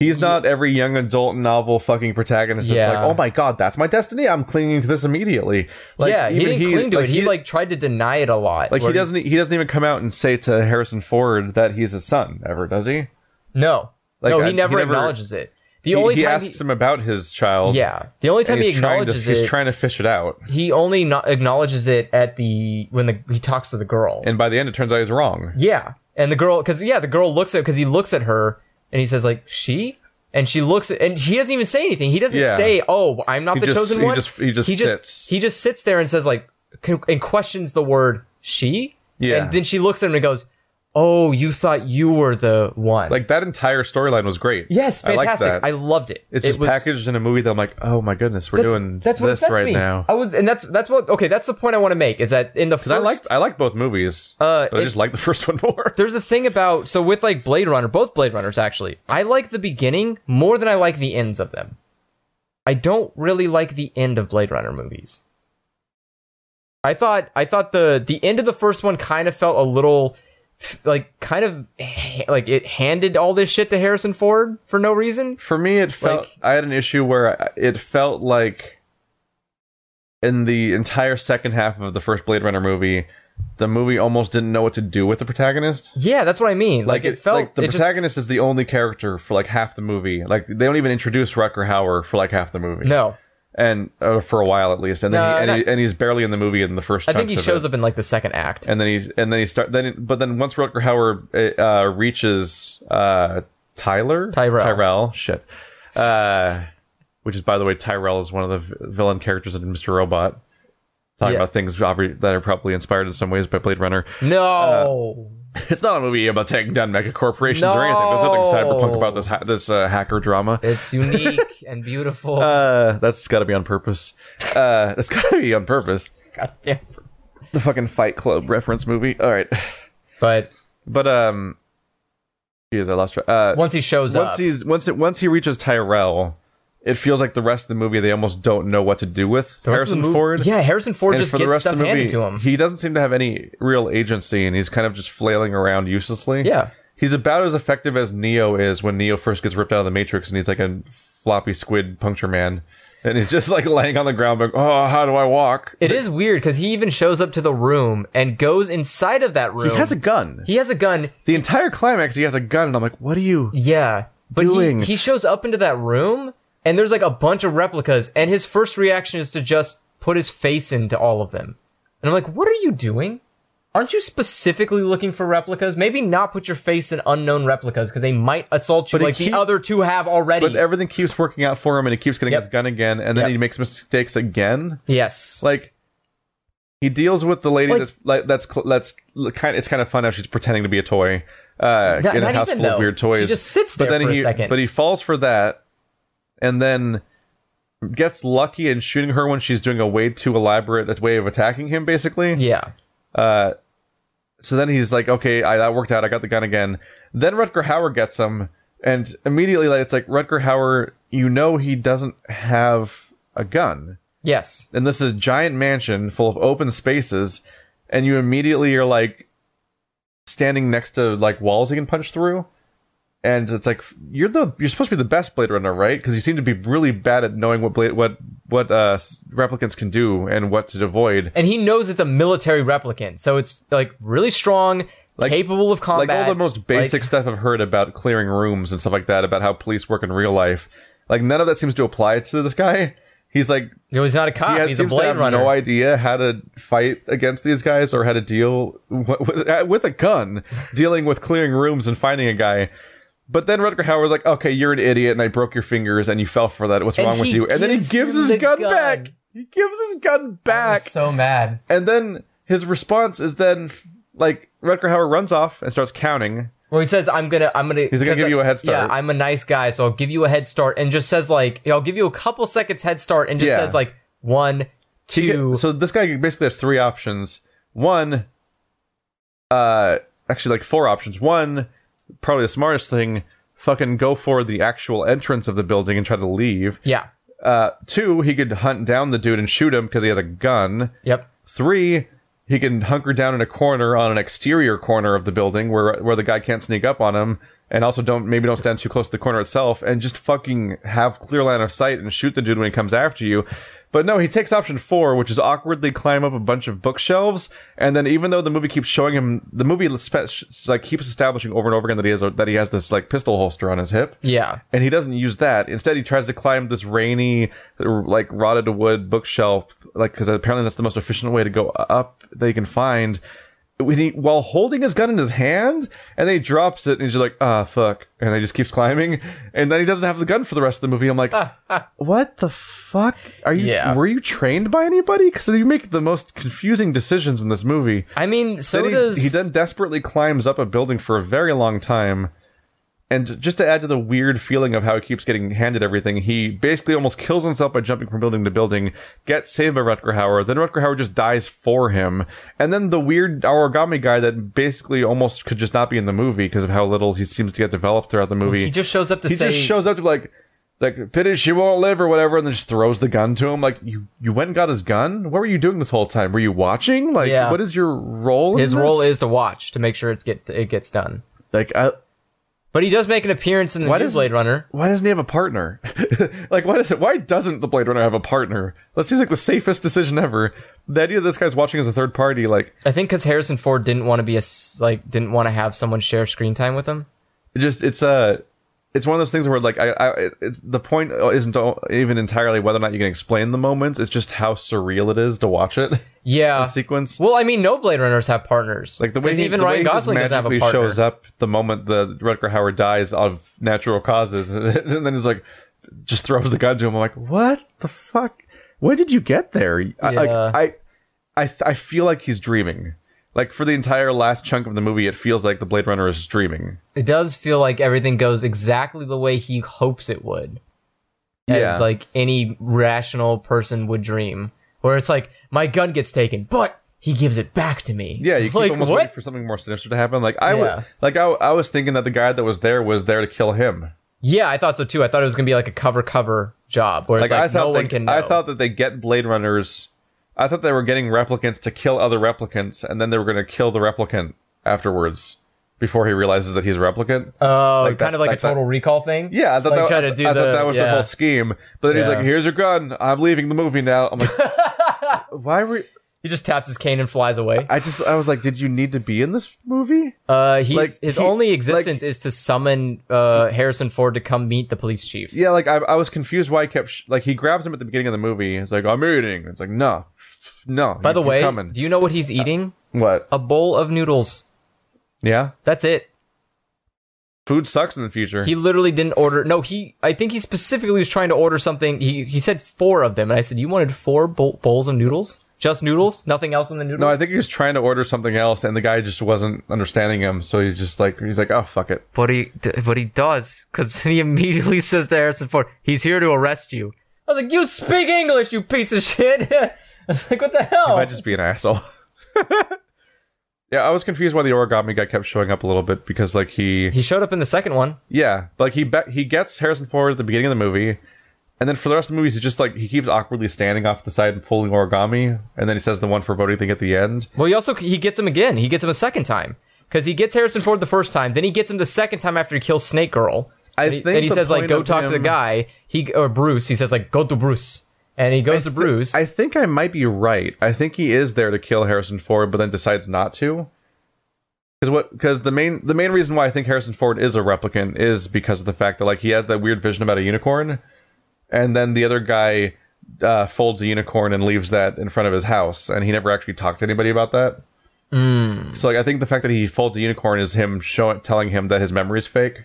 S2: He's not every young adult novel fucking protagonist. that's
S1: Yeah.
S2: like, oh my god, that's my destiny. I'm clinging to this immediately. Like,
S1: yeah, he
S2: even
S1: didn't cling to
S2: like,
S1: it. He, like tried to deny it a lot.
S2: Like
S1: where
S2: he doesn't he doesn't even come out and say to Harrison Ford that he's his son ever, does he?
S1: No,
S2: Like,
S1: no,
S2: I-
S1: he
S2: he
S1: never
S2: never-
S1: acknowledges it. The
S2: He,
S1: only
S2: he
S1: time,
S2: asks him about his child.
S1: yeah, the only time
S2: and
S1: he
S2: he's trying to
S1: acknowledges
S2: he's
S1: it,
S2: trying to fish it out.
S1: he only no- acknowledges it at the when the he talks to the girl.
S2: And by the end it turns out he's wrong.
S1: yeah, and the girl, because yeah, the girl looks at because he looks at her and he says like she. And she looks, at, and she doesn't even say anything. He doesn't
S2: Yeah.
S1: say, "Oh, I'm not
S2: He
S1: the
S2: just-
S1: chosen
S2: he
S1: one."
S2: just- he just
S1: he just
S2: sits.
S1: he just sits there and says like, con- and questions the word "she."
S2: Yeah.
S1: And then she looks at him and goes, "Oh, you thought you were the one."
S2: Like that entire storyline was great.
S1: Yes,
S2: I liked
S1: fantastic. I,
S2: that.
S1: loved it.
S2: it's
S1: it
S2: just
S1: was-
S2: packaged in a movie that I'm like, oh my goodness, we're
S1: that's-
S2: doing
S1: that's what
S2: this
S1: upsets
S2: right
S1: me.
S2: now.
S1: I was, and that's that's what. Okay, that's the point I want to make is that in the first,
S2: I liked I liked both movies.
S1: Uh,
S2: but I
S1: it-
S2: just liked the first one more.
S1: there's a thing about so with like Blade Runner, both Blade Runners actually. I like the beginning more than I like the ends of them. I don't really like the end of Blade Runner movies. I thought I thought the the end of the first one kind of felt a little like kind of ha- like it handed all this shit to Harrison Ford for no reason.
S2: For me, it felt
S1: Like-
S2: I had an issue where I- it felt like in the entire second half of the first Blade Runner movie, the movie almost didn't know what to do with the protagonist.
S1: Yeah, that's what I mean. Like, it, felt
S2: like the
S1: it just-
S2: protagonist is the only character for like half the movie. Like they don't even introduce Rucker Hauer for like half the movie.
S1: no,
S2: and uh, for a while at least, and then
S1: No,
S2: he, and,
S1: not-
S2: he, and he's barely in the movie in the first.
S1: I think he
S2: chunks of
S1: shows
S2: it.
S1: up in like the second act.
S2: and then he and then he start then it- but then once Rutger Hauer uh, reaches uh, Tyler
S1: Tyrell.
S2: Tyrell shit, uh, which is by the way Tyrell is one of the vi- villain characters in Mr. Robot. Talking
S1: Yeah.
S2: about things obvi- that are probably inspired in some ways by Blade Runner. Uh,
S1: No.
S2: It's not a movie about taking down mega corporations or anything. There's nothing
S1: No.
S2: cyberpunk about this ha- this uh, hacker drama.
S1: it's unique and beautiful.
S2: Uh, that's got to be on purpose. Uh, that's got to be on purpose.
S1: God damn.
S2: The fucking Fight Club reference movie. All right.
S1: But
S2: But um, geez, I lost track. Uh,
S1: once he shows
S2: once
S1: up,
S2: he's once it once he reaches Tyrell, it feels like the rest of the movie they almost don't know what to do with
S1: the rest of the
S2: Harrison
S1: movie-
S2: Ford.
S1: Yeah, Harrison Ford
S2: And
S1: just
S2: for the
S1: gets
S2: rest
S1: stuff
S2: of the movie,
S1: handed to him.
S2: he doesn't seem to have any real agency, and he's kind of just flailing around uselessly.
S1: Yeah.
S2: he's about as effective as Neo is when Neo first gets ripped out of the Matrix, and he's like a floppy squid puncture man, and he's just like laying on the ground, like, oh, how do I walk?
S1: It is weird because he even shows up to the room and goes inside of that room.
S2: He has a gun.
S1: He has a gun.
S2: the entire climax, he has a gun, and I'm like, what are you?
S1: Yeah, but he-
S2: Doing.
S1: He, shows up into that room and there's like a bunch of replicas, and his first reaction is to just put his face into all of them. And I'm like, what are you doing? Aren't you specifically looking for replicas? Maybe not put your face in unknown replicas because they might assault you
S2: But he
S1: like
S2: keep-
S1: the other two have already.
S2: But everything keeps working out for him, and he keeps getting
S1: Yep.
S2: his gun again, and then
S1: Yep.
S2: he makes mistakes again.
S1: yes.
S2: Like he deals with the lady
S1: Like-
S2: that's like, that's cl- that's kind. It's kind of fun how she's pretending to be a toy uh,
S1: Not-
S2: in a
S1: not
S2: house
S1: even,
S2: full of
S1: though.
S2: weird toys.
S1: She just sits
S2: but
S1: there
S2: then
S1: for a
S2: he,
S1: second.
S2: But he falls for that, and then gets lucky in shooting her when she's doing a way too elaborate way of attacking him. Basically,
S1: yeah.
S2: so then he's like, okay, I, that worked out. I got the gun again. Then Rutger Hauer gets him, and immediately like, it's like Rutger Hauer, you know, he doesn't have a gun,
S1: Yes.
S2: and this is a giant mansion full of open spaces, and you immediately are like standing next to like walls he can punch through. and it's like you're the you're supposed to be the best Blade Runner, right? Because you seem to be really bad at knowing what blade what what uh, s- replicants can do and what to avoid.
S1: and he knows it's a military replicant, so it's like really strong, capable of combat.
S2: Like all the most basic
S1: like-
S2: stuff I've heard about clearing rooms and stuff like that, about how police work in real life. Like none of that seems to apply to this guy. He's like
S1: no, he's not a
S2: he
S1: cop.
S2: had,
S1: Ah, he's a
S2: seems to
S1: blade
S2: have
S1: runner.
S2: no idea how to fight against these guys or how to deal w- with, uh, with a gun, dealing with clearing rooms and finding a guy. But then Rutger Hauer's like, "Okay, you're an idiot, and I broke your fingers, and you fell for that. What's
S1: And
S2: wrong with
S1: he
S2: you?" And then he
S1: gives
S2: gives
S1: him
S2: his
S1: the
S2: gun,
S1: gun.
S2: back. He gives his gun back,
S1: so mad.
S2: and then his response is then like Rutger Hauer runs off and starts counting.
S1: Well, he says, "I'm gonna, I'm gonna."
S2: He's gonna
S1: 'cause
S2: give
S1: I-
S2: you a head start.
S1: Yeah, I'm a nice guy, so I'll give you a head start, and just says like, "I'll give you a couple seconds head start," and just
S2: Yeah.
S1: says like one,
S2: He
S1: two.
S2: get- so this guy basically has three options. One, uh, actually like four options. One, probably the smartest thing, fucking go for the actual entrance of the building and try to leave.
S1: yeah.
S2: Uh, two, he could hunt down the dude and shoot him because he has a gun.
S1: Yep.
S2: Three, he can hunker down in a corner on an exterior corner of the building where where the guy can't sneak up on him, and also don't maybe don't stand too close to the corner itself, and just fucking have clear line of sight and shoot the dude when he comes after you. But no, he takes option four, which is awkwardly climb up a bunch of bookshelves, and then even though the movie keeps showing him, the movie spe- like keeps establishing over and over again that he has a, that he has this like pistol holster on his hip
S1: Yeah.
S2: and he doesn't use that. Instead, he tries to climb this rainy, like rotted wood bookshelf, like because apparently that's the most efficient way to go up that you can find. When he, while holding his gun in his hand, and then he drops it, and he's just like, "Ah, fuck!" And then he just keeps climbing, and then he doesn't have the gun for the rest of the movie. I'm like, "What the fuck? Are you?
S1: Yeah.
S2: Were you trained by anybody? Because you make the most confusing decisions in this movie."
S1: I mean, so
S2: then he,
S1: does
S2: he then desperately climbs up a building for a very long time. And just to add to the weird feeling of how he keeps getting handed everything, he basically almost kills himself by jumping from building to building, gets saved by Rutger Hauer, then Rutger Hauer just dies for him. And then the weird origami guy that basically almost could just not be in the movie because of how little he seems to get developed throughout the movie.
S1: He just shows up to
S2: He
S1: say,
S2: just shows up to be like like pity she won't live or whatever and then just throws the gun to him like you you went and got his gun what were you doing this whole time were you watching like
S1: Yeah.
S2: what is your role in
S1: his
S2: this?
S1: role is to watch to make sure it's get it gets done.
S2: like I,
S1: But he does make an appearance in the
S2: Why
S1: new
S2: does-
S1: Blade Runner.
S2: why doesn't he have a partner like why does it why doesn't the blade runner have a partner that seems like the safest decision ever the idea that this guy's watching as a third party like
S1: I think because Harrison Ford didn't want to be a s- like didn't want to have someone share screen time with him.
S2: it just it's uh it's one of those things where like I, I it's the point isn't even entirely whether or not you can explain the moments it's just how surreal it is to watch it
S1: Yeah.
S2: sequence
S1: Well, I mean, no Blade Runners have partners.
S2: Like the way
S1: 'Cause
S2: he,
S1: even
S2: the way
S1: Ryan
S2: he just
S1: Gosling doesn't have a
S2: magically
S1: partner.
S2: shows up the moment the Rutger Howard dies of natural causes, and then he's like, just throws the gun to him. I'm like, what the fuck? When did you get there? I, like,
S1: Yeah.
S2: I, I, th- I feel like he's dreaming. Like for the entire last chunk of the movie, it feels like the Blade Runner is dreaming.
S1: It does feel like everything goes exactly the way he hopes it would.
S2: Yeah.
S1: As like any rational person would dream, where it's like my gun gets taken, but he gives it back to me.
S2: Yeah, you keep
S1: like
S2: almost waiting
S1: what?
S2: for something more sinister to happen. Like I,
S1: Yeah.
S2: w- like I, I was thinking that the guy that was there was there to kill him.
S1: yeah, I thought so too. I thought it was gonna be like a cover cover job where it's
S2: Like,
S1: like
S2: I thought
S1: no
S2: they,
S1: one can. Know.
S2: I thought that they get Blade Runners. I thought they were getting replicants to kill other replicants, and then they were going to kill the replicant afterwards before he realizes that he's a replicant.
S1: oh,
S2: like,
S1: kind
S2: that's-
S1: of like a
S2: that's not-
S1: total recall thing.
S2: yeah, I thought,
S1: like,
S2: that,
S1: try to
S2: I-
S1: do
S2: I thought
S1: the-
S2: that was the
S1: yeah.
S2: whole scheme. But then he's
S1: Yeah.
S2: like, "Here's your gun. I'm leaving the movie now." I'm like, "Why were?" You?
S1: He just taps his cane and flies away.
S2: I just I was like, "Did you need to be in this movie?"
S1: Uh, he's,
S2: Like,
S1: his
S2: he-
S1: only
S2: like-
S1: existence is to summon uh, Harrison Ford to come meet the police chief.
S2: Yeah, like I, I was confused why he kept sh- like he grabs him at the beginning of the movie. He's like, "I'm eating." It's like, "No, no."
S1: By the way,
S2: coming.
S1: do you know what he's eating?
S2: what?
S1: A bowl of noodles.
S2: Yeah,
S1: That's it.
S2: food sucks in the future.
S1: He literally didn't order. No, he. I think he specifically was trying to order something. He he said four of them, and I said you wanted four bowl, bowls of noodles, just noodles, nothing else in the noodles.
S2: No, I think he was trying to order something else, and the guy just wasn't understanding him. So he's just like, he's like, oh fuck it.
S1: But he but he does because he immediately says to Harrison Ford, "He's here to arrest you." I was like, "You speak English, you piece of shit!" I was like, "What the
S2: I
S1: hell?"
S2: might just be an asshole. yeah, I was confused why the origami guy kept showing up a little bit because, like, he
S1: he showed up in the second one.
S2: yeah, like he be- he gets Harrison Ford at the beginning of the movie, and then for the rest of the movies, he's just like he keeps awkwardly standing off the side and folding origami, and then he says the one foreboding thing at the end.
S1: Well, he also he gets him again. He gets him a second time because he gets Harrison Ford the first time, then he gets him the second time after he kills Snake Girl.
S2: I
S1: and he,
S2: think
S1: and he
S2: the
S1: says like,
S2: point
S1: "Go
S2: of
S1: talk to the
S2: him-
S1: guy." He or Bruce. He says like, "Go to Bruce," and he goes to Bruce.
S2: I think I might be right. I think he is there to kill Harrison Ford, but then decides not to. Because what? Because the main the main reason why I think Harrison Ford is a replicant is because of the fact that like he has that weird vision about a unicorn, and then the other guy uh, folds a unicorn and leaves that in front of his house, and he never actually talked to anybody about that. So like I think the fact that he folds a unicorn is him showing telling him that his memory is fake.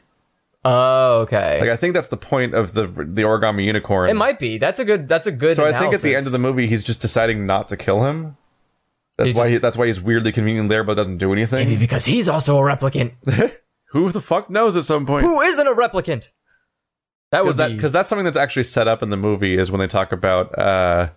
S1: oh, okay.
S2: Like I think that's the point of the the origami unicorn.
S1: it might be. That's a good. That's a good.
S2: So I think at the
S1: analysis.
S2: end of the movie, he's just deciding not to kill him. That's
S1: He's
S2: why
S1: just-
S2: he, that's why he's weirdly convenient there, but doesn't do anything.
S1: Maybe because he's also a replicant.
S2: Who the fuck knows? At some point,
S1: Who isn't a replicant? That
S2: because
S1: was
S2: that
S1: be.
S2: because that's something that's actually set up in the movie is when they talk about uh,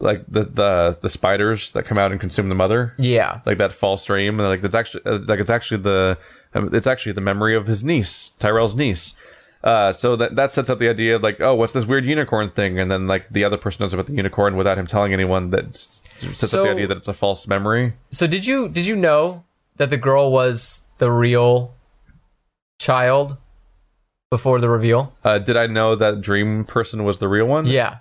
S2: like the the the spiders that come out and consume the mother,
S1: yeah.
S2: like that false dream. and, Like that's actually uh, like it's actually the um, it's actually the memory of his niece, Tyrell's niece. Uh, so that that sets up the idea of like, oh, what's this weird unicorn thing? And then like the other person knows about the unicorn without him telling anyone. That s- sets up
S1: So-
S2: the idea that it's a false memory.
S1: So did you did you know that the girl was the real child before the reveal?
S2: Uh, did I know that Dream Person was the real one?
S1: Yeah.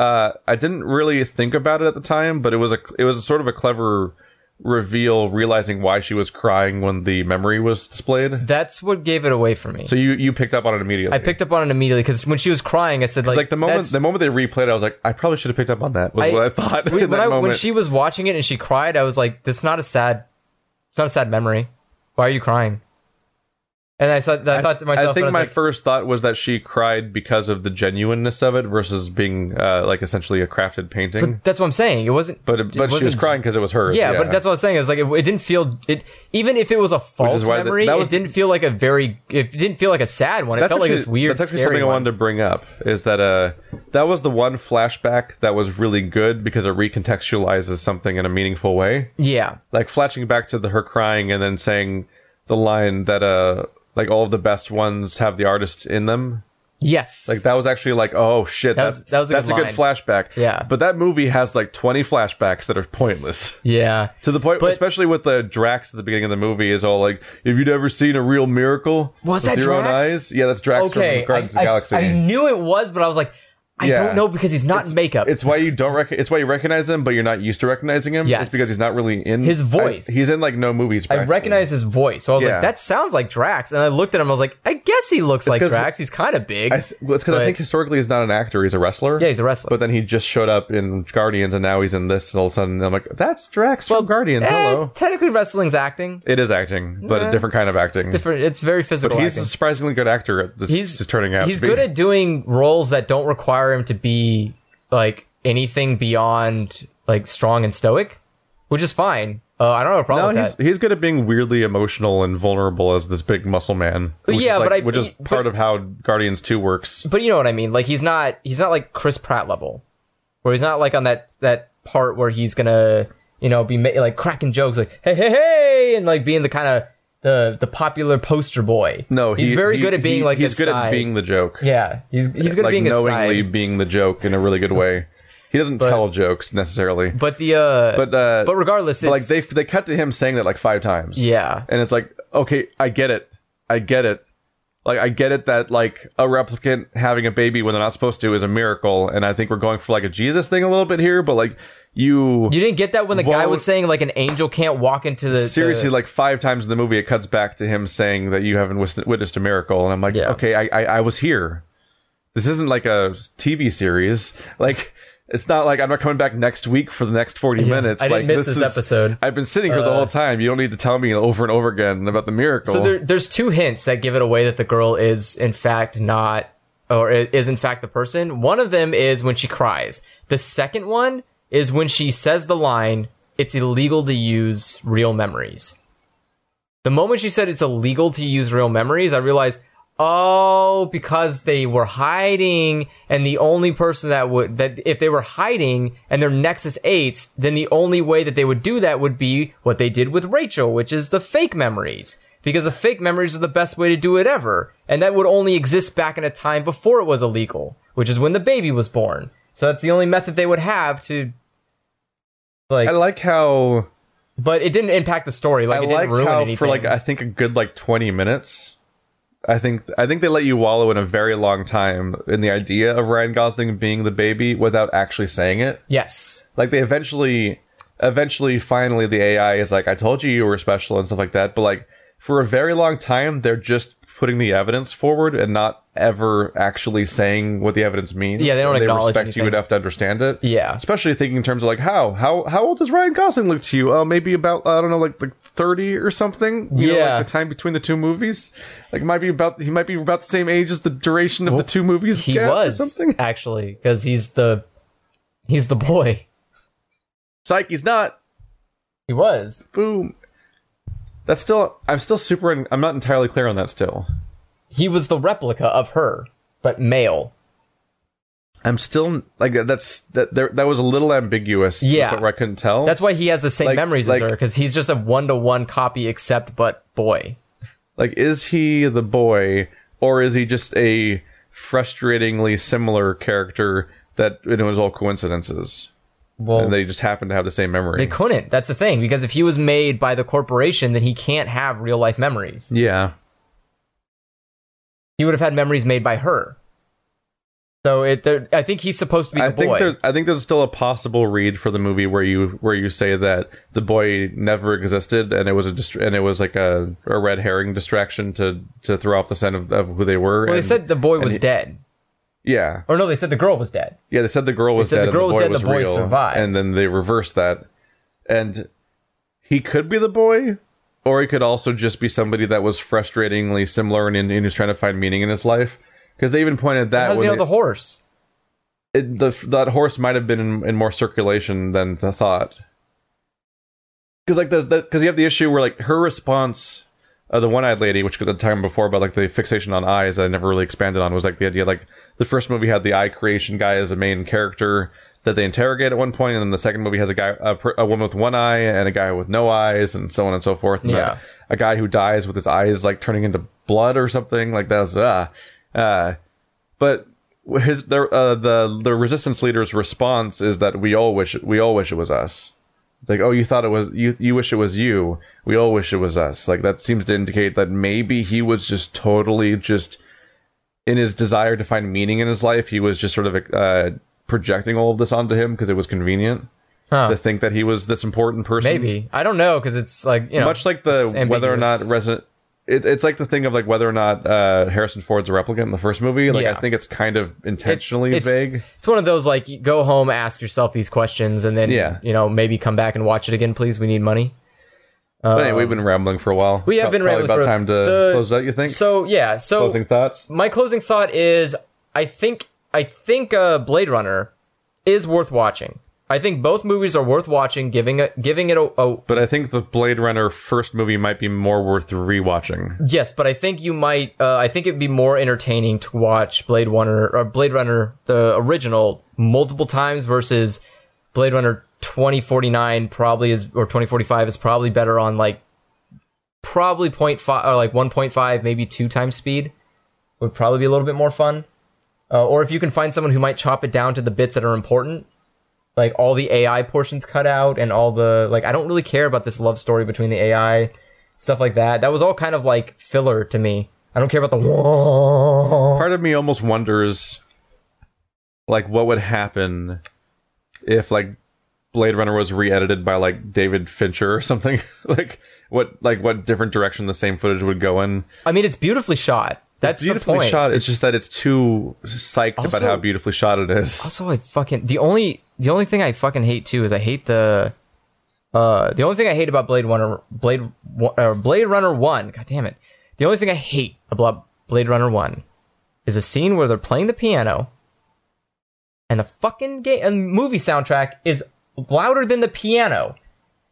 S2: Uh, I didn't really think about it at the time, but it was a it was sort of a clever reveal, realizing why she was crying when the memory was displayed.
S1: That's what gave it away for me.
S2: So you you picked up on it immediately.
S1: I picked up on it immediately because when she was crying, I said like,
S2: It's like the moment
S1: that's-
S2: the moment they replayed, it, I was like, I probably should have picked up on that. Was
S1: I-
S2: what I thought.
S1: when,
S2: in that
S1: I- when
S2: moment.
S1: she was watching it and she cried, I was like, "That's not a sad, it's not a sad memory. Why are you crying?" And I thought, I, thought to myself,
S2: I
S1: and I
S2: think
S1: was
S2: my
S1: like,
S2: first thought was that she cried because of the genuineness of it versus being uh, like essentially a crafted painting.
S1: "That's what I'm saying. It wasn't."
S2: But but, she was
S1: wasn't-
S2: crying because it was hers.
S1: Yeah, but that's what I was saying. Is like it, it didn't feel it. Even if it was a false
S2: why the-
S1: memory,
S2: that was-
S1: it didn't feel like a very. It didn't feel like a sad one. It felt like
S2: actually-
S1: this weird,
S2: That's actually
S1: scary
S2: something I
S1: one.
S2: wanted to bring up is that uh, that was the one flashback that was really good because it recontextualizes something in a meaningful way.
S1: Yeah,
S2: Like flashing back to the her crying and then saying the line that uh, like all of the best ones have the artist in them.
S1: yes.
S2: Like that was actually like oh shit that
S1: was- that was a
S2: that's
S1: good
S2: a good flashback.
S1: Yeah.
S2: but that movie has like twenty flashbacks that are pointless.
S1: yeah,
S2: To the point,
S1: But-
S2: especially with the Drax at the beginning of the movie, is all like, "Have you ever seen a real miracle
S1: Was
S2: with
S1: that
S2: your own
S1: Drax?
S2: eyes?" Yeah, that's Drax
S1: okay.
S2: from
S1: I,
S2: Guardians of the
S1: I-
S2: Galaxy.
S1: I knew it was, but I was like, I
S2: Yeah.
S1: don't know because he's not in makeup.
S2: It's why you don't rec- It's why you recognize him, but you're not used to recognizing him.
S1: Yes.
S2: it's because he's not really in
S1: His voice.
S2: I- he's in like no movies.
S1: I recognized his voce, so I was
S2: Yeah.
S1: like, "That sounds like Drax." And I looked at him, I was like, "I guess he looks like
S2: 'cause-
S1: Drax. He's kind of big."
S2: I th- well, it's because I
S1: but-
S2: think historically he's not an actor; he's a wrestler.
S1: yeah, he's a wrestler.
S2: But then he just showed up in Guardians, and now he's in this. And all of a sudden, I'm like, "That's Drax from Guardians."
S1: Eh,
S2: Hello.
S1: Technically, wrestling's acting.
S2: It is acting, but a
S1: Nah.
S2: different kind of acting.
S1: Different. It's very physical.
S2: He's
S1: acting.
S2: a surprisingly good actor. At this, he's,
S1: he's
S2: turning out.
S1: He's
S2: to be.
S1: good at doing roles that don't require him to be like anything beyond like strong and stoic, which is fine. Uh, I don't have a
S2: No,
S1: problem
S2: he's,
S1: with that.
S2: he's good at being weirdly emotional and vulnerable as this big muscle man. Which
S1: yeah,
S2: is like-
S1: but I-
S2: which is
S1: but-
S2: part of how Guardians Two works.
S1: But you know what I mean. Like he's not he's not like Chris Pratt level, where he's not like on that that part where he's gonna you know be ma- like cracking jokes like hey hey hey and like being the kind of the the popular poster boy.
S2: No,
S1: he's
S2: he-
S1: very
S2: he-
S1: good at being
S2: he-
S1: like
S2: he's
S1: a
S2: good
S1: side.
S2: at being the joke.
S1: yeah. He's he's good at
S2: like
S1: being a
S2: knowingly
S1: side.
S2: being the joke in a really good way. He doesn't tell jokes necessarily,
S1: But the uh
S2: but uh,
S1: but regardless,
S2: but,
S1: it's,
S2: like they they cut to him saying that like five times.
S1: yeah
S2: and it's like okay, I get it, I get it. Like I get it that like a replicant having a baby when they're not supposed to is a miracle, and I think we're going for like a Jesus thing a little bit here, but like you.
S1: You didn't get that when the guy
S2: Well-
S1: was saying like an angel can't walk into the
S2: Seriously,
S1: the-
S2: like five times in the movie, it cuts back to him saying that you haven't wis- witnessed a miracle, and I'm like,
S1: Yeah.
S2: okay, I, I I was here. This isn't like a TV series. Like, it's not like I'm not coming back next week for the next 40 minutes.
S1: I didn't
S2: like,
S1: miss this episode. Uh,
S2: I've been sitting here the whole time. You don't need to tell me over and over again about the miracle.
S1: so there, there's two hints that give it away that the girl is in fact not or i- is in fact the person. One of them is when she cries. The second one is when she says the line, "It's illegal to use real memories." The moment she said it's illegal to use real memories, I realized, oh, because they were hiding, and the only person that would that if they were hiding and they're Nexus eights, then the only way that they would do that would be what they did with Rachel, which is the fake memories. Because the fake memories are the best way to do it ever, and that would only exist back in a time before it was illegal, which is when the baby was born. So that's the only method they would have to like
S2: I like how
S1: but it didn't impact the story. Like
S2: I
S1: it didn't
S2: liked
S1: ruin
S2: how
S1: anything.
S2: for like I think a good like twenty minutes. I think I think they let you wallow in a very long time in the idea of Ryan Gosling being the baby without actually saying it.
S1: yes,
S2: Like they eventually, eventually, finally, the AI is like, "I told you you were special" and stuff like that. But like for a very long time, they're just putting the evidence forward and not ever actually saying what the evidence means.
S1: Yeah, they don't
S2: And
S1: acknowledge
S2: respect you
S1: anything.
S2: enough to understand it.
S1: yeah,
S2: Especially thinking in terms of like how how how old does Ryan Gosling look to you? Uh, maybe about I don't know like like thirty or something. You know,
S1: Yeah.
S2: like the time between the two movies, like might be about he might be about the same age as the duration of the two movies.
S1: he
S2: gap or
S1: was
S2: something.
S1: actually because he's the he's the boy.
S2: Psych, he's not.
S1: He was.
S2: Boom. That's still I'm still super. In, I'm not entirely clear on that still.
S1: He was the replica of her, but male.
S2: I'm still like that's that there that was a little ambiguous. to the
S1: Yeah.
S2: point where I couldn't tell.
S1: That's why he has the same
S2: Like-
S1: memories
S2: like-
S1: as her because he's just a one to one copy, except but boy.
S2: Like, is he the boy, or is he just a frustratingly similar character that it was all coincidences,
S1: Well,
S2: and they just happen to have the same memory?
S1: They couldn't. That's the thing. Because if he was made by the corporation, then he can't have real life memories.
S2: yeah,
S1: He would have had memories made by her. So it, there- I think he's supposed to be the
S2: I think
S1: boy.
S2: there, I think there's still a possible read for the movie where you where you say that the boy never existed, and it was a dist- and it was like a, a red herring distraction to to throw off the scent of, of who they were.
S1: well, they
S2: and-
S1: said the boy was
S2: he-
S1: dead,
S2: yeah,
S1: or no, they said the girl was dead.
S2: Yeah, they said the girl was
S1: said
S2: dead.
S1: the girl was dead,
S2: and the boy
S1: the boy
S2: real,
S1: survived.
S2: And then they reversed that, and he could be the boy, or he could also just be somebody that was frustratingly similar and, and who's trying to find meaning in his life. Because they even pointed that
S1: How's
S2: when
S1: he know
S2: they-
S1: the horse?
S2: it, the that horse might have been in, in more circulation than the thought. Because like the because you have the issue where like her response, uh, the one eyed lady, which at the time before about like the fixation on eyes, that I never really expanded on was like the idea like the first movie had the eye creation guy as a main character that they interrogate at one point, and then the second movie has a guy a, per- a woman with one eye and a guy with no eyes, and so on and so forth. And uh,
S1: Yeah.
S2: a, a guy who dies with his eyes like turning into blood or something like that's uh, uh but his the uh, the the resistance leader's response is that we all wish we all wish it was us. It's like, oh, you thought it was you. You wish it was you. We all wish it was us. Like that seems to indicate that maybe he was just totally just in his desire to find meaning in his life. He was just sort of uh, projecting all of this onto him because it was convenient
S1: Huh.
S2: to think that he was this important person.
S1: Maybe I don't know because it's like you know,
S2: much like the
S1: it's
S2: whether or not
S1: ambiguous.
S2: resident. It, it's like the thing of like whether or not uh, Harrison Ford's a replicant in the first movie. Like
S1: Yeah.
S2: I think it's kind of intentionally
S1: it's-
S2: vague.
S1: it's one of those like you go home, ask yourself these questions, and then
S2: Yeah.
S1: you know maybe come back and watch it again, please. We need money.
S2: But anyway, we've been rambling for a while.
S1: um, We have been rambling
S2: Probably
S1: for a-
S2: about time to
S1: the-
S2: close it out. You think?
S1: So yeah, so
S2: Closing thoughts.
S1: my closing thought is I think I think uh, Blade Runner is worth watching. I think both movies are worth watching, giving a, giving it a, a
S2: But I think the Blade Runner first movie might be more worth rewatching.
S1: yes. But I think you might. Uh, I think it'd be more entertaining to watch Blade Runner or Blade Runner the original multiple times versus Blade Runner twenty forty nine probably is or twenty forty five is probably better on like probably point five or like one point five maybe two times speed would probably be a little bit more fun. Uh, or if you can find someone who might chop it down to the bits that are important, like all the AI portions cut out and all the like, I don't really care about this love story between the AI stuff like that. That was all kind of like filler to me. I don't care about the.
S2: Part of me almost wonders, like, what would happen if like Blade Runner was re-edited by like David Fincher or something. like what like what different direction the same footage would go in.
S1: I mean, it's beautifully shot. That's
S2: beautifully
S1: the point.
S2: shot. It's, just that it's too psyched about
S1: Also-
S2: how beautifully shot it is.
S1: Also, I fucking the only the only thing I fucking hate too is I hate the uh the only thing I hate about Blade Runner Blade uh, Blade Runner One. God damn it! The only thing I hate about Blade Runner One is a scene where they're playing the piano, and the fucking game and movie soundtrack is louder than the piano,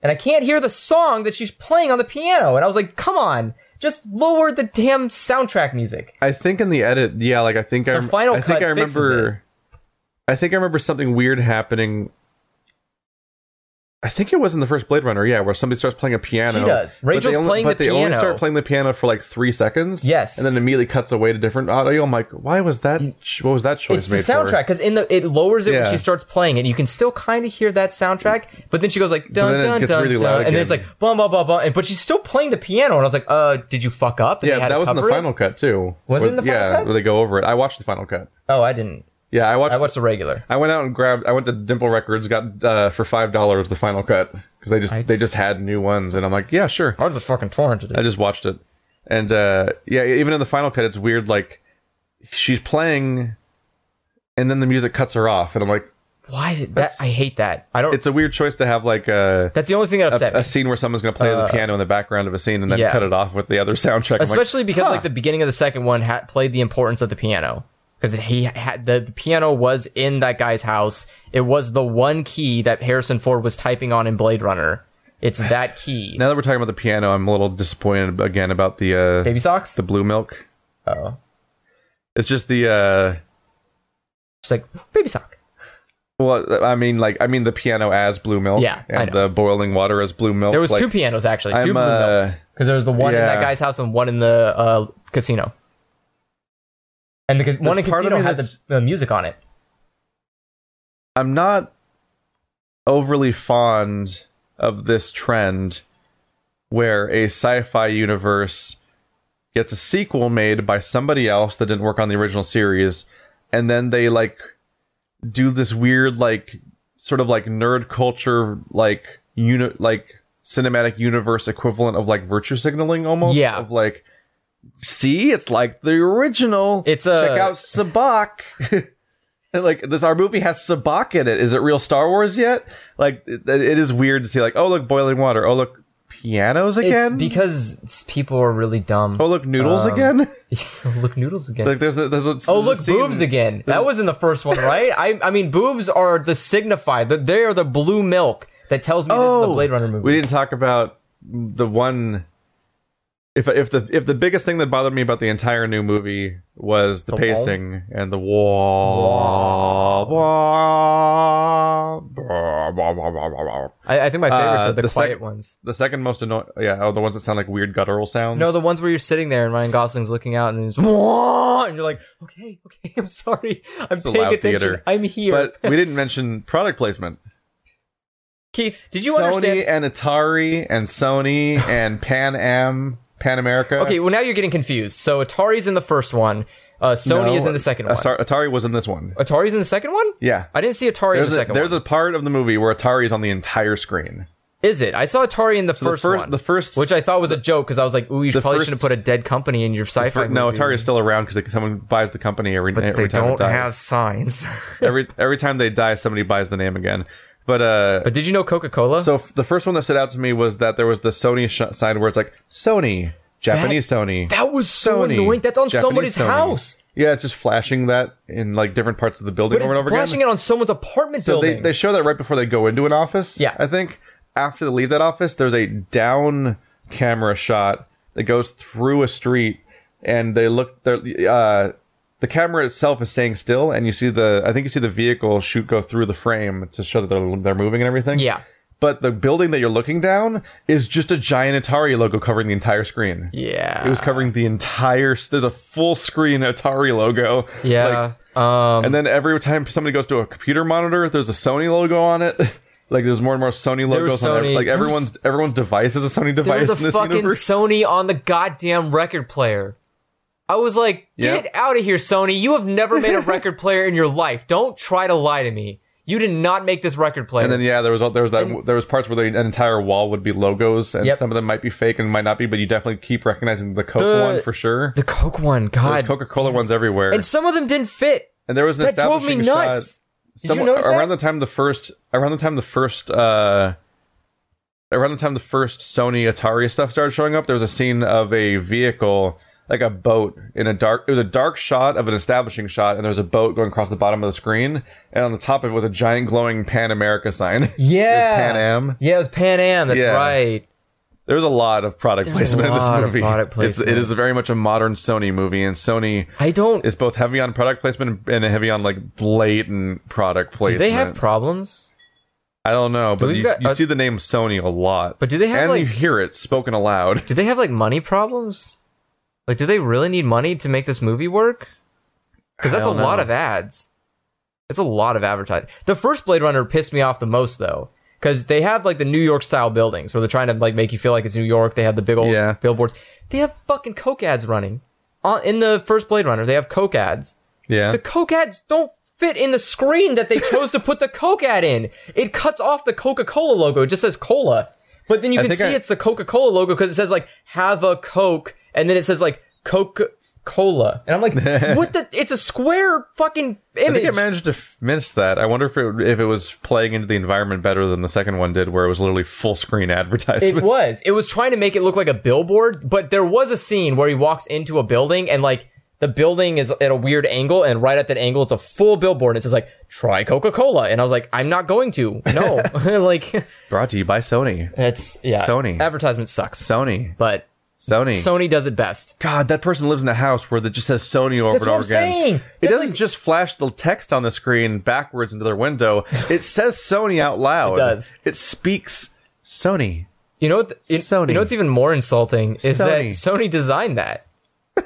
S1: and I can't hear the song that she's playing on the piano. And I was like, come on, just lower the damn soundtrack music.
S2: I think in the edit, yeah, like I think I,
S1: The
S2: rem-
S1: final
S2: I think
S1: cut
S2: I
S1: fixes
S2: remember. I think I remember something weird happening. I think it was in the first Blade Runner, yeah, where somebody starts playing a piano.
S1: She does.
S2: but they
S1: Rachel's
S2: only-
S1: playing
S2: but
S1: the
S2: they only
S1: piano.
S2: start playing the piano for like three seconds.
S1: Yes.
S2: and then immediately cuts away to different audio. I'm like, why was that? ch- What was that choice
S1: It's the
S2: made? for?
S1: soundtrack because in the it lowers it
S2: Yeah.
S1: when she starts playing it. You can still kind of hear that soundtrack, but then she goes like dun
S2: then it
S1: dun
S2: gets
S1: dun
S2: really
S1: dun,
S2: loud
S1: and then it's like
S2: again.
S1: bum bum bum bum. And, but she's still playing the piano, and I was like, uh, did you fuck up? And they
S2: Yeah,
S1: had
S2: that
S1: to
S2: was in the
S1: cover it?
S2: final cut too.
S1: Was it
S2: Where-
S1: in the final
S2: yeah,
S1: cut?
S2: where they go over it. I watched the final cut.
S1: Oh, I didn't.
S2: Yeah, I watched.
S1: I
S2: I,
S1: watched the regular.
S2: went out and grabbed. I went to Dimple Records, got uh, for five dollars the final cut because they just they just had new ones, and I'm like, yeah, sure.
S1: Hard the fucking torrent to do.
S2: I just watched it, and uh, yeah, even in the final cut, it's weird. Like she's playing, and then the music cuts her off, and I'm like,
S1: Why did that? I hate that. I don't.
S2: it's a weird choice to have like a
S1: That's the only thing that upset
S2: a
S1: me.
S2: scene where someone's going to play the piano in the background of a scene, and then
S1: yeah.
S2: cut it off with the other soundtrack. I'm like,
S1: especially because like the beginning of the second one had played the importance of the piano because he had the, the piano was in that guy's house it was the one key that harrison ford was typing on in blade runner it's that key
S2: now that we're talking about the piano, I'm a little disappointed again about the uh,
S1: baby socks
S2: the blue milk.
S1: oh
S2: It's just the uh,
S1: she's like baby sock
S2: well, I mean, like I mean the piano as blue milk,
S1: Yeah, I
S2: and
S1: know.
S2: the boiling water as blue milk.
S1: there was
S2: like,
S1: two pianos actually
S2: I'm,
S1: two blue
S2: uh,
S1: notes because there was the one in that
S2: yeah.
S1: guy's house and one in the uh, casino and the ca- one in
S2: There's part of
S1: casino
S2: me
S1: had the,
S2: that's-
S1: the music on it
S2: I'm not overly fond of this trend where a sci-fi universe gets a sequel made by somebody else that didn't work on the original series and then they like do this weird like sort of like nerd culture like unit like cinematic universe equivalent of like virtue signaling almost
S1: Yeah.
S2: of like see it's like the original
S1: It's
S2: check
S1: a-
S2: out sabak And, like this our movie has sabak in it is it real star wars yet like it, it is weird to see like oh look boiling water oh look pianos
S1: it's
S2: again
S1: because it's- people are really dumb
S2: oh look noodles
S1: Um,
S2: again
S1: look noodles again
S2: like there's a there's a
S1: Oh, look, boobs again. That was in the first one, right? I, I mean, boobs are the signify. The, they are the blue milk that tells me this is the Blade Runner movie.
S2: Oh. we didn't talk about the one if if the if the biggest thing that bothered me about the entire new movie was the,
S1: The wall?
S2: pacing and the wall, wall.
S1: I, I think my favorites
S2: Uh,
S1: are the,
S2: the sec-
S1: quiet ones.
S2: the second most annoying yeah oh the ones that sound like weird guttural sounds
S1: No, the ones where you're sitting there and Ryan Gosling's looking out and then just, and you're like, okay, okay, I'm sorry, I'm
S2: a
S1: paying
S2: loud
S1: attention.
S2: theater.
S1: I'm here.
S2: but we didn't mention product placement
S1: Keith, did you
S2: Sony
S1: understand?
S2: and Atari and Sony and Pan Am, Pan America.
S1: Okay, well now you're getting confused. So Atari's in the first one. Uh, Sony
S2: No,
S1: is in the second one.
S2: Atar- Atari was in this one.
S1: Atari's in the second one.
S2: Yeah.
S1: I didn't see Atari
S2: There's,
S1: in the
S2: a,
S1: second
S2: there's
S1: one.
S2: a part of the movie where Atari is on the entire screen.
S1: Is it? I saw Atari in the
S2: The
S1: first
S2: fir-
S1: one.
S2: The first,
S1: which I thought was a joke because I was like, "Ooh, you probably
S2: first-
S1: should have put a dead company in your sci-fi."
S2: no,
S1: movie.
S2: Atari is still around because someone buys the company every,
S1: But
S2: every
S1: they
S2: time. it
S1: don't
S2: dies.
S1: have signs.
S2: every every time they die, somebody buys the name again. But uh,
S1: but did you know Coca-Cola?
S2: so f- the first one that stood out to me was that there was the Sony sh- sign where it's like Sony, Japanese Sony.
S1: that was so
S2: Sony,
S1: annoying. That's on
S2: Japanese
S1: somebody's
S2: Sony.
S1: house,
S2: Yeah, it's just flashing that in like different parts of the building
S1: but
S2: over and
S1: it's
S2: over
S1: flashing
S2: again.
S1: it on someone's apartment
S2: so they,
S1: building.
S2: they show that right before they go into an office.
S1: Yeah.
S2: I think after they leave that office, there's a down camera shot that goes through a street, and they look. they're, Uh, the camera itself is staying still, and you see the. I think you see the vehicle shoot go through the frame to show that they're, they're moving and everything.
S1: yeah,
S2: But the building that you're looking down is just a giant Atari logo covering the entire screen.
S1: yeah,
S2: It was covering the entire. There's a full screen Atari logo.
S1: yeah. um,
S2: And then every time somebody goes to a computer monitor, there's a Sony logo on it. Like there's more and more Sony
S1: was
S2: logos on every,
S1: Sony-
S2: like
S1: there was-
S2: everyone's everyone's device is a Sony
S1: there
S2: device
S1: was
S2: in
S1: a
S2: this
S1: fucking
S2: universe.
S1: Sony on the goddamn record player. I was like,
S2: Yeah.
S1: "Get out of here, Sony! You have never made a record player in your life. Don't try to lie to me. You did not make this record player."
S2: and then yeah, there was there was that there was parts where the an entire wall would be logos, and
S1: Yep.
S2: some of them might be fake and might not be, but you definitely keep recognizing the Coke
S1: The-
S2: one for sure.
S1: the Coke one,
S2: There's
S1: God,
S2: Coca Cola ones everywhere,
S1: and some of them didn't fit.
S2: and there was an
S1: That drove me
S2: establishing shot.
S1: nuts. Did you
S2: Somewhat-
S1: notice that?
S2: around the time the first around the time the first uh around the time the first Sony Atari stuff started showing up, there was a scene of a vehicle like a boat in a dark it was a dark shot of an establishing shot and there was a boat going across the bottom of the screen and on the top of it was a giant glowing Pan America sign.
S1: Yeah.
S2: Pan Am.
S1: Yeah, it was Pan Am. That's
S2: Yeah.
S1: right.
S2: There was a lot of product
S1: There's a
S2: placement in
S1: lot
S2: this
S1: of
S2: movie.
S1: product
S2: It's-
S1: placement.
S2: it is very much a modern Sony movie and Sony
S1: I don't.
S2: is both heavy on product placement and heavy on like blatant product
S1: Do
S2: placement.
S1: they have problems?
S2: I don't know, but
S1: we've
S2: you,
S1: got-
S2: you
S1: uh,
S2: see the name Sony a lot.
S1: But do they have,
S2: and you
S1: like-
S2: hear it spoken aloud?
S1: Do they have like money problems? Like, do they really need money to make this movie work? Because that's a
S2: I don't
S1: lot
S2: know.
S1: of ads. It's a lot of advertising. The first Blade Runner pissed me off the most though, because they have like the New York style buildings where they're trying to like make you feel like it's New York. They have the big old
S2: Yeah.
S1: billboards. They have fucking Coke ads running. On, in the first Blade Runner, they have Coke ads.
S2: Yeah.
S1: The Coke ads don't fit in the screen that they chose to put the Coke ad in. It cuts off the Coca Cola logo. It just says cola. But then you
S2: I
S1: can
S2: think
S1: see
S2: I-
S1: it's the Coca Cola logo because it says like have a Coke and then it says like Coca Cola. And I'm like, what the? It's a square fucking
S2: I think I
S1: image.
S2: managed to f- miss that. I wonder if it, if it was playing into the environment better than the second one did, where it was literally full screen advertisement.
S1: It was. It was trying to make it look like a billboard, but there was a scene where he walks into a building and like the building is at a weird angle, and right at that angle, it's a full billboard. And it says like "Try Coca Cola," and I was like, "I'm not going to." No, like
S2: Brought to you by Sony.
S1: It's yeah.
S2: Sony.
S1: advertisement sucks,
S2: Sony.
S1: but
S2: Sony.
S1: Sony does it best.
S2: God, that person lives in a house where that just says Sony over
S1: That's
S2: and
S1: what
S2: over
S1: I'm
S2: again.
S1: saying.
S2: It
S1: That's
S2: doesn't
S1: like-
S2: just flash the text on the screen backwards into their window. It says Sony out loud. It
S1: does.
S2: It speaks Sony.
S1: You know, what th- you- You
S2: Sony.
S1: know what's even more insulting is that
S2: Sony.
S1: Sony designed that.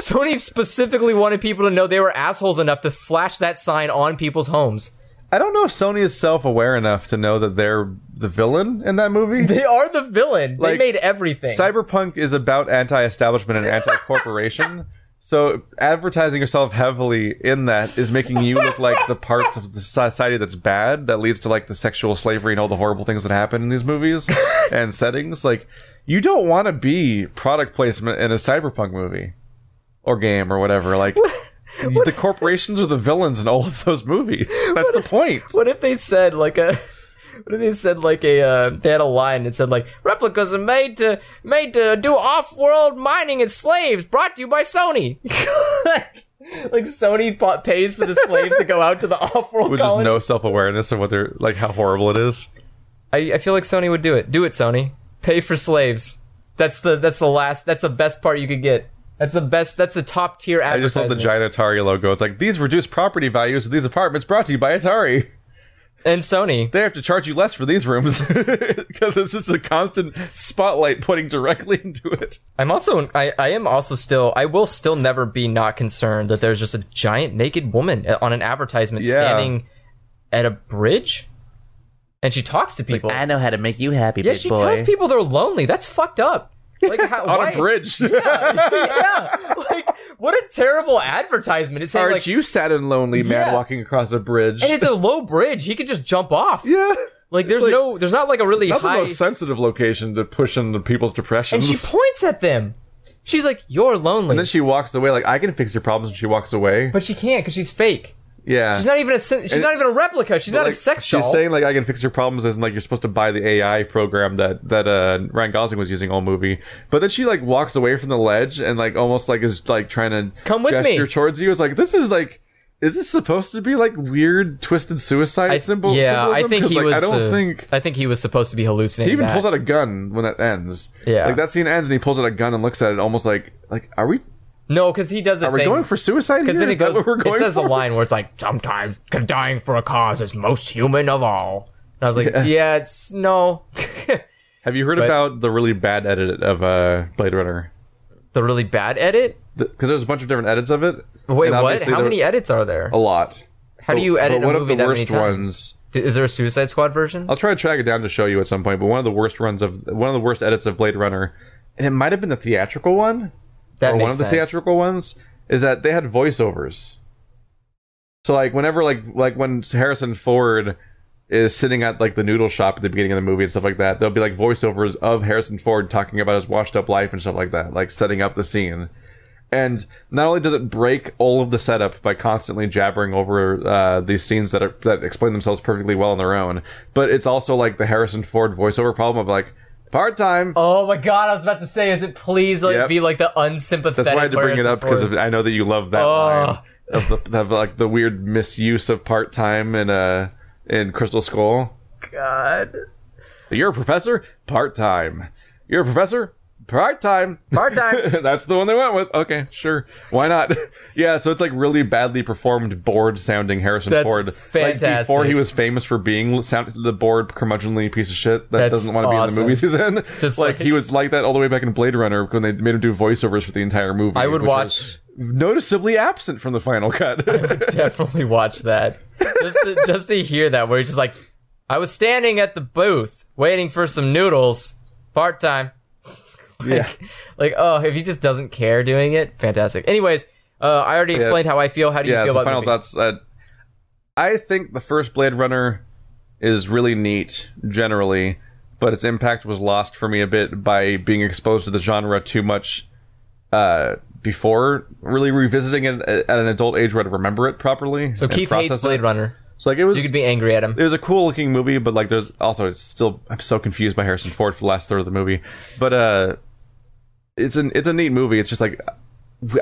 S1: Sony specifically wanted people to know they were assholes enough to flash that sign on people's homes.
S2: I don't know if Sony is self-aware enough to know that they're the villain in that movie.
S1: They are the villain. they
S2: Like,
S1: made everything.
S2: Cyberpunk is about anti-establishment and anti-corporation. so advertising yourself heavily in that is making you look like the parts of the society that's bad that leads to like the sexual slavery and all the horrible things that happen in these movies and settings. Like you don't want to be product placement in a cyberpunk movie or game or whatever. Like the corporations are the villains in all of those movies. That's the point.
S1: what if they said like a? What if they said like a? Uh, they had a line that said like replicas are made to made to do off-world mining and slaves. Brought to you by Sony. like Sony bought, pays for the slaves to go out to the off-world
S2: With just
S1: colony.
S2: no self-awareness of what they're like how horrible it is.
S1: I, I feel like Sony would do it. Do it, Sony. Pay for slaves. That's the that's the last. That's the best part you could get. That's the best. That's the top tier.
S2: I just love the giant Atari logo. It's like these reduced property values of these apartments brought to you by Atari.
S1: and Sony.
S2: They have to charge you less for these rooms because it's just a constant spotlight pointing directly into it.
S1: I'm also I, I am also still I will still never be not concerned that there's just a giant naked woman eh, on an advertisement
S2: Yeah.
S1: standing at a bridge and she talks to people.
S3: I know how to make you happy,
S1: yeah,
S3: big
S1: she
S3: boy.
S1: tells people they're lonely. That's fucked up. Like how,
S2: On
S1: why?
S2: a bridge.
S1: yeah. Like what a terrible advertisement. It's saying
S2: Aren't
S1: like
S2: you sad and lonely man
S1: Yeah.
S2: walking across a bridge?
S1: and it's a low bridge. He could just jump off.
S2: yeah.
S1: Like there's
S2: like-
S1: no there's not like a really
S2: Not the
S1: high
S2: most sensitive location to push into people's
S1: and
S2: depressions.
S1: she points at them. She's like, "You're lonely."
S2: And then she walks away like I can fix your problems and she walks away.
S1: but she can't cuz she's fake.
S2: yeah.
S1: She's not even a sin- she's not even a replica. She's not
S2: like,
S1: a sex doll.
S2: She's saying like I can fix your problems isn't like you're supposed to buy the AI program that that uh, Ryan Gosling was using all movie. But then she like walks away from the ledge and like almost like is like trying to
S1: Come with
S2: gesture
S1: me.
S2: towards you. It's like this is like is this supposed to be like weird twisted suicide
S1: I-
S2: symbol?
S1: Yeah, I
S2: symbolism?
S1: think
S2: 'Cause,
S1: he
S2: like,
S1: was.
S2: I don't
S1: uh,
S2: think.
S1: I think he was supposed to be hallucinating.
S2: He even
S1: that.
S2: pulls out a gun when that ends.
S1: Yeah.
S2: like that scene ends and he pulls out a gun and looks at it almost like like are we
S1: no, because he does the
S2: are we
S1: thing.
S2: going for suicide?
S1: because
S2: here?
S1: then it
S2: Is that
S1: goes.
S2: what we're
S1: It
S2: going
S1: says
S2: for?
S1: a line where it's like, "Sometimes dying for a cause is most human of all." And I was like, "Yeah, it's no."
S2: Have you heard about the really bad edit of uh, Blade Runner?
S1: the really bad edit.
S2: because there's a bunch of different edits of it.
S1: Wait,
S2: And
S1: what?
S2: obviously
S1: How
S2: there-
S1: many edits are there?
S2: A lot.
S1: How do you edit
S2: but one
S1: a movie
S2: of the
S1: that
S2: worst
S1: many times?
S2: ones? Uh,
S1: D- Is there a Suicide Squad version?
S2: I'll try to track it down to show you at some point. But one of the worst runs of one of the worst edits of Blade Runner, and it might have been the theatrical one
S1: that
S2: or
S1: makes
S2: one of the
S1: sense.
S2: theatrical ones, is that they had voiceovers. So like whenever like like when Harrison Ford is sitting at like the noodle shop at the beginning of the movie and stuff like that, there'll be like voiceovers of Harrison Ford talking about his washed up life and stuff like that, like setting up the scene. And not only does it break all of the setup by constantly jabbering over uh, these scenes that are that explain themselves perfectly well on their own, but it's also like the Harrison Ford voiceover problem of like part time.
S1: Oh my god! I was about to say, is it please like
S2: Yep.
S1: be like the unsympathetic?
S2: That's why I had to bring it
S1: Harrison
S2: up because
S1: Ford?
S2: I know that you love that
S1: Ugh.
S2: line of the of like the weird misuse of part time in uh in Crystal Skull.
S1: God.
S2: You're a professor, part time. You're a professor, part time.
S1: Part time.
S2: That's the one they went with. Okay, sure. Why not? yeah, so it's like really badly performed, bored sounding Harrison
S1: That's
S2: Ford. Like
S1: fantastic.
S2: before he was famous for being sound, the bored, curmudgeonly piece of shit that
S1: That's
S2: doesn't want to be in the
S1: awesome.
S2: movies he's in.
S1: Just
S2: like,
S1: like-
S2: he was like that all the way back in Blade Runner when they made him do voiceovers for the entire movie.
S1: I would
S2: which
S1: watch-
S2: was Noticeably absent from the final cut.
S1: Definitely watch that. Just to, just to hear that, where he's just like, I was standing at the booth waiting for some noodles, part time.
S2: yeah.
S1: Like, oh, if he just doesn't care doing it, fantastic. Anyways, uh, I already explained how I feel. How do you
S2: yeah,
S1: feel
S2: so
S1: about
S2: final
S1: the movie?
S2: thoughts. Uh, I think the first Blade Runner is really neat generally, but its impact was lost for me a bit by being exposed to the genre too much uh, before really revisiting it at at an adult age where I'd remember it properly.
S1: So Keith hates Blade Runner.
S2: So like it was
S1: You could be angry at him.
S2: it was a cool looking movie, but like there's also it's still I'm so confused by Harrison Ford for the last third of the movie. But uh it's an it's a neat movie. It's just like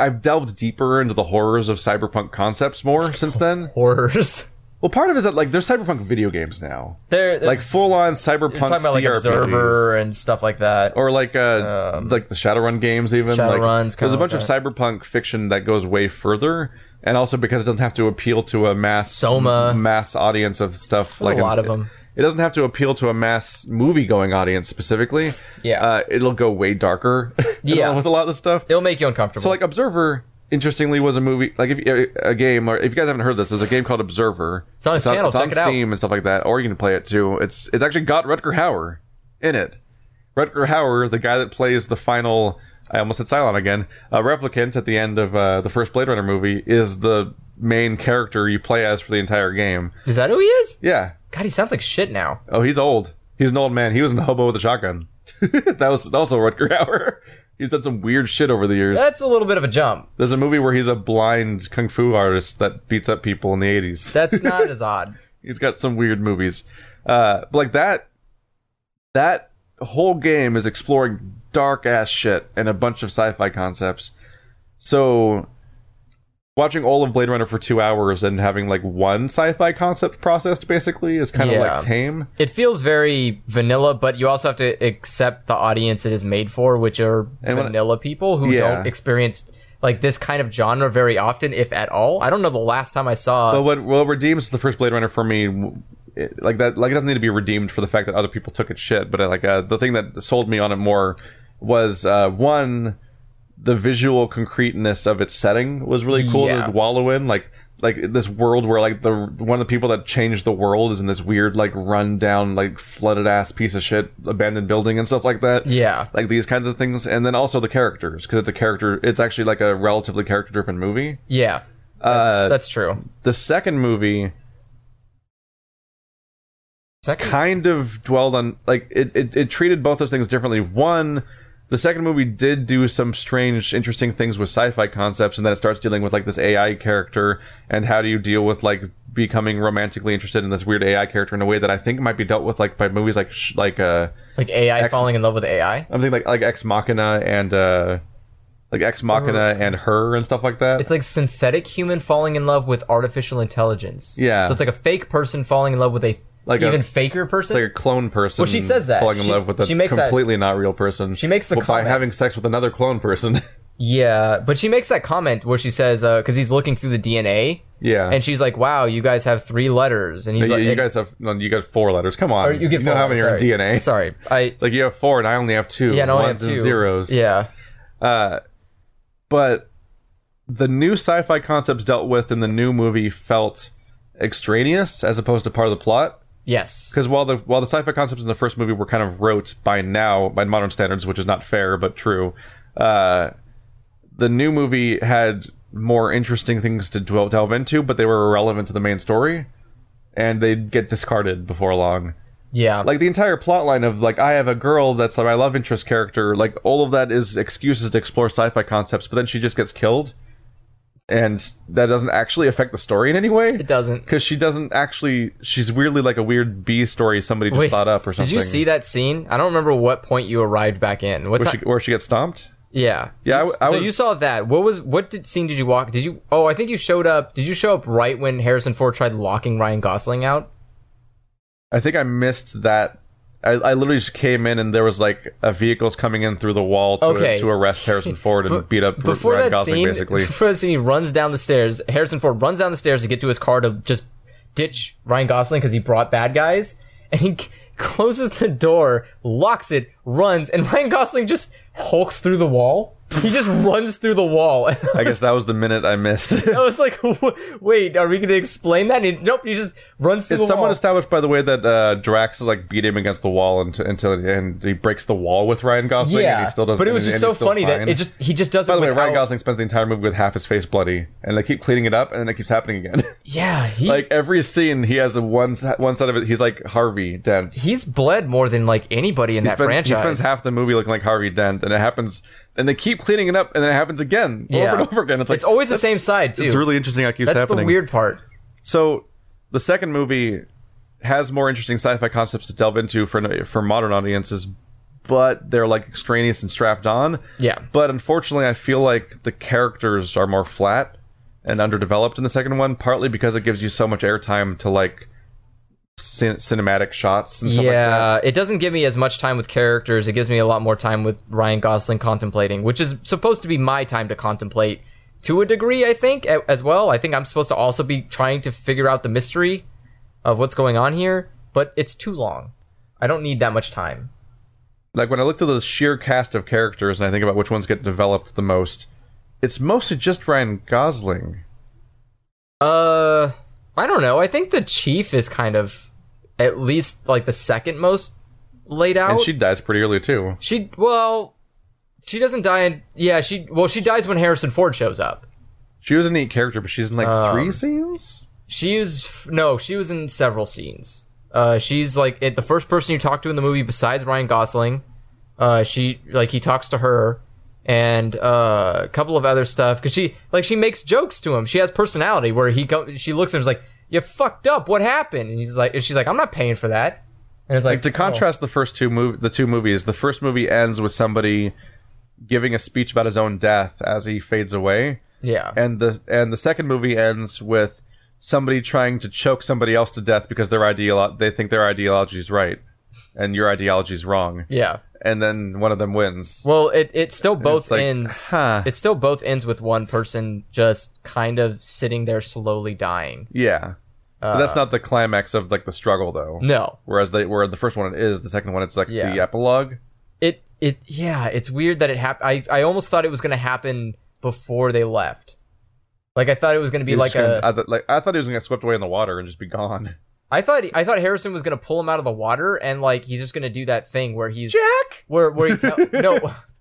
S2: I've delved deeper into the horrors of cyberpunk concepts more since then.
S1: Horrors.
S2: Well, part of it is that like there's cyberpunk video games now,
S1: They're,
S2: like full on cyberpunk
S1: You're talking about like
S2: CRPGs.
S1: Observer and stuff like that.
S2: or like uh like the Shadowrun games even like
S1: Um, Shadowruns,
S2: there's
S1: kinda
S2: a bunch
S1: like
S2: of cyberpunk fiction that goes way further and also because it doesn't have to appeal to a mass
S1: Soma.
S2: mass audience of stuff
S1: There's
S2: like
S1: a lot of 'em.
S2: it doesn't have to appeal to a mass movie going audience specifically
S1: Yeah.
S2: uh, it'll go way darker
S1: Yeah.
S2: with a lot of the stuff
S1: It'll make you uncomfortable.
S2: so like Observer, interestingly, was a movie like if, a game. Or if you guys haven't heard this, there's a game called Observer. It's
S1: on his channel,
S2: It's on
S1: check it out.
S2: Steam and stuff like that, or you can play it too. It's it's actually got Rutger Hauer in it. Rutger Hauer, the guy that plays the final. I almost said Cylon again. Uh, replicant at the end of uh, the first Blade Runner movie is the main character you play as for the entire game.
S1: is that who he is?
S2: Yeah.
S1: God, he sounds like shit now.
S2: Oh, he's old. He's an old man. He was in Hobo with a Shotgun. that was also Rutger Hauer. He's done some weird shit over the years.
S1: That's a little bit of a jump.
S2: There's a movie where he's a blind kung fu artist that beats up people in the 80s.
S1: That's not as odd.
S2: he's got some weird movies. Uh, but like that, that whole game is exploring dark ass shit and a bunch of sci fi concepts. So watching all of Blade Runner for two hours and having like one sci fi concept processed basically is kind of
S1: Yeah.
S2: like tame.
S1: It feels very vanilla, but you also have to accept the audience it is made for, which are
S2: when-
S1: vanilla people who
S2: Yeah.
S1: don't experience like this kind of genre very often, if at all. I don't know the last time I saw.
S2: But what what redeems the first Blade Runner for me, w- it- like that, like it doesn't need to be redeemed for the fact that other people took it shit. But uh, like uh, the thing that sold me on it more was uh, one, the visual concreteness of its setting was really cool
S1: Yeah.
S2: to wallow in, like. Like this world where like the one of the people that changed the world is in this weird like run down like flooded ass piece of shit abandoned building and stuff like that
S1: yeah,
S2: like these kinds of things and then also the characters because it's a character it's actually like a relatively character driven movie
S1: yeah, that's,
S2: Uh,
S1: that's true.
S2: the second movie
S1: Second,
S2: kind of dwelled on like it, it, it treated both those things differently one the second movie did do some strange interesting things with sci-fi concepts and then it starts dealing with like this ai character and how do you deal with like becoming romantically interested in this weird ai character in a way that i think might be dealt with like by movies like sh- like uh
S1: like AI falling in love with AI.
S2: i'm thinking like like ex machina and uh like ex machina and her and stuff like that
S1: Uh-huh. It's like synthetic human falling in love with artificial intelligence.
S2: Yeah.
S1: So it's like a fake person falling in love with a
S2: Like a-
S1: even faker person.
S2: like a clone person.
S1: Well, she says that.
S2: falling in
S1: She-
S2: love with a
S1: she makes that-
S2: completely not real person. She
S1: makes the
S2: well, by
S1: comment.
S2: having sex with another clone person.
S1: yeah, but she makes that comment where she says because he's looking through the DNA
S2: yeah,
S1: and she's like, "Wow, you guys have three letters," and he's
S2: you,
S1: like,
S2: you guys have no, you got four letters. Come on,
S1: or you get
S2: know
S1: four,
S2: how many are in
S1: sorry.
S2: DNA.
S1: Sorry, I
S2: Like you have four, and I only have two.
S1: yeah, no, I have
S2: Ones and
S1: two
S2: zeros.
S1: Yeah,
S2: but the new sci-fi concepts dealt with in the new movie felt extraneous as opposed to part of the plot.
S1: yes,
S2: Because while the while the sci-fi concepts in the first movie were kind of rote by now by modern standards, which is not fair but true, uh, the new movie had more interesting things to dwell, delve into, but they were irrelevant to the main story, and they'd get discarded before long.
S1: yeah,
S2: Like the entire plot line of like I have a girl that's like my love interest character, like all of that is excuses to explore sci-fi concepts, but then she just gets killed, and that doesn't actually affect the story in any way
S1: it doesn't.
S2: because she doesn't actually. She's weirdly like a weird B story somebody just
S1: Wait,
S2: thought up or
S1: Did
S2: something.
S1: you see that scene? I don't remember what point you arrived back in. What
S2: Where
S1: time?
S2: she, where she gets stomped?
S1: yeah,
S2: Yeah, I
S1: You-
S2: w- I
S1: so
S2: was-
S1: you saw that. What was what did, scene did you walk? Did you? Oh, I think you showed up. Did you show up right when Harrison Ford tried locking Ryan Gosling out?
S2: I think I missed that I, I literally just came in and there was like a vehicle's coming in through the wall to,
S1: Okay.
S2: to arrest Harrison Ford and beat up
S1: Before
S2: Ryan
S1: that
S2: Gosling
S1: scene,
S2: basically.
S1: before that scene, he runs down the stairs. Harrison Ford runs down the stairs to get to his car to just ditch Ryan Gosling because he brought bad guys, and he c- closes the door, locks it, runs, and Ryan Gosling just hulks through the wall. He just runs through the wall.
S2: I guess that was the minute I missed.
S1: I was like, "Wha- "Wait, are we going to explain that?" And he- nope, he just runs through
S2: It's
S1: the
S2: somewhat
S1: wall.
S2: established by the way that uh, Drax is like beat him against the wall until, until and he breaks the wall with Ryan Gosling
S1: yeah,
S2: and he still doesn't.
S1: but it was
S2: and-
S1: just
S2: and
S1: so
S2: he's still
S1: funny
S2: fine.
S1: that it just he just does
S2: By
S1: it
S2: the way,
S1: without.
S2: Ryan Gosling spends the entire movie with half his face bloody, and they keep cleaning it up, and then it keeps happening again.
S1: yeah, he
S2: like every scene, he has a one s- one side of it. He's like Harvey Dent. He
S1: he's bled more than like anybody in that
S2: spend-
S1: franchise.
S2: he spends half the movie looking like Harvey Dent, and it happens, and they keep cleaning it up, and then it happens again
S1: Yeah.
S2: over and over again. It's like
S1: It's always the
S2: that's-
S1: same side, too.
S2: It's really interesting how it keeps
S1: That's
S2: happening.
S1: the weird part.
S2: So the second movie has more interesting sci-fi concepts to delve into for for modern audiences, but they're like extraneous and strapped on.
S1: Yeah.
S2: But unfortunately, I feel like the characters are more flat and underdeveloped in the second one, partly because it gives you so much airtime to like cin- cinematic shots and stuff like that.
S1: yeah, it doesn't give me as much time with characters. It gives me a lot more time with Ryan Gosling contemplating, which is supposed to be my time to contemplate to a degree, I think, a- as well. I think I'm supposed to also be trying to figure out the mystery of what's going on here, but it's too long. I don't need that much time.
S2: like when I look through the sheer cast of characters and I think about which ones get developed the most, it's mostly just Ryan Gosling.
S1: Uh, I don't know. I think the chief is kind of at least like the second most laid out.
S2: And she dies pretty early too.
S1: She well, she doesn't die. In, yeah, she well she dies when Harrison Ford shows up.
S2: She was a neat character, but she's in like three
S1: Um,
S2: scenes.
S1: She is f- no, she was in several scenes. Uh, she's like it, the first person you talk to in the movie besides Ryan Gosling. Uh, she like he talks to her and uh, a couple of other stuff because she like she makes jokes to him. She has personality where he go, she looks at him and is like you fucked up. What happened? And he's like and she's like I'm not paying for that. And it's like, oh,
S2: To contrast the first two mov- the two movies, the first movie ends with somebody giving a speech about his own death as he fades away,
S1: oh, yeah,
S2: and the and the second movie ends with somebody trying to choke somebody else to death because their ideolo- they think their ideology is right and your ideology is wrong,
S1: yeah.
S2: and then one of them wins.
S1: Well, it it still both
S2: like,
S1: ends.
S2: huh.
S1: It still both ends with one person just kind of sitting there slowly dying.
S2: Yeah, but
S1: Uh.
S2: that's not the climax of like the struggle though.
S1: No,
S2: Whereas they where the first one it is, the second one it's like
S1: Mm. Yeah.
S2: the epilogue.
S1: it it yeah, it's weird that it happened. I I almost thought it was gonna happen before they left. Like I thought it was gonna be
S2: He's
S1: like
S2: just gonna-
S1: a.
S2: I th- like I thought he was gonna get swept away in the water and just be gone.
S1: I thought I thought Harrison was gonna pull him out of the water and like he's just gonna do that thing where he's
S2: Jack.
S1: where where he tell no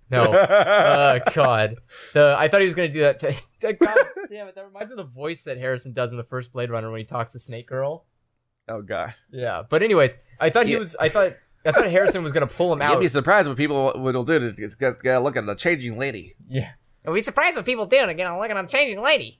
S1: no. Uh, God, the, I thought he was gonna do that. Thing. God damn it! That reminds me of the voice that Harrison does in the first Blade Runner when he talks to Snake Girl.
S2: oh god.
S1: Yeah, but anyways, I thought he
S2: Yeah.
S1: was. I thought I thought Harrison was gonna pull him out.
S2: surprised what people will do to just get, look at the changing lady.
S1: Yeah, and we'd surprised what people do. And again, I'm looking on changing lady.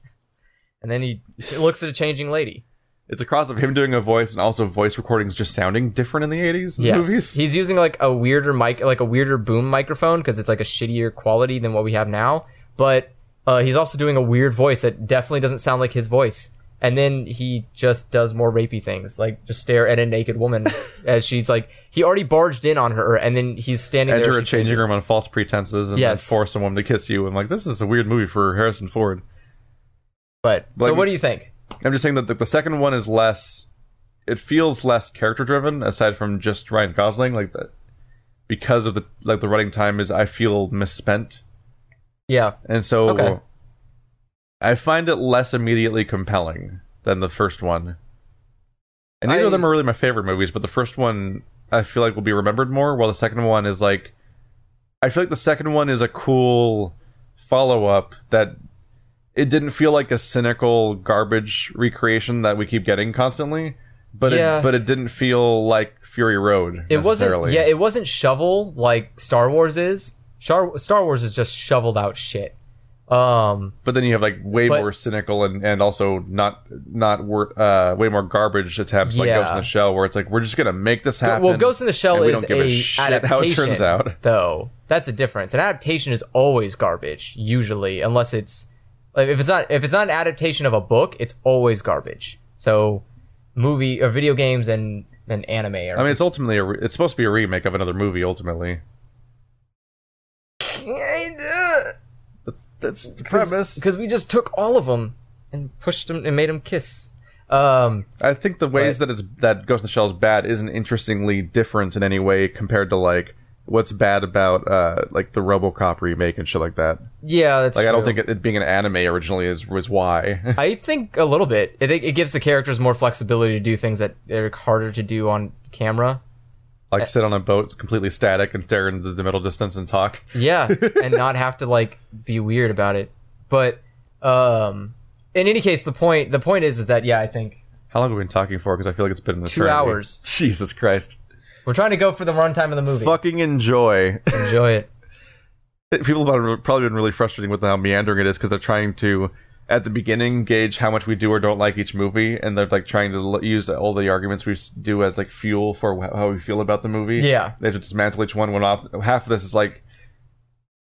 S1: And then he ch- looks at a changing lady.
S2: It's a cross of him doing a voice and also voice recordings just sounding different in the eighties
S1: Yes,
S2: movies.
S1: he's using like a weirder mic, like a weirder boom microphone because it's like a shittier quality than what we have now. But uh, he's also doing a weird voice that definitely doesn't sound like his voice. And then he just does more rapey things, like just stare at a naked woman as she's like he already barged in on her, and then he's standing there. as
S2: Enter a
S1: she
S2: changing
S1: changes.
S2: room on false pretenses and
S1: Yes.
S2: then force someone to kiss you. And like this is a weird movie for Harrison Ford.
S1: But so,
S2: Like-
S1: what do you think?
S2: I'm just saying that the, the second one is less. It feels less character driven, aside from just Ryan Gosling. Like that, because of the like the running time is I feel misspent.
S1: Yeah,
S2: And so
S1: Okay.
S2: I find it less immediately compelling than the first one. And neither
S1: I-
S2: of them are really my favorite movies, but the first one I feel like will be remembered more, while the second one is like I feel like the second one is a cool follow up that it didn't feel like a cynical garbage recreation that we keep getting constantly. But
S1: Yeah.
S2: it but it didn't feel like Fury Road.
S1: It wasn't.
S2: necessarily.
S1: Yeah, it wasn't shovel like Star Wars is. Star, Star Wars is just shoveled out shit. Um,
S2: but then you have like way
S1: But-
S2: more cynical and and also not not wor- uh way more garbage attempts like Ghost
S1: Yeah.
S2: in the Shell where it's like we're just gonna make this happen.
S1: well, Ghost in the Shell
S2: and we
S1: is
S2: don't give a,
S1: a
S2: shit
S1: adaptation,
S2: how it turns out.
S1: though. That's a difference. An adaptation is always garbage, usually, unless it's like if it's not if it's not an adaptation of a book, it's always garbage. So, movie or video games and an anime. Or
S2: I mean, it's ultimately a re- it's supposed to be a remake of another movie. Ultimately, that's that's the premise.
S1: because we just took all of them and pushed them and made them kiss. Um,
S2: I think the ways that it's that Ghost in the Shell is bad isn't interestingly different in any way compared to like what's bad about uh like the RoboCop remake and shit like that.
S1: yeah, that's
S2: Like I don't
S1: true.
S2: think it, it being an anime originally is was why.
S1: I think a little bit. I think it gives the characters more flexibility to do things that are harder to do on camera.
S2: like sit on a boat completely static and stare into the middle distance and talk.
S1: Yeah, and not have to like be weird about it. But um, in any case, the point the point is is that yeah, I think
S2: How long have we been talking for? Because I feel like it's been an
S1: Two
S2: eternity.
S1: hours.
S2: Jesus Christ!
S1: we're trying to go for the runtime of the movie.
S2: Fucking enjoy.
S1: Enjoy it.
S2: people have probably been really frustrating with how meandering it is because they're trying to at the beginning gauge how much we do or don't like each movie and they're like trying to l- use all the arguments we s- do as like fuel for wh- how we feel about the movie
S1: Yeah.
S2: they have to dismantle each one when off half of this is like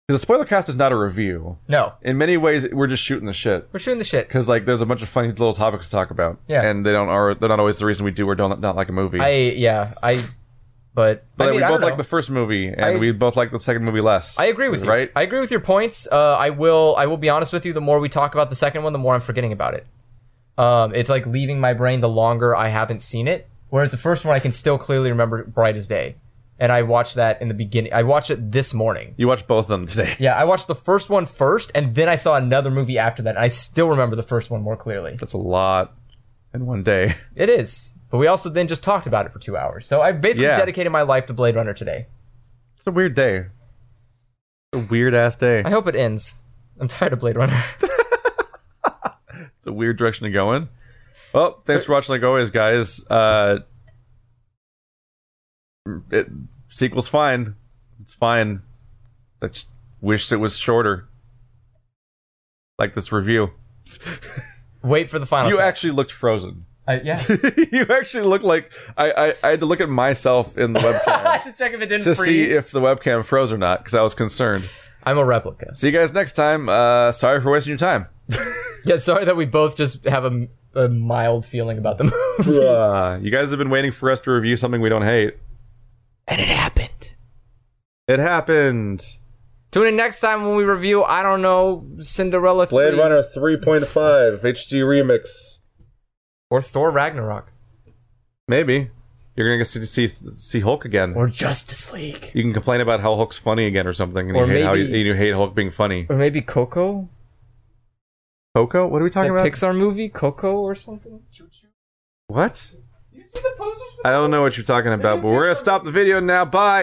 S2: 'cause the spoiler cast is not a review
S1: No,
S2: in many ways we're just shooting the shit
S1: we're shooting the shit.
S2: because like there's a bunch of funny little topics to talk about
S1: Yeah.
S2: and they don't are they're not always the reason we do or don't not like a movie
S1: I yeah I, but,
S2: but
S1: I mean
S2: we
S1: I
S2: both
S1: don't
S2: like
S1: know.
S2: the first movie and
S1: I-
S2: we both like the second movie less
S1: I agree with you.
S2: right
S1: I agree with your points. Uh, I will. I will be honest with you. The more we talk about the second one, the more I'm forgetting about it. Um, it's like leaving my brain the longer I haven't seen it. Whereas the first one, I can still clearly remember bright as day, and I watched that in the beginning. I watched it this morning.
S2: you watched both of them today
S1: Yeah, I watched the first one first, and then I saw another movie after that. And I still remember the first one more clearly.
S2: That's a lot in one day.
S1: It is, but we also then just talked about it for two hours. So I've basically
S2: Yeah.
S1: dedicated my life to Blade Runner today.
S2: It's a weird day. It's a weird ass day.
S1: I hope it ends. I'm tired of Blade Runner.
S2: It's a weird direction to go in. Well, thanks for watching like always, guys. Uh it, sequel's fine. It's fine. I just wished it was shorter. Like this review.
S1: Wait for the final.
S2: You
S1: cut.
S2: actually looked frozen.
S1: I- yeah.
S2: you actually looked like I, I, I had to look at myself in the
S1: I
S2: webcam
S1: had to check if it didn't
S2: to
S1: freeze.
S2: see if the webcam froze or not, because I was concerned.
S1: I'm a replica.
S2: See you guys next time. Uh, sorry for wasting your time.
S1: Yeah, sorry that we both just have a, a mild feeling about the movie.
S2: Uh, you guys have been waiting for us to review something we don't hate.
S1: And it happened.
S2: It happened.
S1: Tune in next time when we review, I don't know, Cinderella 3
S2: 3.5 HD remix.
S1: or Thor Ragnarok
S2: Maybe you're gonna get to see see Hulk again.
S1: or Justice League
S2: you can complain about how Hulk's funny again or something, and
S1: Or
S2: you hate how you,
S1: maybe-
S2: you hate Hulk being funny.
S1: or maybe Coco,
S2: Coco, what are we
S1: that
S2: talking about?
S1: Pixar movie, Coco or something.
S2: what?
S1: You see the posters for
S2: I don't know what you're talking about, but we're gonna stop the video now. Bye.